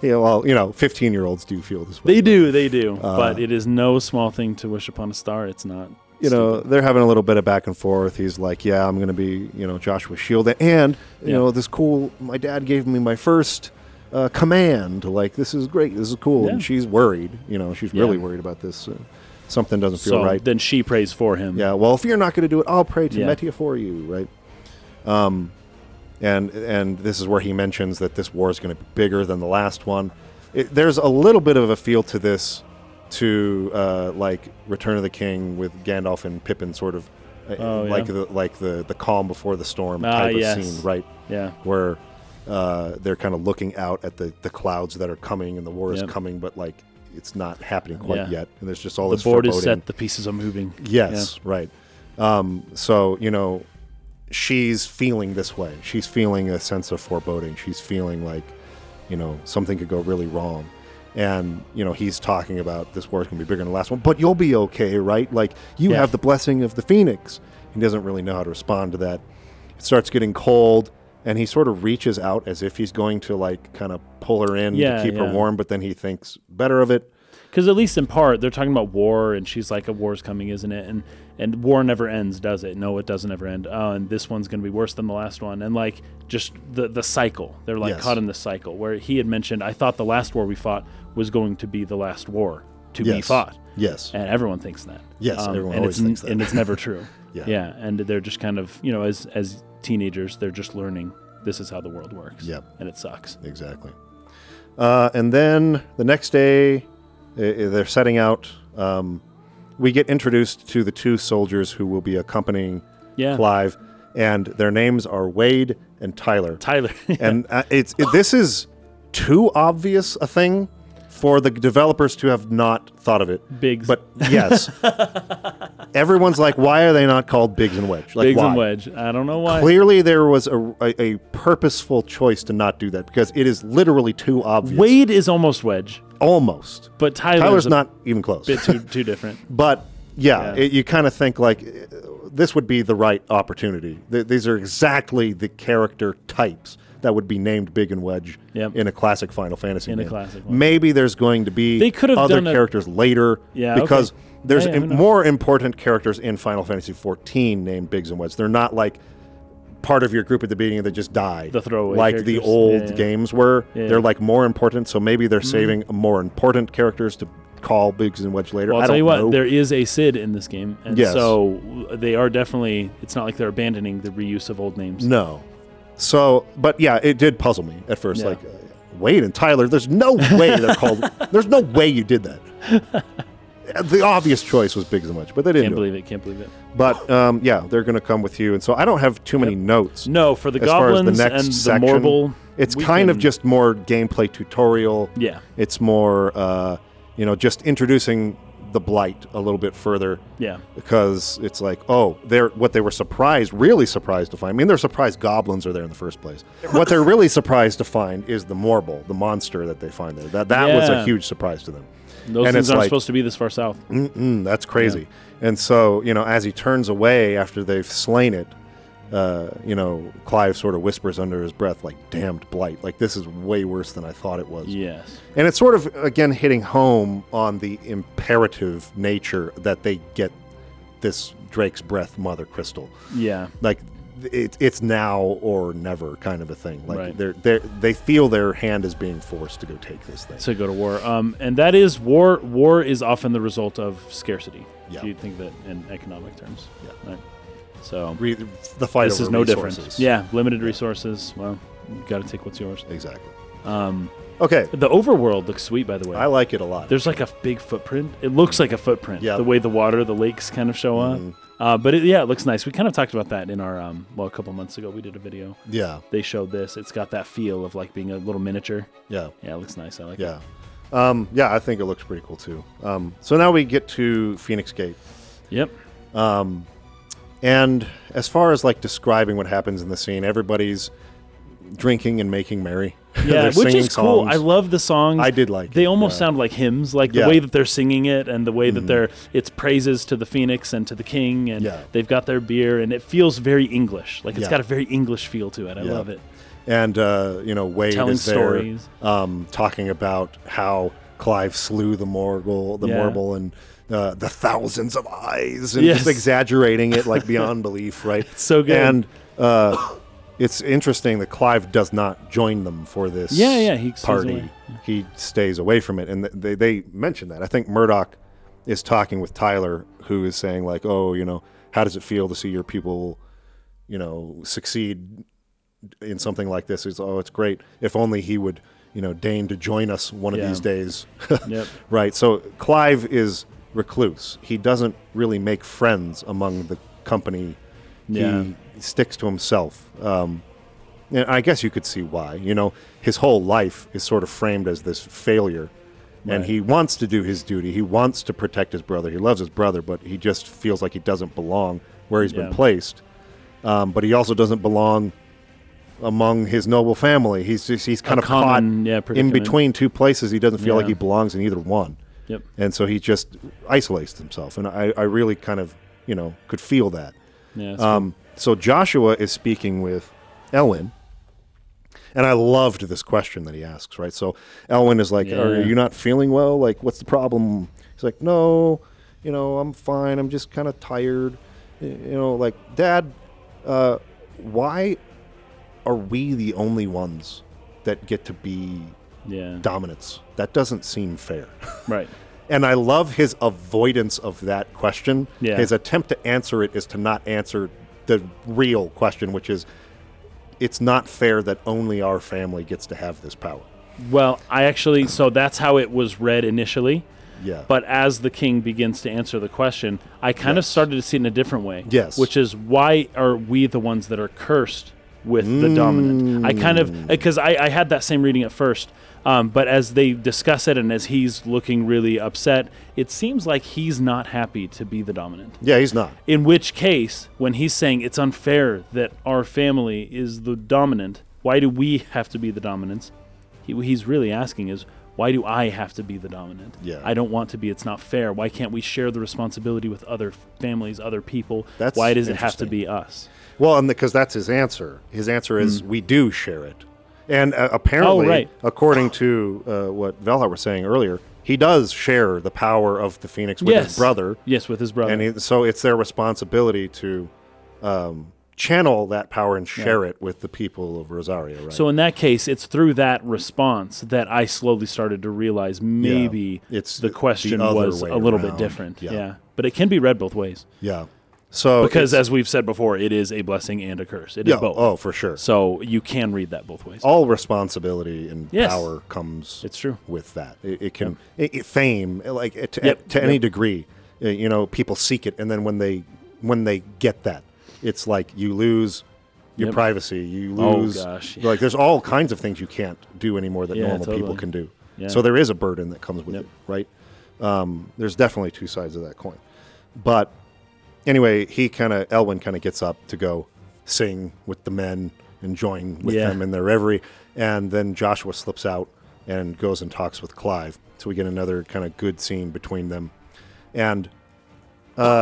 [SPEAKER 1] yeah well you know 15 year olds do feel this way
[SPEAKER 2] They do, they do.
[SPEAKER 1] Uh,
[SPEAKER 2] but it is no small thing to wish upon a star. It's not.
[SPEAKER 1] you know they're having a little bit of back and forth he's like yeah i'm gonna be you know joshua shield and you
[SPEAKER 2] Yeah.
[SPEAKER 1] know this cool my dad gave me my first uh, command like this is great this is cool and
[SPEAKER 2] Yeah.
[SPEAKER 1] she's worried you know she's really
[SPEAKER 2] Yeah.
[SPEAKER 1] worried about this uh, something doesn't feel
[SPEAKER 2] So
[SPEAKER 1] right
[SPEAKER 2] then she prays for him.
[SPEAKER 1] yeah well if you're not gonna do it i'll pray to
[SPEAKER 2] Yeah.
[SPEAKER 1] metia for you right um and and this is where he mentions that this war is gonna be bigger than the last one it, there's a little bit of a feel to this to uh, like Return of the King with Gandalf and Pippin, sort of uh,
[SPEAKER 2] Oh, yeah.
[SPEAKER 1] like the like the the calm before the storm
[SPEAKER 2] Ah,
[SPEAKER 1] type
[SPEAKER 2] yes.
[SPEAKER 1] of scene, right?
[SPEAKER 2] Yeah.
[SPEAKER 1] Where uh, they're kind of looking out at the the clouds that are coming and the war
[SPEAKER 2] Yep.
[SPEAKER 1] is coming, but like it's not happening quite
[SPEAKER 2] Yeah.
[SPEAKER 1] yet, and there's just all
[SPEAKER 2] The
[SPEAKER 1] this
[SPEAKER 2] board is
[SPEAKER 1] foreboding.
[SPEAKER 2] set, the pieces are moving.
[SPEAKER 1] Yes, right. Um, so you know, she's feeling this way. She's feeling a sense of foreboding. She's feeling like, you know, something could go really wrong. And you know, he's talking about this war's gonna be bigger than the last one, but you'll be okay, right? Like you
[SPEAKER 2] Yeah.
[SPEAKER 1] have the blessing of the phoenix. He doesn't really know how to respond to that. It starts getting cold. And he sort of reaches out as if he's going to like kind of pull her in
[SPEAKER 2] Yeah,
[SPEAKER 1] to keep her
[SPEAKER 2] yeah.
[SPEAKER 1] warm, but then he thinks better of it.
[SPEAKER 2] Because at least in part, they're talking about war, and she's like, "A war's coming, isn't it?" And and war never ends, does it? No, it doesn't ever end. Oh, and this one's going to be worse than the last one, and like just the the cycle. They're like
[SPEAKER 1] Yes.
[SPEAKER 2] caught in the cycle where he had mentioned, "I thought the last war we fought was going to be the last war to be
[SPEAKER 1] Yes.
[SPEAKER 2] fought."
[SPEAKER 1] Yes.
[SPEAKER 2] and everyone thinks that. Um,
[SPEAKER 1] Yes, everyone
[SPEAKER 2] and
[SPEAKER 1] always
[SPEAKER 2] it's, n-
[SPEAKER 1] thinks that.
[SPEAKER 2] and it's never true.
[SPEAKER 1] Yeah.
[SPEAKER 2] and they're just kind of you know as as teenagers, they're just learning this is how the world works.
[SPEAKER 1] Yep.
[SPEAKER 2] and it sucks.
[SPEAKER 1] Exactly. Uh, and then the next day, i- i- they're setting out. Um, we get introduced to the two soldiers who will be accompanying
[SPEAKER 2] Yeah.
[SPEAKER 1] Clive, and their names are Wade and Tyler.
[SPEAKER 2] Tyler,
[SPEAKER 1] and uh, it's it, this is too obvious a thing for the developers to have not thought of it.
[SPEAKER 2] Biggs.
[SPEAKER 1] but yes, everyone's like, why are they not called Biggs and Wedge? Like,
[SPEAKER 2] Biggs
[SPEAKER 1] why?
[SPEAKER 2] and Wedge. I don't know why.
[SPEAKER 1] Clearly, there was a, a, a purposeful choice to not do that because it is literally too obvious.
[SPEAKER 2] Wade is almost Wedge,
[SPEAKER 1] almost.
[SPEAKER 2] but Tyler's,
[SPEAKER 1] Tyler's
[SPEAKER 2] a
[SPEAKER 1] not even close.
[SPEAKER 2] bit too too different.
[SPEAKER 1] But yeah,
[SPEAKER 2] Yeah.
[SPEAKER 1] It, you kind of think like uh, this would be the right opportunity. Th- these are exactly the character types that would be named Big and Wedge
[SPEAKER 2] Yep.
[SPEAKER 1] in a classic Final Fantasy.
[SPEAKER 2] In a
[SPEAKER 1] game.
[SPEAKER 2] classic one.
[SPEAKER 1] Maybe there's going to be
[SPEAKER 2] They could have
[SPEAKER 1] other
[SPEAKER 2] done a-
[SPEAKER 1] characters later
[SPEAKER 2] Yeah, okay.
[SPEAKER 1] because there's
[SPEAKER 2] Yeah, yeah, who
[SPEAKER 1] im-
[SPEAKER 2] knows?
[SPEAKER 1] more important characters in Final Fantasy 14 named Biggs and Wedge. They're not like part of your group at the beginning that just die
[SPEAKER 2] The throwaway
[SPEAKER 1] like the
[SPEAKER 2] characters.
[SPEAKER 1] old
[SPEAKER 2] Yeah, yeah.
[SPEAKER 1] games were
[SPEAKER 2] Yeah. Mm-hmm.
[SPEAKER 1] they're like more important so maybe they're saving more important characters to call biggs and wedge later
[SPEAKER 2] Well, I'll
[SPEAKER 1] I
[SPEAKER 2] tell
[SPEAKER 1] don't
[SPEAKER 2] you what,
[SPEAKER 1] know.
[SPEAKER 2] there is a Sid in this game, and
[SPEAKER 1] Yes.
[SPEAKER 2] so they are definitely. It's not like they're abandoning the reuse of old names.
[SPEAKER 1] No. So, but yeah, it did puzzle me at first.
[SPEAKER 2] Yeah.
[SPEAKER 1] Like, uh, Wade and Tyler, there's no way they're called. There's no way you did that. the obvious choice was Bigzamuch, but they didn't.
[SPEAKER 2] Can't
[SPEAKER 1] do it.
[SPEAKER 2] believe it. Can't believe it.
[SPEAKER 1] But um, yeah, they're going to come with you, and so I don't have too many notes.
[SPEAKER 2] No, for the
[SPEAKER 1] as far as the
[SPEAKER 2] goblins
[SPEAKER 1] next
[SPEAKER 2] and
[SPEAKER 1] section,
[SPEAKER 2] the marble.
[SPEAKER 1] it's
[SPEAKER 2] we
[SPEAKER 1] kind of
[SPEAKER 2] can-
[SPEAKER 1] just more gameplay tutorial.
[SPEAKER 2] Yeah.
[SPEAKER 1] It's more, uh, you know, just introducing the blight a little bit further
[SPEAKER 2] Yeah.
[SPEAKER 1] because it's like, oh, they're what they were surprised, really surprised to find. I mean, they're surprised goblins are there in the first place. What they're really surprised to find is the Morble, the monster that they find there. That that was a
[SPEAKER 2] Yeah.
[SPEAKER 1] huge surprise to them.
[SPEAKER 2] Those
[SPEAKER 1] and
[SPEAKER 2] things
[SPEAKER 1] it's
[SPEAKER 2] aren't
[SPEAKER 1] like- Mm.
[SPEAKER 2] supposed to be this far south.
[SPEAKER 1] Mm-mm, that's crazy. And so, you know, as he turns away after they've slain it, uh, you know, Clive sort of whispers under his breath, like, damned blight. Like, this is way worse than I thought it was.
[SPEAKER 2] Yes.
[SPEAKER 1] And it's sort of, again, hitting home on the imperative nature that they get this Drake's Breath Mother Crystal.
[SPEAKER 2] Yeah.
[SPEAKER 1] Like, it, it's now or never kind of a thing. Like,
[SPEAKER 2] Right.
[SPEAKER 1] they're, they're, they feel their hand is being forced to go take this thing.
[SPEAKER 2] to go to war. Um, and that is war. War is often the result of scarcity.
[SPEAKER 1] Yeah.
[SPEAKER 2] If you think that in economic terms.
[SPEAKER 1] Yeah.
[SPEAKER 2] Right. So
[SPEAKER 1] Re- the fight
[SPEAKER 2] this
[SPEAKER 1] over
[SPEAKER 2] is no different.
[SPEAKER 1] resources.
[SPEAKER 2] Yeah. Limited resources. Well, you got to take what's yours.
[SPEAKER 1] Exactly.
[SPEAKER 2] Um,
[SPEAKER 1] Okay.
[SPEAKER 2] the overworld looks sweet, by the way.
[SPEAKER 1] I like it a lot.
[SPEAKER 2] There's like a big footprint. It looks like a footprint.
[SPEAKER 1] Yeah. Mm-hmm.
[SPEAKER 2] The way the water, the lakes kind of show up. Uh, but it, yeah, it looks nice. We kind of talked about that in our um, well, a couple months ago. We did a video.
[SPEAKER 1] yeah,
[SPEAKER 2] They showed this. It's got that feel of like being a little miniature.
[SPEAKER 1] yeah,
[SPEAKER 2] Yeah, it looks nice. I like it.
[SPEAKER 1] yeah. Um, yeah, I think it looks pretty cool too. Um, so now we get to Phoenix Gate.
[SPEAKER 2] Yep.
[SPEAKER 1] And as far as like describing what happens in the scene, everybody's drinking and making merry. They're
[SPEAKER 2] Yeah, which
[SPEAKER 1] singing
[SPEAKER 2] is cool.
[SPEAKER 1] songs.
[SPEAKER 2] I love the songs.
[SPEAKER 1] I did like
[SPEAKER 2] They
[SPEAKER 1] it,
[SPEAKER 2] almost
[SPEAKER 1] yeah.
[SPEAKER 2] sound like hymns, like
[SPEAKER 1] Yeah. Mm-hmm.
[SPEAKER 2] the way that they're singing it and the way that they're it's praises to the phoenix and to the king and
[SPEAKER 1] Yeah.
[SPEAKER 2] they've got their beer and it feels very English. Like it's
[SPEAKER 1] Yeah.
[SPEAKER 2] got a very English feel to it. I
[SPEAKER 1] Yeah.
[SPEAKER 2] love it.
[SPEAKER 1] and uh, you know Wade
[SPEAKER 2] Telling
[SPEAKER 1] is there,
[SPEAKER 2] stories.
[SPEAKER 1] um, talking about how Clive slew the Morgul, the
[SPEAKER 2] Yeah.
[SPEAKER 1] Morgul, and uh, the thousands of eyes, and
[SPEAKER 2] Yes.
[SPEAKER 1] just exaggerating it like beyond belief, right?
[SPEAKER 2] so good.
[SPEAKER 1] And uh, it's interesting that Clive does not join them for this.
[SPEAKER 2] Yeah, yeah, he stays
[SPEAKER 1] party.
[SPEAKER 2] away.
[SPEAKER 1] He stays away from it, and th- they they mention that. I think Murdoch is talking with Tyler, who is saying like, "Oh, you know, how does it feel to see your people, you know, succeed in something like this is oh it's great if only he would you know deign to join us one of
[SPEAKER 2] Yeah.
[SPEAKER 1] these days
[SPEAKER 2] Yep.
[SPEAKER 1] right so clive is recluse he doesn't really make friends among the company
[SPEAKER 2] Yeah.
[SPEAKER 1] he sticks to himself um, and i guess you could see why you know his whole life is sort of framed as this failure and he wants to do his duty he wants to protect his brother he loves his brother but he just feels like he doesn't belong where he's
[SPEAKER 2] Yeah.
[SPEAKER 1] been placed um, but he also doesn't belong among his noble family. He's just, he's kind of
[SPEAKER 2] common,
[SPEAKER 1] caught
[SPEAKER 2] yeah,
[SPEAKER 1] in
[SPEAKER 2] predicament.
[SPEAKER 1] between two places. He doesn't feel like
[SPEAKER 2] Yeah.
[SPEAKER 1] he belongs in either one,
[SPEAKER 2] Yep.
[SPEAKER 1] and so he just isolates himself. And I, I really kind of you know could feel that.
[SPEAKER 2] Yeah. it's
[SPEAKER 1] Um, so Joshua is speaking with Elwin. And I loved this question that he asks, right? So Elwin is like, Are
[SPEAKER 2] Yeah.
[SPEAKER 1] you not feeling well? Like, what's the problem? He's like, No, you know, I'm fine. I'm just kind of tired. Y- You know, like, Dad, uh, why are we the only ones that get to be
[SPEAKER 2] cool. yeah.
[SPEAKER 1] dominants? That doesn't seem fair.
[SPEAKER 2] Right.
[SPEAKER 1] And I love his avoidance of that question.
[SPEAKER 2] Yeah.
[SPEAKER 1] His attempt to answer it is to not answer the real question, which is it's not fair that only our family gets to have this power.
[SPEAKER 2] Well, I actually so that's how it was read initially.
[SPEAKER 1] Yeah.
[SPEAKER 2] But as the king begins to answer the question, I kind of started to see it in a different way.
[SPEAKER 1] Yes.
[SPEAKER 2] Which is why are we the ones that are cursed with the dominant? I kind of
[SPEAKER 1] Mm.
[SPEAKER 2] because I, I had that same reading at first. Um, but as they discuss it and as he's looking really upset, it seems like he's not happy to be the dominant.
[SPEAKER 1] yeah, he's not.
[SPEAKER 2] In which case, when he's saying it's unfair that our family is the dominant, why do we have to be the dominants? He, what he's really asking is, why do I have to be the dominant?
[SPEAKER 1] Yeah.
[SPEAKER 2] I don't want to be. It's not fair. Why can't we share the responsibility with other f- families, other people?
[SPEAKER 1] That's
[SPEAKER 2] why does it have to
[SPEAKER 1] interesting.
[SPEAKER 2] be us?
[SPEAKER 1] Well, and because that's his answer. His answer is we do share it. And uh, apparently,
[SPEAKER 2] Hmm. Oh, right.
[SPEAKER 1] according to uh, what Velha was saying earlier, he does share the power of the Phoenix with his brother.
[SPEAKER 2] Yes, with his brother.
[SPEAKER 1] and it, so it's their responsibility to um, channel that power and share it with the people of Rosario, right?
[SPEAKER 2] so in that case, it's through that response that I slowly started to realize maybe
[SPEAKER 1] It's
[SPEAKER 2] the
[SPEAKER 1] the
[SPEAKER 2] question
[SPEAKER 1] other
[SPEAKER 2] was
[SPEAKER 1] way
[SPEAKER 2] a little
[SPEAKER 1] around.
[SPEAKER 2] bit different.
[SPEAKER 1] Yeah.
[SPEAKER 2] yeah, but it can be read both ways.
[SPEAKER 1] yeah, So
[SPEAKER 2] because
[SPEAKER 1] it's-
[SPEAKER 2] as we've said before, it is a blessing and a curse. It is
[SPEAKER 1] yeah,
[SPEAKER 2] both.
[SPEAKER 1] oh for sure,
[SPEAKER 2] So you can read that both ways.
[SPEAKER 1] all responsibility and
[SPEAKER 2] Yes.
[SPEAKER 1] power comes
[SPEAKER 2] It's true.
[SPEAKER 1] with that. It, it can it, it, fame like it, to,
[SPEAKER 2] Yep.
[SPEAKER 1] to any degree. uh, You know, people seek it, and then when they when they get that, it's like you lose your
[SPEAKER 2] Yep.
[SPEAKER 1] privacy. You
[SPEAKER 2] Oh,
[SPEAKER 1] lose
[SPEAKER 2] gosh,
[SPEAKER 1] like there's all kinds of things you can't do anymore that
[SPEAKER 2] Yeah,
[SPEAKER 1] normal people
[SPEAKER 2] totally.
[SPEAKER 1] can do.
[SPEAKER 2] Yeah.
[SPEAKER 1] So there is a burden that comes with
[SPEAKER 2] Yep.
[SPEAKER 1] it, right? Um, there's definitely two sides of that coin, but anyway, he kind of Elwin kind of gets up to go sing with the men and join with
[SPEAKER 2] Yeah.
[SPEAKER 1] them in their reverie, and then Joshua slips out and goes and talks with Clive. So we get another kind of good scene between them, and uh,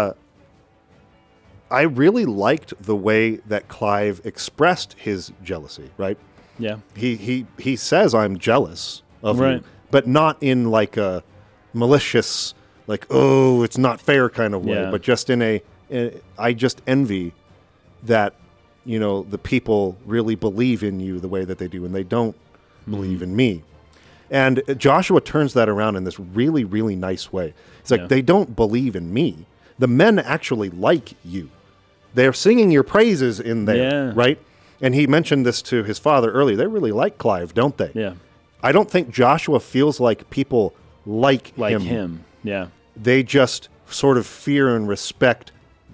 [SPEAKER 1] I really liked the way that Clive expressed his jealousy. Right,
[SPEAKER 2] Yeah.
[SPEAKER 1] he he he says, "I'm jealous of you,"
[SPEAKER 2] Right.
[SPEAKER 1] but not in like a malicious, like "oh, it's not fair" kind of way,
[SPEAKER 2] Yeah.
[SPEAKER 1] but just in a, in- I just envy that you know the people really believe in you the way that they do, and they don't
[SPEAKER 2] Mm-hmm.
[SPEAKER 1] believe in me. And Joshua turns that around in this really, really nice way. It's like
[SPEAKER 2] Yeah.
[SPEAKER 1] they don't believe in me. The men actually like you. They're singing your praises in there,
[SPEAKER 2] Yeah.
[SPEAKER 1] right? And he mentioned this to his father earlier. They really like Clive, don't they?
[SPEAKER 2] Yeah.
[SPEAKER 1] I don't think Joshua feels like people like,
[SPEAKER 2] Like him. Yeah.
[SPEAKER 1] They just sort of fear and respect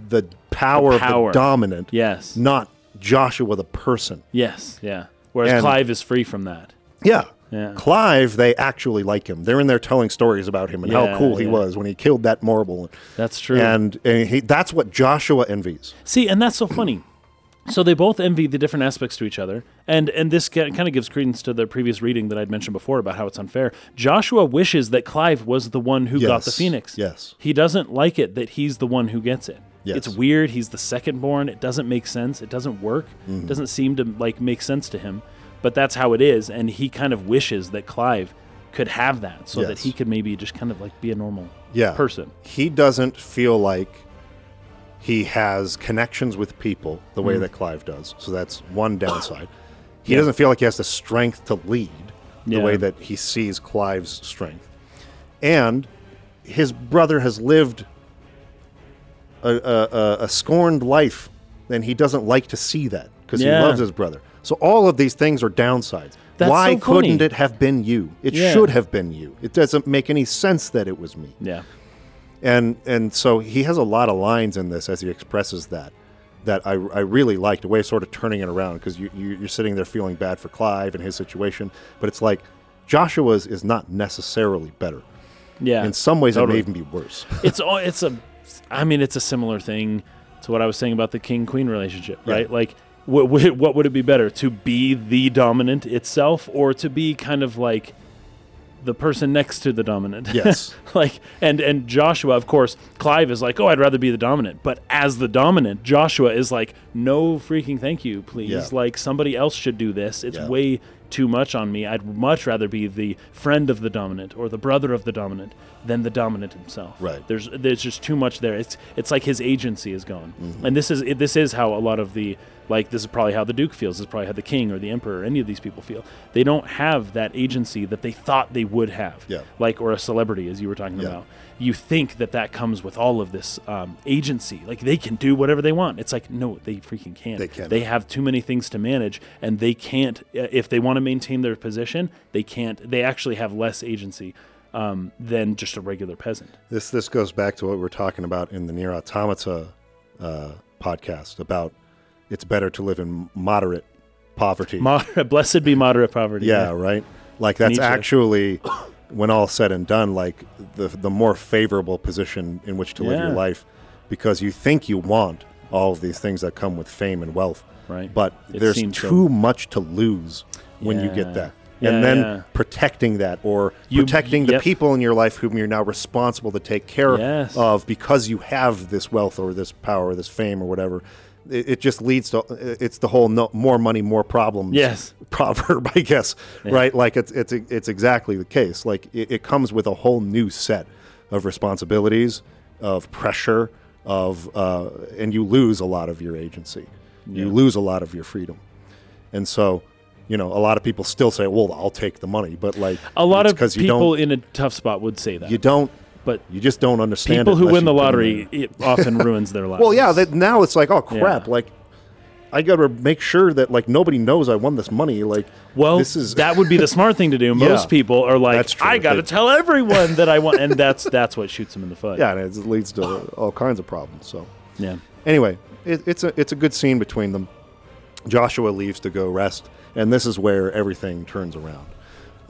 [SPEAKER 1] the power,
[SPEAKER 2] power.
[SPEAKER 1] of the dominant,
[SPEAKER 2] Yes.
[SPEAKER 1] not Joshua the person.
[SPEAKER 2] Yes. Yeah. Whereas
[SPEAKER 1] And-
[SPEAKER 2] Clive is free from that.
[SPEAKER 1] Yeah.
[SPEAKER 2] Yeah.
[SPEAKER 1] Clive, they actually like him. They're in there telling stories about him and how
[SPEAKER 2] Yeah,
[SPEAKER 1] cool he
[SPEAKER 2] yeah.
[SPEAKER 1] was when he killed that marble.
[SPEAKER 2] That's true.
[SPEAKER 1] And, and he, that's what Joshua envies.
[SPEAKER 2] See, and that's so funny. So they both envy the different aspects to each other, and and this kind of gives credence to the previous reading that I'd mentioned before about how it's unfair. Joshua wishes that Clive was the one who got the
[SPEAKER 1] Yes,
[SPEAKER 2] phoenix.
[SPEAKER 1] yes.
[SPEAKER 2] he doesn't like it that he's the one who gets it.
[SPEAKER 1] Yes.
[SPEAKER 2] It's weird. He's the second born. It doesn't make sense. It doesn't work.
[SPEAKER 1] Mm-hmm.
[SPEAKER 2] It Doesn't seem to like make sense to him. But that's how it is, and he kind of wishes that Clive could have that so that
[SPEAKER 1] Yes.
[SPEAKER 2] he could maybe just kind of like be a normal
[SPEAKER 1] Yeah.
[SPEAKER 2] person.
[SPEAKER 1] He doesn't feel like he has connections with people the
[SPEAKER 2] Hmm.
[SPEAKER 1] way that Clive does. So that's one downside. He doesn't feel like he has the strength to lead the
[SPEAKER 2] Yeah.
[SPEAKER 1] way that he sees Clive's strength. And his brother has lived a, a, a, a scorned life, and he doesn't like to see that because
[SPEAKER 2] Yeah.
[SPEAKER 1] he loves his brother. So all of these things are downsides.
[SPEAKER 2] That's
[SPEAKER 1] Why
[SPEAKER 2] so funny.
[SPEAKER 1] couldn't it have been you? It
[SPEAKER 2] Yeah.
[SPEAKER 1] should have been you. It doesn't make any sense that it was me
[SPEAKER 2] Yeah.
[SPEAKER 1] and and so he has a lot of lines in this as he expresses that that I, I really liked a way of sort of turning it around because you, you you're sitting there feeling bad for Clive and his situation, but it's like Joshua's is not necessarily better.
[SPEAKER 2] Yeah.
[SPEAKER 1] In some ways,
[SPEAKER 2] Totally.
[SPEAKER 1] it may even be worse.
[SPEAKER 2] it's all it's a i mean it's a similar thing to what i was saying about the king queen relationship right like what would it- what would it be better to be the dominant itself or to be kind of like the person next to the dominant
[SPEAKER 1] Yes.
[SPEAKER 2] like and and joshua of course clive is like oh i'd rather be the dominant but as the dominant joshua is like no freaking thank you please
[SPEAKER 1] Yeah.
[SPEAKER 2] like somebody else should do this it's
[SPEAKER 1] Yeah.
[SPEAKER 2] way too much on me i'd much rather be the friend of the dominant or the brother of the dominant than the dominant himself
[SPEAKER 1] Right.
[SPEAKER 2] there's there's just too much there. It's it's like his agency is gone,
[SPEAKER 1] Mm-hmm.
[SPEAKER 2] and this is this is how a lot of the like this is probably how the duke feels. This is probably how the king or the emperor or any of these people feel. They don't have that agency that they thought they would have.
[SPEAKER 1] Yeah.
[SPEAKER 2] Like or a celebrity, as you were talking
[SPEAKER 1] Yeah.
[SPEAKER 2] about. You think that that comes with all of this um, agency, like they can do whatever they want. It's like no, they freaking can't.
[SPEAKER 1] They cannot.
[SPEAKER 2] They have too many things to manage, and they can't. uh, If they want to maintain their position, they can't. They actually have less agency. Um, than just a regular peasant.
[SPEAKER 1] This this goes back to what we were talking about in the Near Automata uh, podcast about it's better to live in moderate poverty.
[SPEAKER 2] Moderate, blessed be moderate poverty.
[SPEAKER 1] Yeah, right. Like that's
[SPEAKER 2] Nietzsche.
[SPEAKER 1] actually, when all said and done, like the the more favorable position in which to live your
[SPEAKER 2] Yeah.
[SPEAKER 1] life, because you think you want all of these things that come with fame and wealth,
[SPEAKER 2] Right.
[SPEAKER 1] But
[SPEAKER 2] It
[SPEAKER 1] there's too
[SPEAKER 2] seems so.
[SPEAKER 1] much to lose when you
[SPEAKER 2] Yeah.
[SPEAKER 1] get that,
[SPEAKER 2] Yeah,
[SPEAKER 1] and then
[SPEAKER 2] yeah.
[SPEAKER 1] protecting that or
[SPEAKER 2] You-
[SPEAKER 1] protecting the
[SPEAKER 2] yep.
[SPEAKER 1] people in your life whom you're now responsible to take care
[SPEAKER 2] Yes.
[SPEAKER 1] of because you have this wealth or this power or this fame or whatever. It, it just leads to it's the whole no, more money, more problems
[SPEAKER 2] Yes.
[SPEAKER 1] proverb, I guess, right? Like it's it's it's exactly the case. Like it, it comes with a whole new set of responsibilities, of pressure, of uh, and you lose a lot of your agency, you lose a lot of your freedom, and so you know a lot of people still say, "Well, I'll take the money," but like
[SPEAKER 2] A lot of
[SPEAKER 1] because
[SPEAKER 2] people
[SPEAKER 1] you don't
[SPEAKER 2] in a tough spot would say that.
[SPEAKER 1] you don't
[SPEAKER 2] But
[SPEAKER 1] You just don't understand.
[SPEAKER 2] people
[SPEAKER 1] it
[SPEAKER 2] who
[SPEAKER 1] unless
[SPEAKER 2] win the
[SPEAKER 1] you've been
[SPEAKER 2] lottery,
[SPEAKER 1] there.
[SPEAKER 2] it often ruins their lives.
[SPEAKER 1] Well, yeah. That, now it's like, oh crap!
[SPEAKER 2] Yeah.
[SPEAKER 1] Like, I gotta make sure that like nobody knows I won this money. Like,
[SPEAKER 2] Well,
[SPEAKER 1] this is
[SPEAKER 2] that would be the smart thing to do. Most
[SPEAKER 1] Yeah.
[SPEAKER 2] people are
[SPEAKER 1] That's
[SPEAKER 2] like,
[SPEAKER 1] true.
[SPEAKER 2] I got to
[SPEAKER 1] They-
[SPEAKER 2] tell everyone that I want, and that's that's what shoots them in the foot.
[SPEAKER 1] yeah, and it leads to all kinds of problems. So,
[SPEAKER 2] yeah.
[SPEAKER 1] anyway, it, it's a it's a good scene between them. Joshua leaves to go rest, and this is where everything turns around.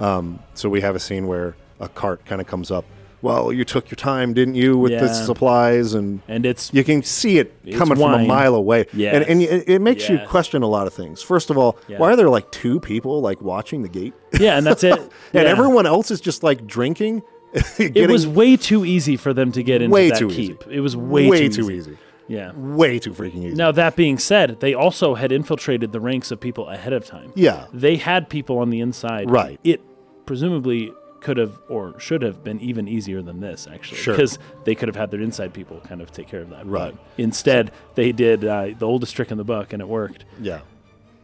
[SPEAKER 1] Um, so we have a scene where a cart kind of comes up. Well, you took your time, didn't you, with the
[SPEAKER 2] Yeah.
[SPEAKER 1] supplies, and
[SPEAKER 2] And it's
[SPEAKER 1] you can see it
[SPEAKER 2] It's
[SPEAKER 1] coming from
[SPEAKER 2] wine.
[SPEAKER 1] a mile away.
[SPEAKER 2] Yes.
[SPEAKER 1] and and it, it makes you
[SPEAKER 2] Yes.
[SPEAKER 1] question a lot of things. First of all,
[SPEAKER 2] Yeah.
[SPEAKER 1] why are there like two people like watching the gate,
[SPEAKER 2] yeah, and that's it.
[SPEAKER 1] and
[SPEAKER 2] Yeah.
[SPEAKER 1] everyone else is just like drinking?
[SPEAKER 2] It
[SPEAKER 1] getting
[SPEAKER 2] was way too easy for them to get into
[SPEAKER 1] Way
[SPEAKER 2] that
[SPEAKER 1] too easy.
[SPEAKER 2] keep. It was way,
[SPEAKER 1] too,
[SPEAKER 2] easy.
[SPEAKER 1] easy.
[SPEAKER 2] Yeah.
[SPEAKER 1] way too freaking easy.
[SPEAKER 2] Now that being said, they also had infiltrated the ranks of people ahead of time.
[SPEAKER 1] Yeah.
[SPEAKER 2] They had people on the inside.
[SPEAKER 1] Right.
[SPEAKER 2] It presumably could have or should have been even easier than this actually
[SPEAKER 1] Sure.
[SPEAKER 2] because they could have had their inside people kind of take care of that
[SPEAKER 1] Right.
[SPEAKER 2] But instead they did uh, the oldest trick in the book and it worked
[SPEAKER 1] Yeah.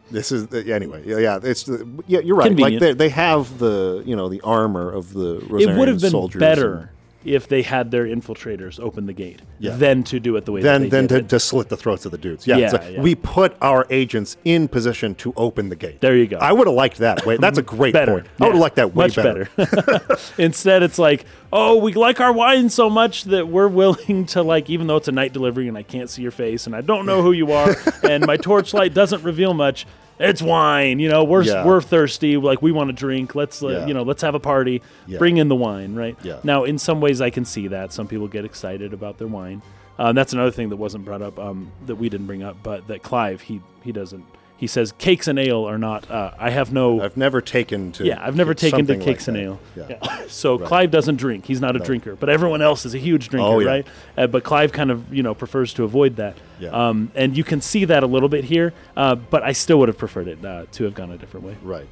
[SPEAKER 1] This is the, anyway. Yeah, yeah, it's the, yeah. You're right.
[SPEAKER 2] Convenient.
[SPEAKER 1] Like they, they have the you know the armor of the Rosarian
[SPEAKER 2] it would have been
[SPEAKER 1] soldiers
[SPEAKER 2] better if they had their infiltrators open the gate
[SPEAKER 1] Yeah.
[SPEAKER 2] than to do it the way that
[SPEAKER 1] Then
[SPEAKER 2] they
[SPEAKER 1] then
[SPEAKER 2] did
[SPEAKER 1] to, to
[SPEAKER 2] it.
[SPEAKER 1] slit the throats of the dudes. Yeah, it's
[SPEAKER 2] Yeah,
[SPEAKER 1] like,
[SPEAKER 2] yeah.
[SPEAKER 1] We put our agents in position to open the gate.
[SPEAKER 2] There you go.
[SPEAKER 1] I would have liked that. Wait, that's a great
[SPEAKER 2] better.
[SPEAKER 1] point. I would
[SPEAKER 2] Yeah.
[SPEAKER 1] have liked that way
[SPEAKER 2] Much Instead, it's like, oh, we like our wine so much that we're willing to like, even though it's a night delivery and I can't see your face and I don't know who you are and my torchlight doesn't reveal much. It's wine, you know. We're
[SPEAKER 1] Yeah.
[SPEAKER 2] we're thirsty. Like we want to drink. Let's uh,
[SPEAKER 1] Yeah.
[SPEAKER 2] you know, let's have a party.
[SPEAKER 1] Yeah.
[SPEAKER 2] Bring in the wine, right?
[SPEAKER 1] Yeah.
[SPEAKER 2] Now, in some ways, I can see that some people get excited about their wine. Um, that's another thing that wasn't brought up um, that we didn't bring up, but that Clive he he doesn't. He says cakes and ale are not. Uh, I have no.
[SPEAKER 1] I've never taken to
[SPEAKER 2] Yeah, I've never taken to
[SPEAKER 1] something like
[SPEAKER 2] Cakes and
[SPEAKER 1] that.
[SPEAKER 2] Ale.
[SPEAKER 1] Yeah.
[SPEAKER 2] Yeah. so Clive doesn't drink. He's not a drinker, but everyone else is a huge drinker,
[SPEAKER 1] Oh, yeah.
[SPEAKER 2] right? Uh, but Clive kind of, you know, prefers to avoid that.
[SPEAKER 1] Yeah.
[SPEAKER 2] Um, and you can see that a little bit here, uh, but I still would have preferred it uh, to have gone a different way.
[SPEAKER 1] Right.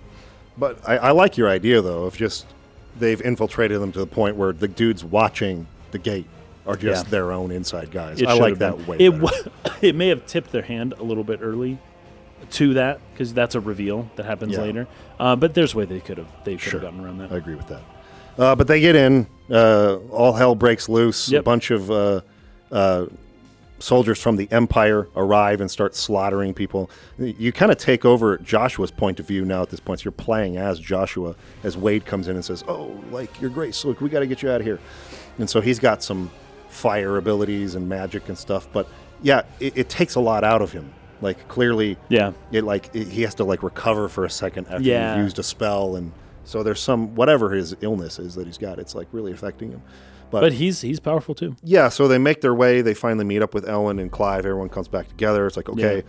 [SPEAKER 1] But I, I like your idea though of just they've infiltrated them to the point where the dudes watching the gate are just
[SPEAKER 2] Yeah.
[SPEAKER 1] their own inside guys.
[SPEAKER 2] It
[SPEAKER 1] I
[SPEAKER 2] should
[SPEAKER 1] like
[SPEAKER 2] have
[SPEAKER 1] that
[SPEAKER 2] been.
[SPEAKER 1] way.
[SPEAKER 2] It
[SPEAKER 1] better.
[SPEAKER 2] wa- it may have tipped their hand a little bit early to that because that's a reveal that happens
[SPEAKER 1] Yeah.
[SPEAKER 2] later. Uh, but there's a way they could have they could
[SPEAKER 1] Sure.
[SPEAKER 2] have gotten around that.
[SPEAKER 1] I agree with that. Uh, but they get in. Uh, all hell breaks loose. A
[SPEAKER 2] Yep.
[SPEAKER 1] bunch of uh, uh, soldiers from the Empire arrive and start slaughtering people. You kind of take over Joshua's point of view now at this point. So you're playing as Joshua as Wade comes in and says, Oh, like, your grace. Look, we got to get you out of here. And so he's got some fire abilities and magic and stuff. But yeah, it, it takes a lot out of him. Like, clearly,
[SPEAKER 2] Yeah.
[SPEAKER 1] it like it, he has to like recover for a second after
[SPEAKER 2] Yeah.
[SPEAKER 1] you've used a spell and so there's some whatever his illness is that he's got it's like really affecting him but,
[SPEAKER 2] But he's he's powerful too.
[SPEAKER 1] yeah so they make their way they finally meet up with ellen and clive everyone comes back together it's like okay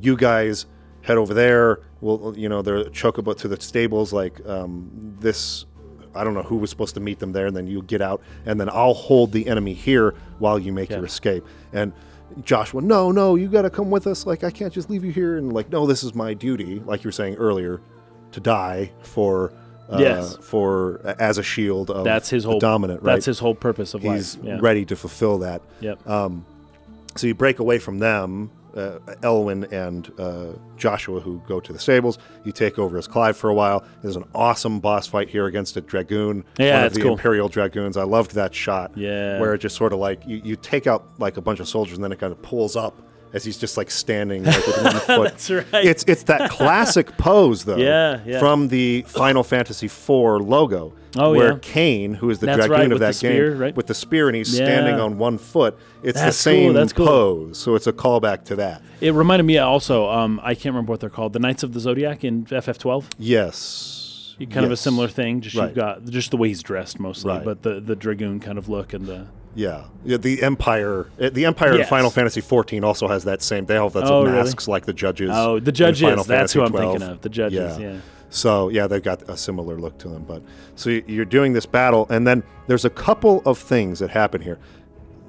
[SPEAKER 1] you guys head over there well you know they're chocobo to the stables like um, this i don't know who was supposed to meet them there and then you get out and then i'll hold the enemy here while you make your escape and joshua no no you gotta come with us like i can't just leave you here and like no this is my duty like you were saying earlier to die for uh,
[SPEAKER 2] Yes.
[SPEAKER 1] for as a shield of
[SPEAKER 2] That's his
[SPEAKER 1] the
[SPEAKER 2] whole
[SPEAKER 1] dominant right
[SPEAKER 2] That's his whole purpose of
[SPEAKER 1] he's
[SPEAKER 2] life. Yeah.
[SPEAKER 1] ready to fulfill that
[SPEAKER 2] Yep.
[SPEAKER 1] so you break away from them, uh, Elwin and uh, Joshua, who go to the stables. You take over as Clive for a while. There's an awesome boss fight here against a dragoon,
[SPEAKER 2] Yeah,
[SPEAKER 1] one of
[SPEAKER 2] it's
[SPEAKER 1] the
[SPEAKER 2] cool.
[SPEAKER 1] Imperial dragoons. I loved that shot.
[SPEAKER 2] Yeah.
[SPEAKER 1] where it just sort of like you, you take out like a bunch of soldiers, and then it kind of pulls up as he's just like standing like, with one foot.
[SPEAKER 2] That's right.
[SPEAKER 1] It's it's that classic pose though,
[SPEAKER 2] Yeah, yeah.
[SPEAKER 1] from the Final Fantasy IV logo,
[SPEAKER 2] Oh,
[SPEAKER 1] where
[SPEAKER 2] yeah.
[SPEAKER 1] Kane, who is the
[SPEAKER 2] That's
[SPEAKER 1] dragoon
[SPEAKER 2] right,
[SPEAKER 1] of
[SPEAKER 2] with the
[SPEAKER 1] that
[SPEAKER 2] spear,
[SPEAKER 1] game,
[SPEAKER 2] right?
[SPEAKER 1] with the spear, and he's standing
[SPEAKER 2] Yeah.
[SPEAKER 1] on one foot. It's it's
[SPEAKER 2] That's
[SPEAKER 1] the same
[SPEAKER 2] cool, that's cool.
[SPEAKER 1] pose. So it's a callback to that.
[SPEAKER 2] It reminded me also. Um, I can't remember what they're called. The Knights of the Zodiac in FF12.
[SPEAKER 1] Yes.
[SPEAKER 2] Kind of a
[SPEAKER 1] Yes.
[SPEAKER 2] similar thing. Just
[SPEAKER 1] Right.
[SPEAKER 2] you've got just the way he's dressed mostly,
[SPEAKER 1] Right.
[SPEAKER 2] but the the dragoon kind of look and the
[SPEAKER 1] Yeah. yeah. The Empire. uh, The Empire in
[SPEAKER 2] Yes.
[SPEAKER 1] Final Fantasy 14 also has that same. They all have lots
[SPEAKER 2] Oh,
[SPEAKER 1] of
[SPEAKER 2] really?
[SPEAKER 1] masks like the judges.
[SPEAKER 2] oh the
[SPEAKER 1] in
[SPEAKER 2] judges.
[SPEAKER 1] Final
[SPEAKER 2] that's
[SPEAKER 1] Fantasy
[SPEAKER 2] who I'm
[SPEAKER 1] 12.
[SPEAKER 2] thinking of. The judges. Yeah.
[SPEAKER 1] So yeah, they've got a similar look to them. But so y- you're doing this battle, and then there's a couple of things that happen here.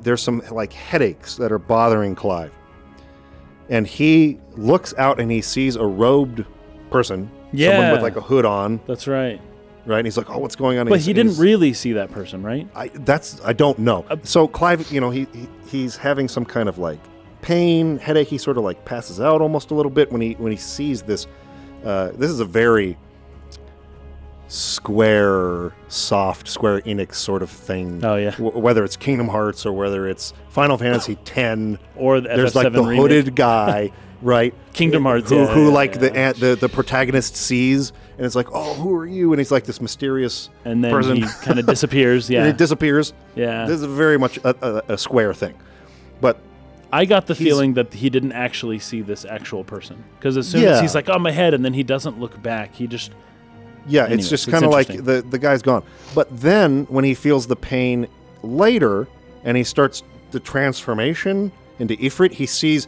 [SPEAKER 1] There's some like headaches that are bothering Clive, and he looks out and he sees a robed person, someone
[SPEAKER 2] Yeah.
[SPEAKER 1] with like a hood on,
[SPEAKER 2] That's right.
[SPEAKER 1] right? And he's like, "Oh, what's going on?" And
[SPEAKER 2] But
[SPEAKER 1] he's-
[SPEAKER 2] he didn't Uh,
[SPEAKER 1] he's-
[SPEAKER 2] really see that person, right?
[SPEAKER 1] I, that's I don't know. so Clive, you know, he, he he's having some kind of like pain, headache. He sort of like passes out almost a little bit when he when he sees this. Uh, this is a very square, soft Square Enix sort of thing.
[SPEAKER 2] Oh, yeah.
[SPEAKER 1] W- whether it's Kingdom Hearts or whether it's Final Fantasy X,
[SPEAKER 2] Or the
[SPEAKER 1] there's
[SPEAKER 2] FF7
[SPEAKER 1] like the
[SPEAKER 2] remake.
[SPEAKER 1] hooded guy, right?
[SPEAKER 2] Kingdom Hearts,
[SPEAKER 1] who,
[SPEAKER 2] yeah,
[SPEAKER 1] who
[SPEAKER 2] yeah,
[SPEAKER 1] like the,
[SPEAKER 2] yeah.
[SPEAKER 1] an- the the protagonist sees and it's like, oh, who are you? And he's like this mysterious
[SPEAKER 2] and then
[SPEAKER 1] person,
[SPEAKER 2] he kind of disappears. Yeah,
[SPEAKER 1] and it disappears.
[SPEAKER 2] yeah.
[SPEAKER 1] This is very much a, a, a square thing, but
[SPEAKER 2] I got the feeling that he didn't actually see this actual person because as soon as
[SPEAKER 1] Yeah.
[SPEAKER 2] he's like on my head, and then he doesn't look back. He just
[SPEAKER 1] Yeah,
[SPEAKER 2] Anyways,
[SPEAKER 1] it's just
[SPEAKER 2] it's
[SPEAKER 1] kind of like
[SPEAKER 2] interesting.
[SPEAKER 1] the the guy's gone. But then when he feels the pain later and he starts the transformation into Ifrit, he sees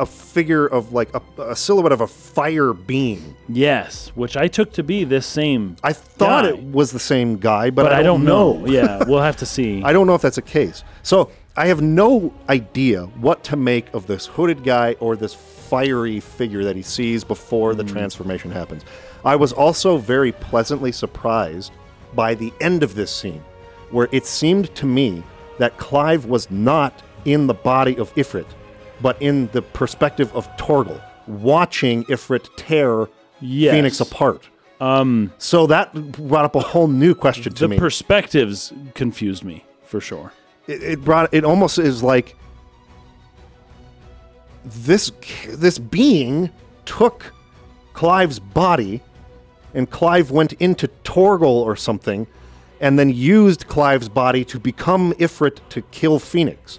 [SPEAKER 1] a figure of like a, a silhouette of a fire being.
[SPEAKER 2] yes, which I took to be this same.
[SPEAKER 1] I thought
[SPEAKER 2] Guy.
[SPEAKER 1] it was the same guy, but,
[SPEAKER 2] but
[SPEAKER 1] I don't know.
[SPEAKER 2] yeah, we'll have to see.
[SPEAKER 1] I don't know if that's a case. So I have no idea what to make of this hooded guy or this fiery figure that he sees before
[SPEAKER 2] Mm.
[SPEAKER 1] the transformation happens. I was also very pleasantly surprised by the end of this scene, where it seemed to me that Clive was not in the body of Ifrit, but in the perspective of Torgel, watching Ifrit tear
[SPEAKER 2] Yes.
[SPEAKER 1] Phoenix apart. Um, so that brought up a whole new question to
[SPEAKER 2] the
[SPEAKER 1] me
[SPEAKER 2] perspectives confused me for sure.
[SPEAKER 1] it, it brought it almost is like this k- this being took Clive's body and Clive went into Torgel or something and then used Clive's body to become Ifrit to kill Phoenix.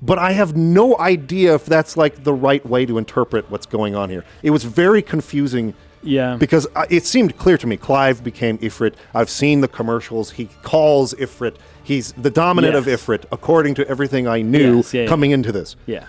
[SPEAKER 1] But I have no idea if that's like the right way to interpret what's going on here. It was very confusing
[SPEAKER 2] Yeah,
[SPEAKER 1] because uh, it seemed clear to me Clive became Ifrit. I've seen the commercials. He calls Ifrit. He's the dominant
[SPEAKER 2] Yes.
[SPEAKER 1] of Ifrit, according to everything I knew
[SPEAKER 2] Yes, yeah, yeah.
[SPEAKER 1] coming into this.
[SPEAKER 2] yeah,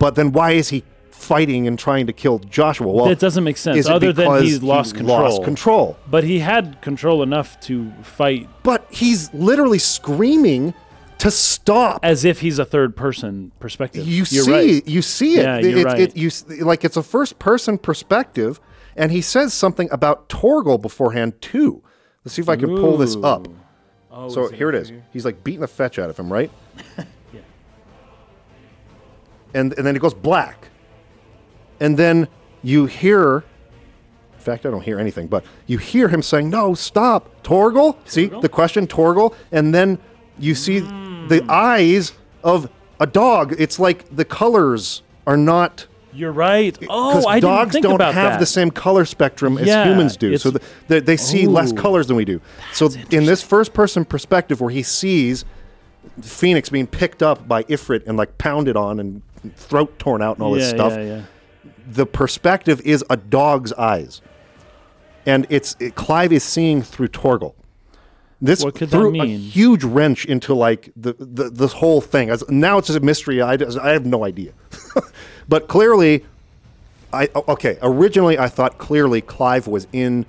[SPEAKER 1] But then why is he fighting and trying to kill Joshua? Well,
[SPEAKER 2] that doesn't make sense.
[SPEAKER 1] is it
[SPEAKER 2] Other than
[SPEAKER 1] because
[SPEAKER 2] he's
[SPEAKER 1] he
[SPEAKER 2] lost control.
[SPEAKER 1] Lost control.
[SPEAKER 2] But he had control enough to fight
[SPEAKER 1] But he's literally screaming to stop.
[SPEAKER 2] as if he's a third person perspective.
[SPEAKER 1] you
[SPEAKER 2] You're
[SPEAKER 1] see,
[SPEAKER 2] right.
[SPEAKER 1] you see it.
[SPEAKER 2] Yeah, you're
[SPEAKER 1] It-
[SPEAKER 2] right.
[SPEAKER 1] it- you s- like it's a first person perspective, and he says something about Torgel beforehand too. Let's see if I can pull this up.
[SPEAKER 2] Oh,
[SPEAKER 1] So here it is. He's like beating the fetch out of him, right? And and then it goes black. And then you hear in fact I don't hear anything, but you hear him saying, No, stop, Torgel. See the question, Torgel? And then you see
[SPEAKER 2] Hmm.
[SPEAKER 1] the eyes of a dog. It's like the colors are not
[SPEAKER 2] You're right. Oh,
[SPEAKER 1] because
[SPEAKER 2] I didn't
[SPEAKER 1] dogs
[SPEAKER 2] think
[SPEAKER 1] don't
[SPEAKER 2] about
[SPEAKER 1] have
[SPEAKER 2] that.
[SPEAKER 1] the same color spectrum as
[SPEAKER 2] Yeah,
[SPEAKER 1] humans do. So
[SPEAKER 2] it's-
[SPEAKER 1] th- they, they see less
[SPEAKER 2] Ooh.
[SPEAKER 1] colors than we do. So in this first-person perspective, where he sees Phoenix being picked up by Ifrit and like pounded on and throat torn out and all
[SPEAKER 2] yeah,
[SPEAKER 1] this stuff,
[SPEAKER 2] Yeah, yeah.
[SPEAKER 1] the perspective is a dog's eyes, and it's it, Clive is seeing through Torgel. This
[SPEAKER 2] What could that
[SPEAKER 1] threw a
[SPEAKER 2] mean?
[SPEAKER 1] huge wrench into like the, the this whole thing. As- Now it's just a mystery. I, just- I have no idea, but clearly, I o- okay. Originally, I thought clearly Clive was in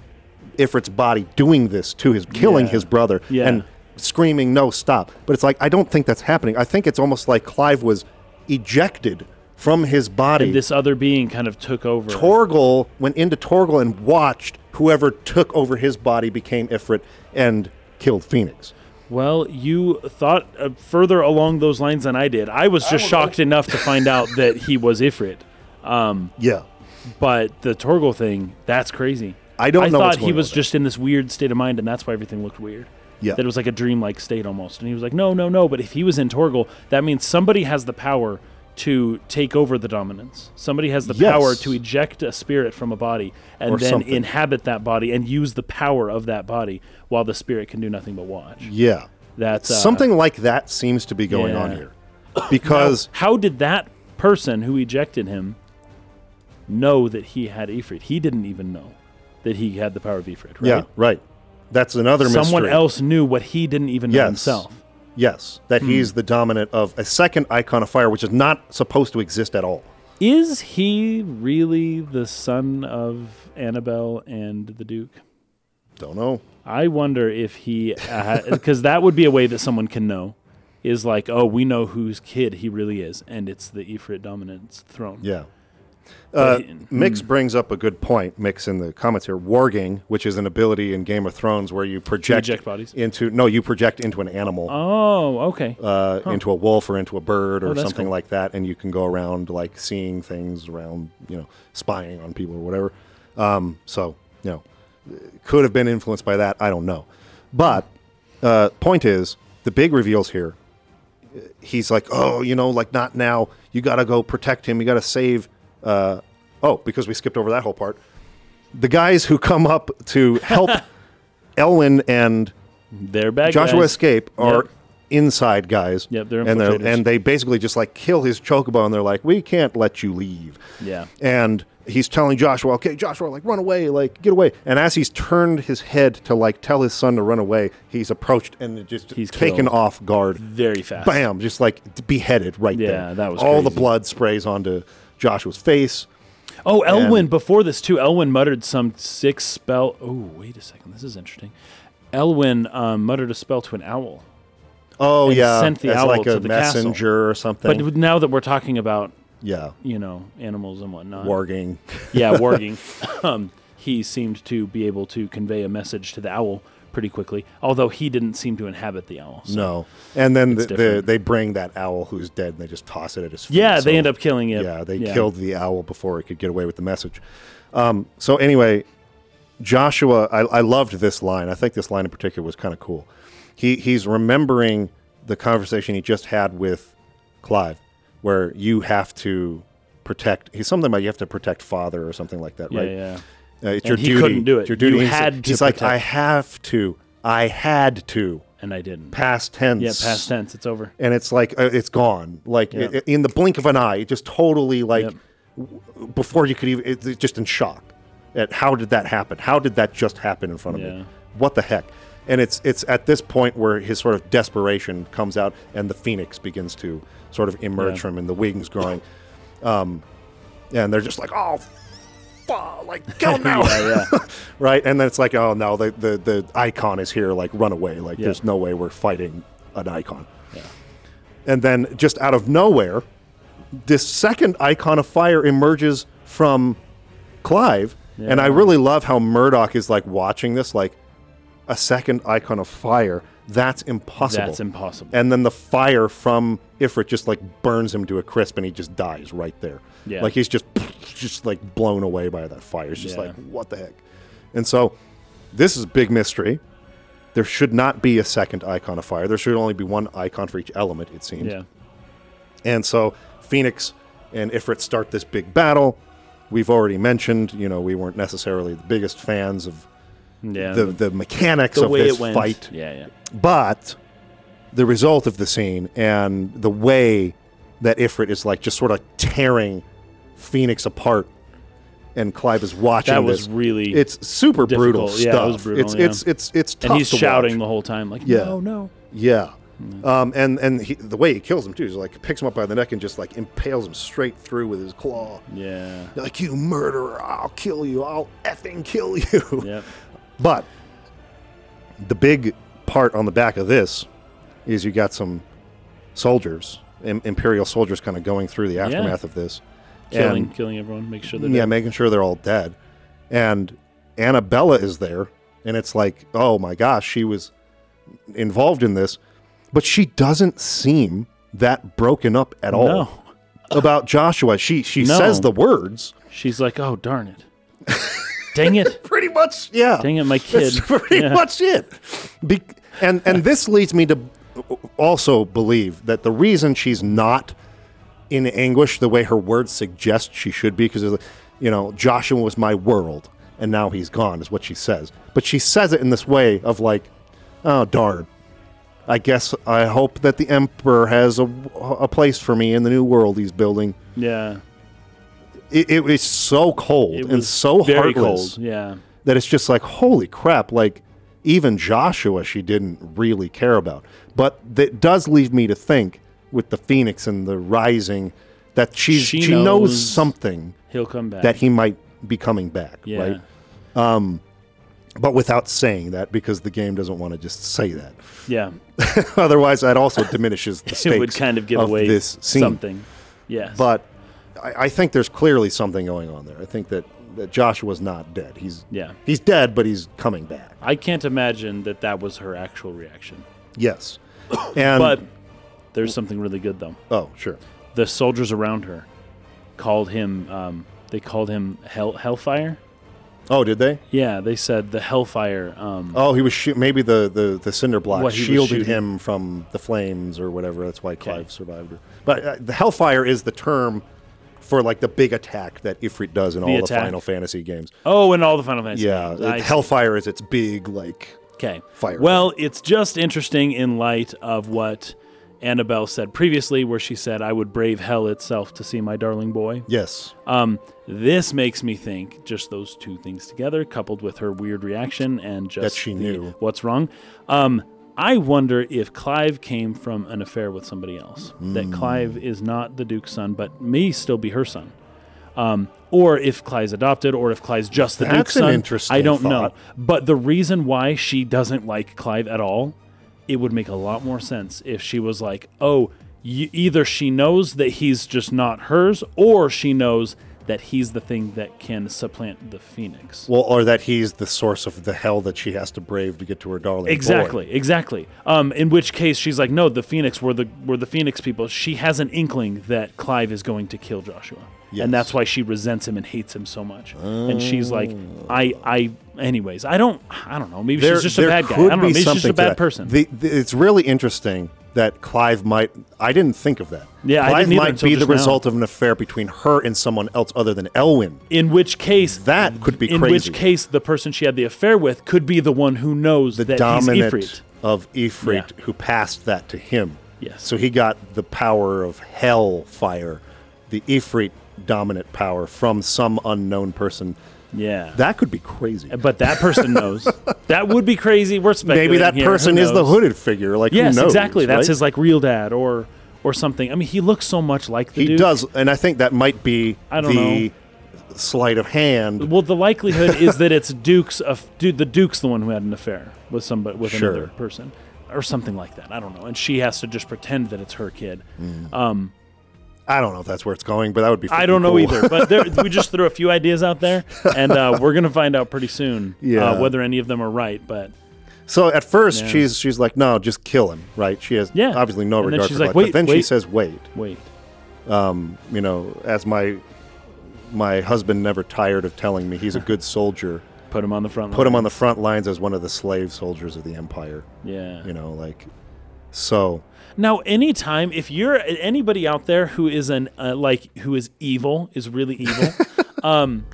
[SPEAKER 1] Ifrit's body doing this to his killing
[SPEAKER 2] Yeah.
[SPEAKER 1] his brother
[SPEAKER 2] Yeah.
[SPEAKER 1] and screaming no stop. But it's like I don't think that's happening. I think it's almost like Clive was ejected from his body
[SPEAKER 2] This other being kind of took over.
[SPEAKER 1] Torgel went into Torgel and watched whoever took over his body became Ifrit and killed Phoenix.
[SPEAKER 2] well, you thought uh, further along those lines than I did. I was just shocked enough to find out that he was Ifrit.
[SPEAKER 1] Yeah.
[SPEAKER 2] But the Torgel thing, that's crazy.
[SPEAKER 1] I don't
[SPEAKER 2] I
[SPEAKER 1] know
[SPEAKER 2] thought
[SPEAKER 1] what's
[SPEAKER 2] he
[SPEAKER 1] going
[SPEAKER 2] was
[SPEAKER 1] on
[SPEAKER 2] just in this weird state of mind, and that's why everything looked weird.
[SPEAKER 1] Yeah.
[SPEAKER 2] That it was like a dreamlike state almost. And he was like, no, no, no. But if he was in Torgel, that means somebody has the power to take over the dominance. Somebody has the
[SPEAKER 1] Yes.
[SPEAKER 2] power to eject a spirit from a body and
[SPEAKER 1] Or
[SPEAKER 2] then
[SPEAKER 1] something.
[SPEAKER 2] inhabit that body and use the power of that body while the spirit can do nothing but watch.
[SPEAKER 1] Yeah.
[SPEAKER 2] That's uh,
[SPEAKER 1] Something like that seems to be going on
[SPEAKER 2] yeah.
[SPEAKER 1] here. Because
[SPEAKER 2] How did that person who ejected him know that he had Ifrit? He didn't even know that he had the power of Ifrit, right?
[SPEAKER 1] yeah, right. That's another
[SPEAKER 2] Someone
[SPEAKER 1] mystery.
[SPEAKER 2] else knew what he didn't even know
[SPEAKER 1] Yes.
[SPEAKER 2] himself.
[SPEAKER 1] Yes, that he's the dominant of a second icon of fire which is not supposed to exist at all.
[SPEAKER 2] Is he really the son of Annabelle and the Duke?
[SPEAKER 1] Don't know.
[SPEAKER 2] I wonder if he, because that would be a way that someone can know, is like, oh, we know whose kid he really is, and it's the Ifrit dominance throne.
[SPEAKER 1] Yeah. Uh,
[SPEAKER 2] But-
[SPEAKER 1] Mix brings up a good point. Mix in the comments here, warging, which is an ability in Game of Thrones where you project
[SPEAKER 2] eject bodies?
[SPEAKER 1] into no, you project into an animal,
[SPEAKER 2] Oh, okay.
[SPEAKER 1] uh, into a wolf or into a bird or
[SPEAKER 2] Oh, that's
[SPEAKER 1] something
[SPEAKER 2] cool.
[SPEAKER 1] like that, and you can go around like seeing things around, you know, spying on people or whatever. Um, so you know, could have been influenced by that. I don't know. But uh, point is, the big reveals here. uh, He's like, oh, you know, like not now. You gotta go protect him. You gotta save. Uh, oh, because we skipped over that whole part. The guys who come up to help Elwin and
[SPEAKER 2] They're bad
[SPEAKER 1] Joshua
[SPEAKER 2] guys.
[SPEAKER 1] Escape are
[SPEAKER 2] Yep.
[SPEAKER 1] inside guys.
[SPEAKER 2] Yep, they're
[SPEAKER 1] and
[SPEAKER 2] infiltrators.
[SPEAKER 1] and they basically just like kill his chocobo, and they're like, we can't let you leave.
[SPEAKER 2] Yeah.
[SPEAKER 1] And he's telling Joshua, okay, Joshua, like run away, like get away. And as he's turned his head to like tell his son to run away, he's approached and just
[SPEAKER 2] He's
[SPEAKER 1] taken
[SPEAKER 2] killed.
[SPEAKER 1] off guard.
[SPEAKER 2] Very fast.
[SPEAKER 1] Bam, just like d- beheaded right
[SPEAKER 2] Yeah,
[SPEAKER 1] there.
[SPEAKER 2] that was
[SPEAKER 1] all the
[SPEAKER 2] crazy.
[SPEAKER 1] blood sprays onto Joshua's face.
[SPEAKER 2] Oh, Elwin.
[SPEAKER 1] And-
[SPEAKER 2] before this too, Elwin muttered some sick spell. Oh, wait a second. This is interesting. Elwin um, muttered a spell to an owl.
[SPEAKER 1] Oh
[SPEAKER 2] And
[SPEAKER 1] yeah,
[SPEAKER 2] sent the
[SPEAKER 1] as
[SPEAKER 2] owl
[SPEAKER 1] like
[SPEAKER 2] to
[SPEAKER 1] a
[SPEAKER 2] the castle.
[SPEAKER 1] messenger or something.
[SPEAKER 2] But now that we're talking about
[SPEAKER 1] yeah,
[SPEAKER 2] you know animals and whatnot,
[SPEAKER 1] warging.
[SPEAKER 2] yeah, warging, um, he seemed to be able to convey a message to the owl pretty quickly. Although he didn't seem to inhabit the owl. So.
[SPEAKER 1] No, and then the, the,
[SPEAKER 2] different.
[SPEAKER 1] they bring that owl who's dead, and they just toss it at his feet.
[SPEAKER 2] Yeah,
[SPEAKER 1] so-
[SPEAKER 2] they end up killing it.
[SPEAKER 1] Yeah, they killed the owl before it could get away with the message. Um, so anyway, Joshua, I, I loved this line. I think this line in particular was kind of cool. He he's remembering the conversation he just had with Clive, where you have to protect. He's something about you have to protect father or something like that,
[SPEAKER 2] Yeah,
[SPEAKER 1] right?
[SPEAKER 2] yeah.
[SPEAKER 1] Uh, it's
[SPEAKER 2] And
[SPEAKER 1] your
[SPEAKER 2] he
[SPEAKER 1] duty.
[SPEAKER 2] couldn't do it.
[SPEAKER 1] It's your duty.
[SPEAKER 2] You
[SPEAKER 1] He's-
[SPEAKER 2] had to
[SPEAKER 1] he's like,
[SPEAKER 2] protect.
[SPEAKER 1] I have to. I had to.
[SPEAKER 2] and I didn't.
[SPEAKER 1] Past tense.
[SPEAKER 2] Yeah, past tense. It's over.
[SPEAKER 1] and it's like uh, it's gone like i
[SPEAKER 2] Yeah.
[SPEAKER 1] i- in the blink of an eye it just totally like
[SPEAKER 2] Yep.
[SPEAKER 1] w- before you could even it, it's just in shock at how did that happen how did that just happen in front of
[SPEAKER 2] Yeah.
[SPEAKER 1] me what the heck and it's it's at this point where his sort of desperation comes out and the phoenix begins to sort of emerge
[SPEAKER 2] Yeah.
[SPEAKER 1] from him and the wings growing um and they're just like oh fuck, like kill him now
[SPEAKER 2] Yeah, yeah.
[SPEAKER 1] right? And then it's like, oh no, the the, the icon is here. Like, run away! Like,
[SPEAKER 2] Yeah.
[SPEAKER 1] there's no way we're fighting an icon. And then, just out of nowhere, this second icon of fire emerges from Clive, and I really love how Murdoch is like watching this, like a second icon of fire. That's impossible.
[SPEAKER 2] That's impossible.
[SPEAKER 1] And then the fire from Ifrit just like burns him to a crisp, and he just dies right there.
[SPEAKER 2] Yeah.
[SPEAKER 1] Like he's just just like blown away by that fire. It's just
[SPEAKER 2] Yeah.
[SPEAKER 1] like what the heck. And so this is a big mystery. There should not be a second icon of fire. There should only be one icon for each element, it seems.
[SPEAKER 2] Yeah.
[SPEAKER 1] And so Phoenix and Ifrit start this big battle. We've already mentioned, you know, we weren't necessarily the biggest fans of
[SPEAKER 2] Yeah.
[SPEAKER 1] the, the mechanics
[SPEAKER 2] the
[SPEAKER 1] of
[SPEAKER 2] way
[SPEAKER 1] this
[SPEAKER 2] it went.
[SPEAKER 1] fight
[SPEAKER 2] Yeah, yeah.
[SPEAKER 1] but the result of the scene and the way that Ifrit is like just sort of tearing Phoenix apart, and Clive is watching.
[SPEAKER 2] That was
[SPEAKER 1] this,
[SPEAKER 2] really
[SPEAKER 1] It's super brutal
[SPEAKER 2] difficult.
[SPEAKER 1] stuff.
[SPEAKER 2] Yeah, it was brutal,
[SPEAKER 1] It's
[SPEAKER 2] yeah.
[SPEAKER 1] it's it's it's tough
[SPEAKER 2] and he's
[SPEAKER 1] to watch.
[SPEAKER 2] shouting the whole time like
[SPEAKER 1] Yeah.
[SPEAKER 2] no no
[SPEAKER 1] Yeah. Um, and and he, the way he kills him too is like picks him up by the neck and just like impales him straight through with his claw.
[SPEAKER 2] yeah
[SPEAKER 1] Like you murderer, I'll kill you. I'll effing kill you.
[SPEAKER 2] yep
[SPEAKER 1] But the big part on the back of this is you got some soldiers, im- Imperial soldiers, kind of going through the aftermath of this,
[SPEAKER 2] killing
[SPEAKER 1] and
[SPEAKER 2] killing everyone make sure they're
[SPEAKER 1] yeah,
[SPEAKER 2] yeah
[SPEAKER 1] making sure they're all dead. And Annabella is there, and it's like, oh my gosh, she was involved in this, but she doesn't seem that broken up at all
[SPEAKER 2] no
[SPEAKER 1] about Joshua. She she
[SPEAKER 2] No.
[SPEAKER 1] says the words
[SPEAKER 2] she's like oh darn it dang it
[SPEAKER 1] pretty much, yeah.
[SPEAKER 2] dang it my kid
[SPEAKER 1] That's pretty
[SPEAKER 2] Yeah.
[SPEAKER 1] much it. Be- and and this leads me to also believe that the reason she's not in anguish the way her words suggest she should be, because you know Joshua was my world, and now he's gone, is what she says. But she says it in this way of like, oh darn. I guess I hope that the emperor has a, a place for me in the new world he's building.
[SPEAKER 2] yeah
[SPEAKER 1] It, it is so cold
[SPEAKER 2] it
[SPEAKER 1] and
[SPEAKER 2] was
[SPEAKER 1] so
[SPEAKER 2] very
[SPEAKER 1] heartless
[SPEAKER 2] cold yeah
[SPEAKER 1] that it's just like holy crap like even joshua she didn't really care about but that does leave me to think with the phoenix and the rising that she's, she,
[SPEAKER 2] She
[SPEAKER 1] knows,
[SPEAKER 2] knows
[SPEAKER 1] something
[SPEAKER 2] he'll come back
[SPEAKER 1] that he might be coming back
[SPEAKER 2] yeah
[SPEAKER 1] right but without saying that because the game doesn't want to just say that
[SPEAKER 2] yeah
[SPEAKER 1] otherwise that also diminishes the stakes
[SPEAKER 2] it would kind of give away
[SPEAKER 1] this scene
[SPEAKER 2] something yes
[SPEAKER 1] but I, I think there's clearly something going on there i think that, that joshua's not dead he's
[SPEAKER 2] Yeah.
[SPEAKER 1] he's dead but he's coming back
[SPEAKER 2] I can't imagine that that was her actual reaction
[SPEAKER 1] yes and
[SPEAKER 2] but there's something really good though
[SPEAKER 1] Oh, sure.
[SPEAKER 2] the soldiers around her called him um, they called him hell hellfire
[SPEAKER 1] Oh, did they?
[SPEAKER 2] Yeah, they said the Hellfire. Um,
[SPEAKER 1] Oh, he was shoot. Maybe the the, the cinder block
[SPEAKER 2] What he was
[SPEAKER 1] shielded
[SPEAKER 2] shooting.
[SPEAKER 1] him from the flames or whatever. That's why Clive survived. Her. But uh, the Hellfire is the term for like the big attack that Ifrit does in all the
[SPEAKER 2] attack.
[SPEAKER 1] Final Fantasy games.
[SPEAKER 2] oh, and all the Final Fantasy.
[SPEAKER 1] Yeah,
[SPEAKER 2] games.
[SPEAKER 1] it-
[SPEAKER 2] I see. Uh,
[SPEAKER 1] Hellfire is its big like.
[SPEAKER 2] Okay.
[SPEAKER 1] Fire.
[SPEAKER 2] Well, it's just interesting in light of what Annabelle said previously, where she said, I would brave hell itself to see my darling boy.
[SPEAKER 1] Yes,
[SPEAKER 2] Um, this makes me think just those two things together, coupled with her weird reaction and just
[SPEAKER 1] she
[SPEAKER 2] the
[SPEAKER 1] knew.
[SPEAKER 2] what's wrong. Um, I wonder if Clive came from an affair with somebody else.
[SPEAKER 1] Hmm.
[SPEAKER 2] That Clive is not the Duke's son, but may still be her son. Um, or if Clive's adopted, or if Clive's just the
[SPEAKER 1] That's
[SPEAKER 2] Duke's
[SPEAKER 1] an
[SPEAKER 2] son.
[SPEAKER 1] interesting
[SPEAKER 2] I don't
[SPEAKER 1] thought.
[SPEAKER 2] know. But the reason why she doesn't like Clive at all, it would make a lot more sense if she was like, oh, you, either she knows that he's just not hers, or she knows that he's the thing that can supplant the Phoenix.
[SPEAKER 1] well, or that he's the source of the hell that she has to brave to get to her darling. boy.
[SPEAKER 2] Exactly, exactly. Um, in which case, she's like, no, the Phoenix were the were the Phoenix people. She has an inkling that Clive is going to kill Joshua,
[SPEAKER 1] Yes.
[SPEAKER 2] and that's why she resents him and hates him so much. And she's like,
[SPEAKER 1] Oh.
[SPEAKER 2] I, I. Anyways, I don't, I don't know. Maybe she's just a bad guy. I
[SPEAKER 1] could
[SPEAKER 2] don't know.
[SPEAKER 1] be
[SPEAKER 2] Maybe she's just
[SPEAKER 1] something
[SPEAKER 2] a
[SPEAKER 1] to
[SPEAKER 2] bad
[SPEAKER 1] that.
[SPEAKER 2] person.
[SPEAKER 1] The, the- it's really interesting that Clive might. I didn't think of that.
[SPEAKER 2] Yeah, I
[SPEAKER 1] Clive
[SPEAKER 2] didn't either
[SPEAKER 1] might
[SPEAKER 2] until
[SPEAKER 1] be the
[SPEAKER 2] just now.
[SPEAKER 1] result of an affair between her and someone else other than Elwyn.
[SPEAKER 2] in which case,
[SPEAKER 1] That could be
[SPEAKER 2] in
[SPEAKER 1] crazy.
[SPEAKER 2] which case, the person she had the affair with could be the one who knows
[SPEAKER 1] the
[SPEAKER 2] that
[SPEAKER 1] dominant
[SPEAKER 2] he's Ifrit.
[SPEAKER 1] of Ifrit, who passed that to him.
[SPEAKER 2] Yes.
[SPEAKER 1] So he got the power of hell fire, the Ifrit dominant power from some unknown person.
[SPEAKER 2] Yeah,
[SPEAKER 1] That could be crazy.
[SPEAKER 2] but that person knows. that would be crazy. We're speculating.
[SPEAKER 1] Maybe that
[SPEAKER 2] here. Who
[SPEAKER 1] person is the
[SPEAKER 2] knows?
[SPEAKER 1] hooded figure. Like
[SPEAKER 2] Yes,
[SPEAKER 1] who knows,
[SPEAKER 2] exactly. That's
[SPEAKER 1] right?
[SPEAKER 2] his like real dad or or something. I mean, he looks so much like the
[SPEAKER 1] He
[SPEAKER 2] Duke.
[SPEAKER 1] does, and I think that might be
[SPEAKER 2] I don't
[SPEAKER 1] the sleight of hand.
[SPEAKER 2] Well, the likelihood is that it's Duke's of dude. The Duke's the one who had an affair with somebody with
[SPEAKER 1] Sure.
[SPEAKER 2] another person or something like that. I don't know. And she has to just pretend that it's her kid.
[SPEAKER 1] I don't know if that's where it's going, but that would be.
[SPEAKER 2] I
[SPEAKER 1] freaking
[SPEAKER 2] don't know
[SPEAKER 1] cool.
[SPEAKER 2] either. But there, we just threw a few ideas out there, and uh, we're gonna find out pretty soon
[SPEAKER 1] Yeah.
[SPEAKER 2] uh, whether any of them are right. But
[SPEAKER 1] So at first she's she's like, no, just kill him, right? She has
[SPEAKER 2] Yeah.
[SPEAKER 1] obviously no
[SPEAKER 2] And then
[SPEAKER 1] regard
[SPEAKER 2] she's
[SPEAKER 1] for
[SPEAKER 2] like,
[SPEAKER 1] life.
[SPEAKER 2] "Wait,
[SPEAKER 1] but then she
[SPEAKER 2] wait."
[SPEAKER 1] says, wait.
[SPEAKER 2] wait,
[SPEAKER 1] you know, as my my husband never tired of telling me he's a good soldier.
[SPEAKER 2] put him on the front.
[SPEAKER 1] Put him on the front lines as one of the slave soldiers of the empire.
[SPEAKER 2] Yeah.
[SPEAKER 1] You know, like so.
[SPEAKER 2] Now, anytime if you're anybody out there who is an uh, like who is evil is really evil, um,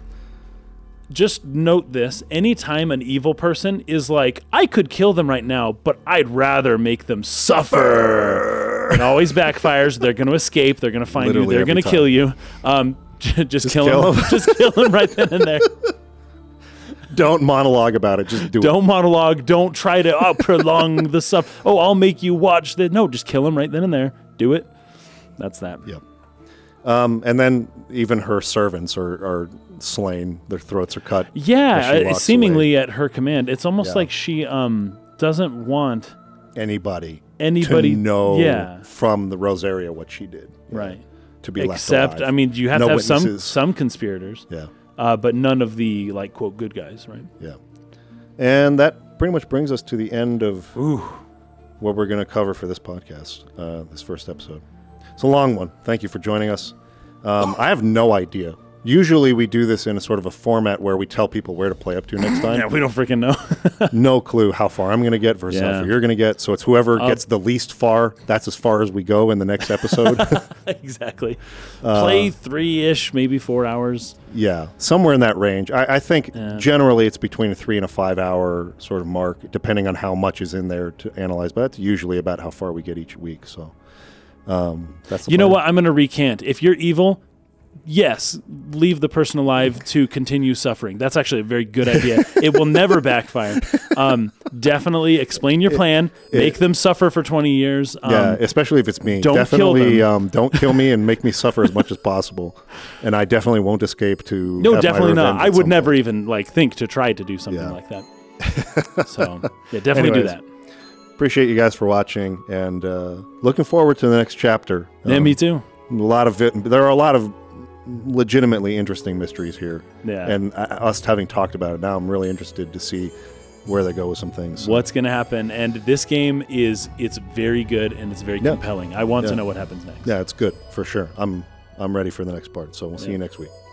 [SPEAKER 2] just note this: anytime an evil person is like, I could kill them right now, but I'd rather make them suffer. It always backfires. They're going to escape. They're going to find
[SPEAKER 1] Literally
[SPEAKER 2] you. They're
[SPEAKER 1] every
[SPEAKER 2] going to
[SPEAKER 1] time.
[SPEAKER 2] kill you. Um, just, kill,
[SPEAKER 1] kill
[SPEAKER 2] them.
[SPEAKER 1] 'em.
[SPEAKER 2] just kill them right then and there.
[SPEAKER 1] Don't monologue about it. Just do it.
[SPEAKER 2] Don't monologue. Don't try to oh, prolong the stuff. Oh, I'll make you watch that. No, just kill him right then and there. Do it. That's that.
[SPEAKER 1] Yep. Um, and then even her servants are, are slain. Their throats are cut.
[SPEAKER 2] Yeah,
[SPEAKER 1] as she
[SPEAKER 2] uh,
[SPEAKER 1] walks
[SPEAKER 2] seemingly at her command. It's almost
[SPEAKER 1] Yeah.
[SPEAKER 2] like she um doesn't want
[SPEAKER 1] Anybody.
[SPEAKER 2] Anybody-
[SPEAKER 1] to know
[SPEAKER 2] yeah.
[SPEAKER 1] from the Rosaria what she did. you know,
[SPEAKER 2] right.
[SPEAKER 1] To be left
[SPEAKER 2] Except,
[SPEAKER 1] alive.
[SPEAKER 2] I mean, you have
[SPEAKER 1] No
[SPEAKER 2] to have some
[SPEAKER 1] witnesses.
[SPEAKER 2] some conspirators,
[SPEAKER 1] Yeah.
[SPEAKER 2] uh, but none of the like quote good guys, right?
[SPEAKER 1] Yeah. And that pretty much brings us to the end of what we're going to cover for this podcast, uh, this first episode. It's a long one. Thank you for joining us. Um, I have no idea. Usually we do this in a sort of a format where we tell people where to play up to next
[SPEAKER 2] Yeah,
[SPEAKER 1] time.
[SPEAKER 2] we don't freaking know.
[SPEAKER 1] no clue how far I'm going to get versus how
[SPEAKER 2] Yeah. Oh.
[SPEAKER 1] far you're going to get. So it's whoever gets the least far, that's as far as we go in the next episode.
[SPEAKER 2] exactly.
[SPEAKER 1] Uh,
[SPEAKER 2] Play three ish, maybe four hours.
[SPEAKER 1] Yeah, somewhere in that range. I, I think generally it's between a three and a five hour sort of mark, depending on how much is in there to analyze. But that's usually about how far we get each week. So um, that's the
[SPEAKER 2] You know
[SPEAKER 1] plan.
[SPEAKER 2] what? I'm going to recant. If you're evil, yes, leave the person alive to continue suffering. That's actually a very good idea. it will never backfire. Um, definitely explain your plan. make them suffer for 20 years. Um,
[SPEAKER 1] Yeah, especially if it's me.
[SPEAKER 2] don't kill
[SPEAKER 1] definitely
[SPEAKER 2] them.
[SPEAKER 1] Um, don't kill me and make me suffer as much as possible. And I definitely won't escape to.
[SPEAKER 2] No,
[SPEAKER 1] have my
[SPEAKER 2] definitely not.
[SPEAKER 1] revenge at
[SPEAKER 2] I would
[SPEAKER 1] some
[SPEAKER 2] never
[SPEAKER 1] point.
[SPEAKER 2] even like think to try to do something
[SPEAKER 1] Yeah.
[SPEAKER 2] like that. So yeah, definitely
[SPEAKER 1] Anyways,
[SPEAKER 2] do that.
[SPEAKER 1] Appreciate you guys for watching, and uh, looking forward to the next chapter.
[SPEAKER 2] yeah,
[SPEAKER 1] Um,
[SPEAKER 2] me too.
[SPEAKER 1] a lot of it, there are a lot of legitimately interesting mysteries here.
[SPEAKER 2] Yeah.
[SPEAKER 1] And uh, us having talked about it now, I'm really interested to see where they go with some things.
[SPEAKER 2] What's gonna happen? And this game is it's very good and it's very
[SPEAKER 1] Yeah.
[SPEAKER 2] compelling. I want
[SPEAKER 1] Yeah.
[SPEAKER 2] to know what happens next.
[SPEAKER 1] Yeah, it's good for sure. I'm I'm ready for the next part. So we'll see you next week.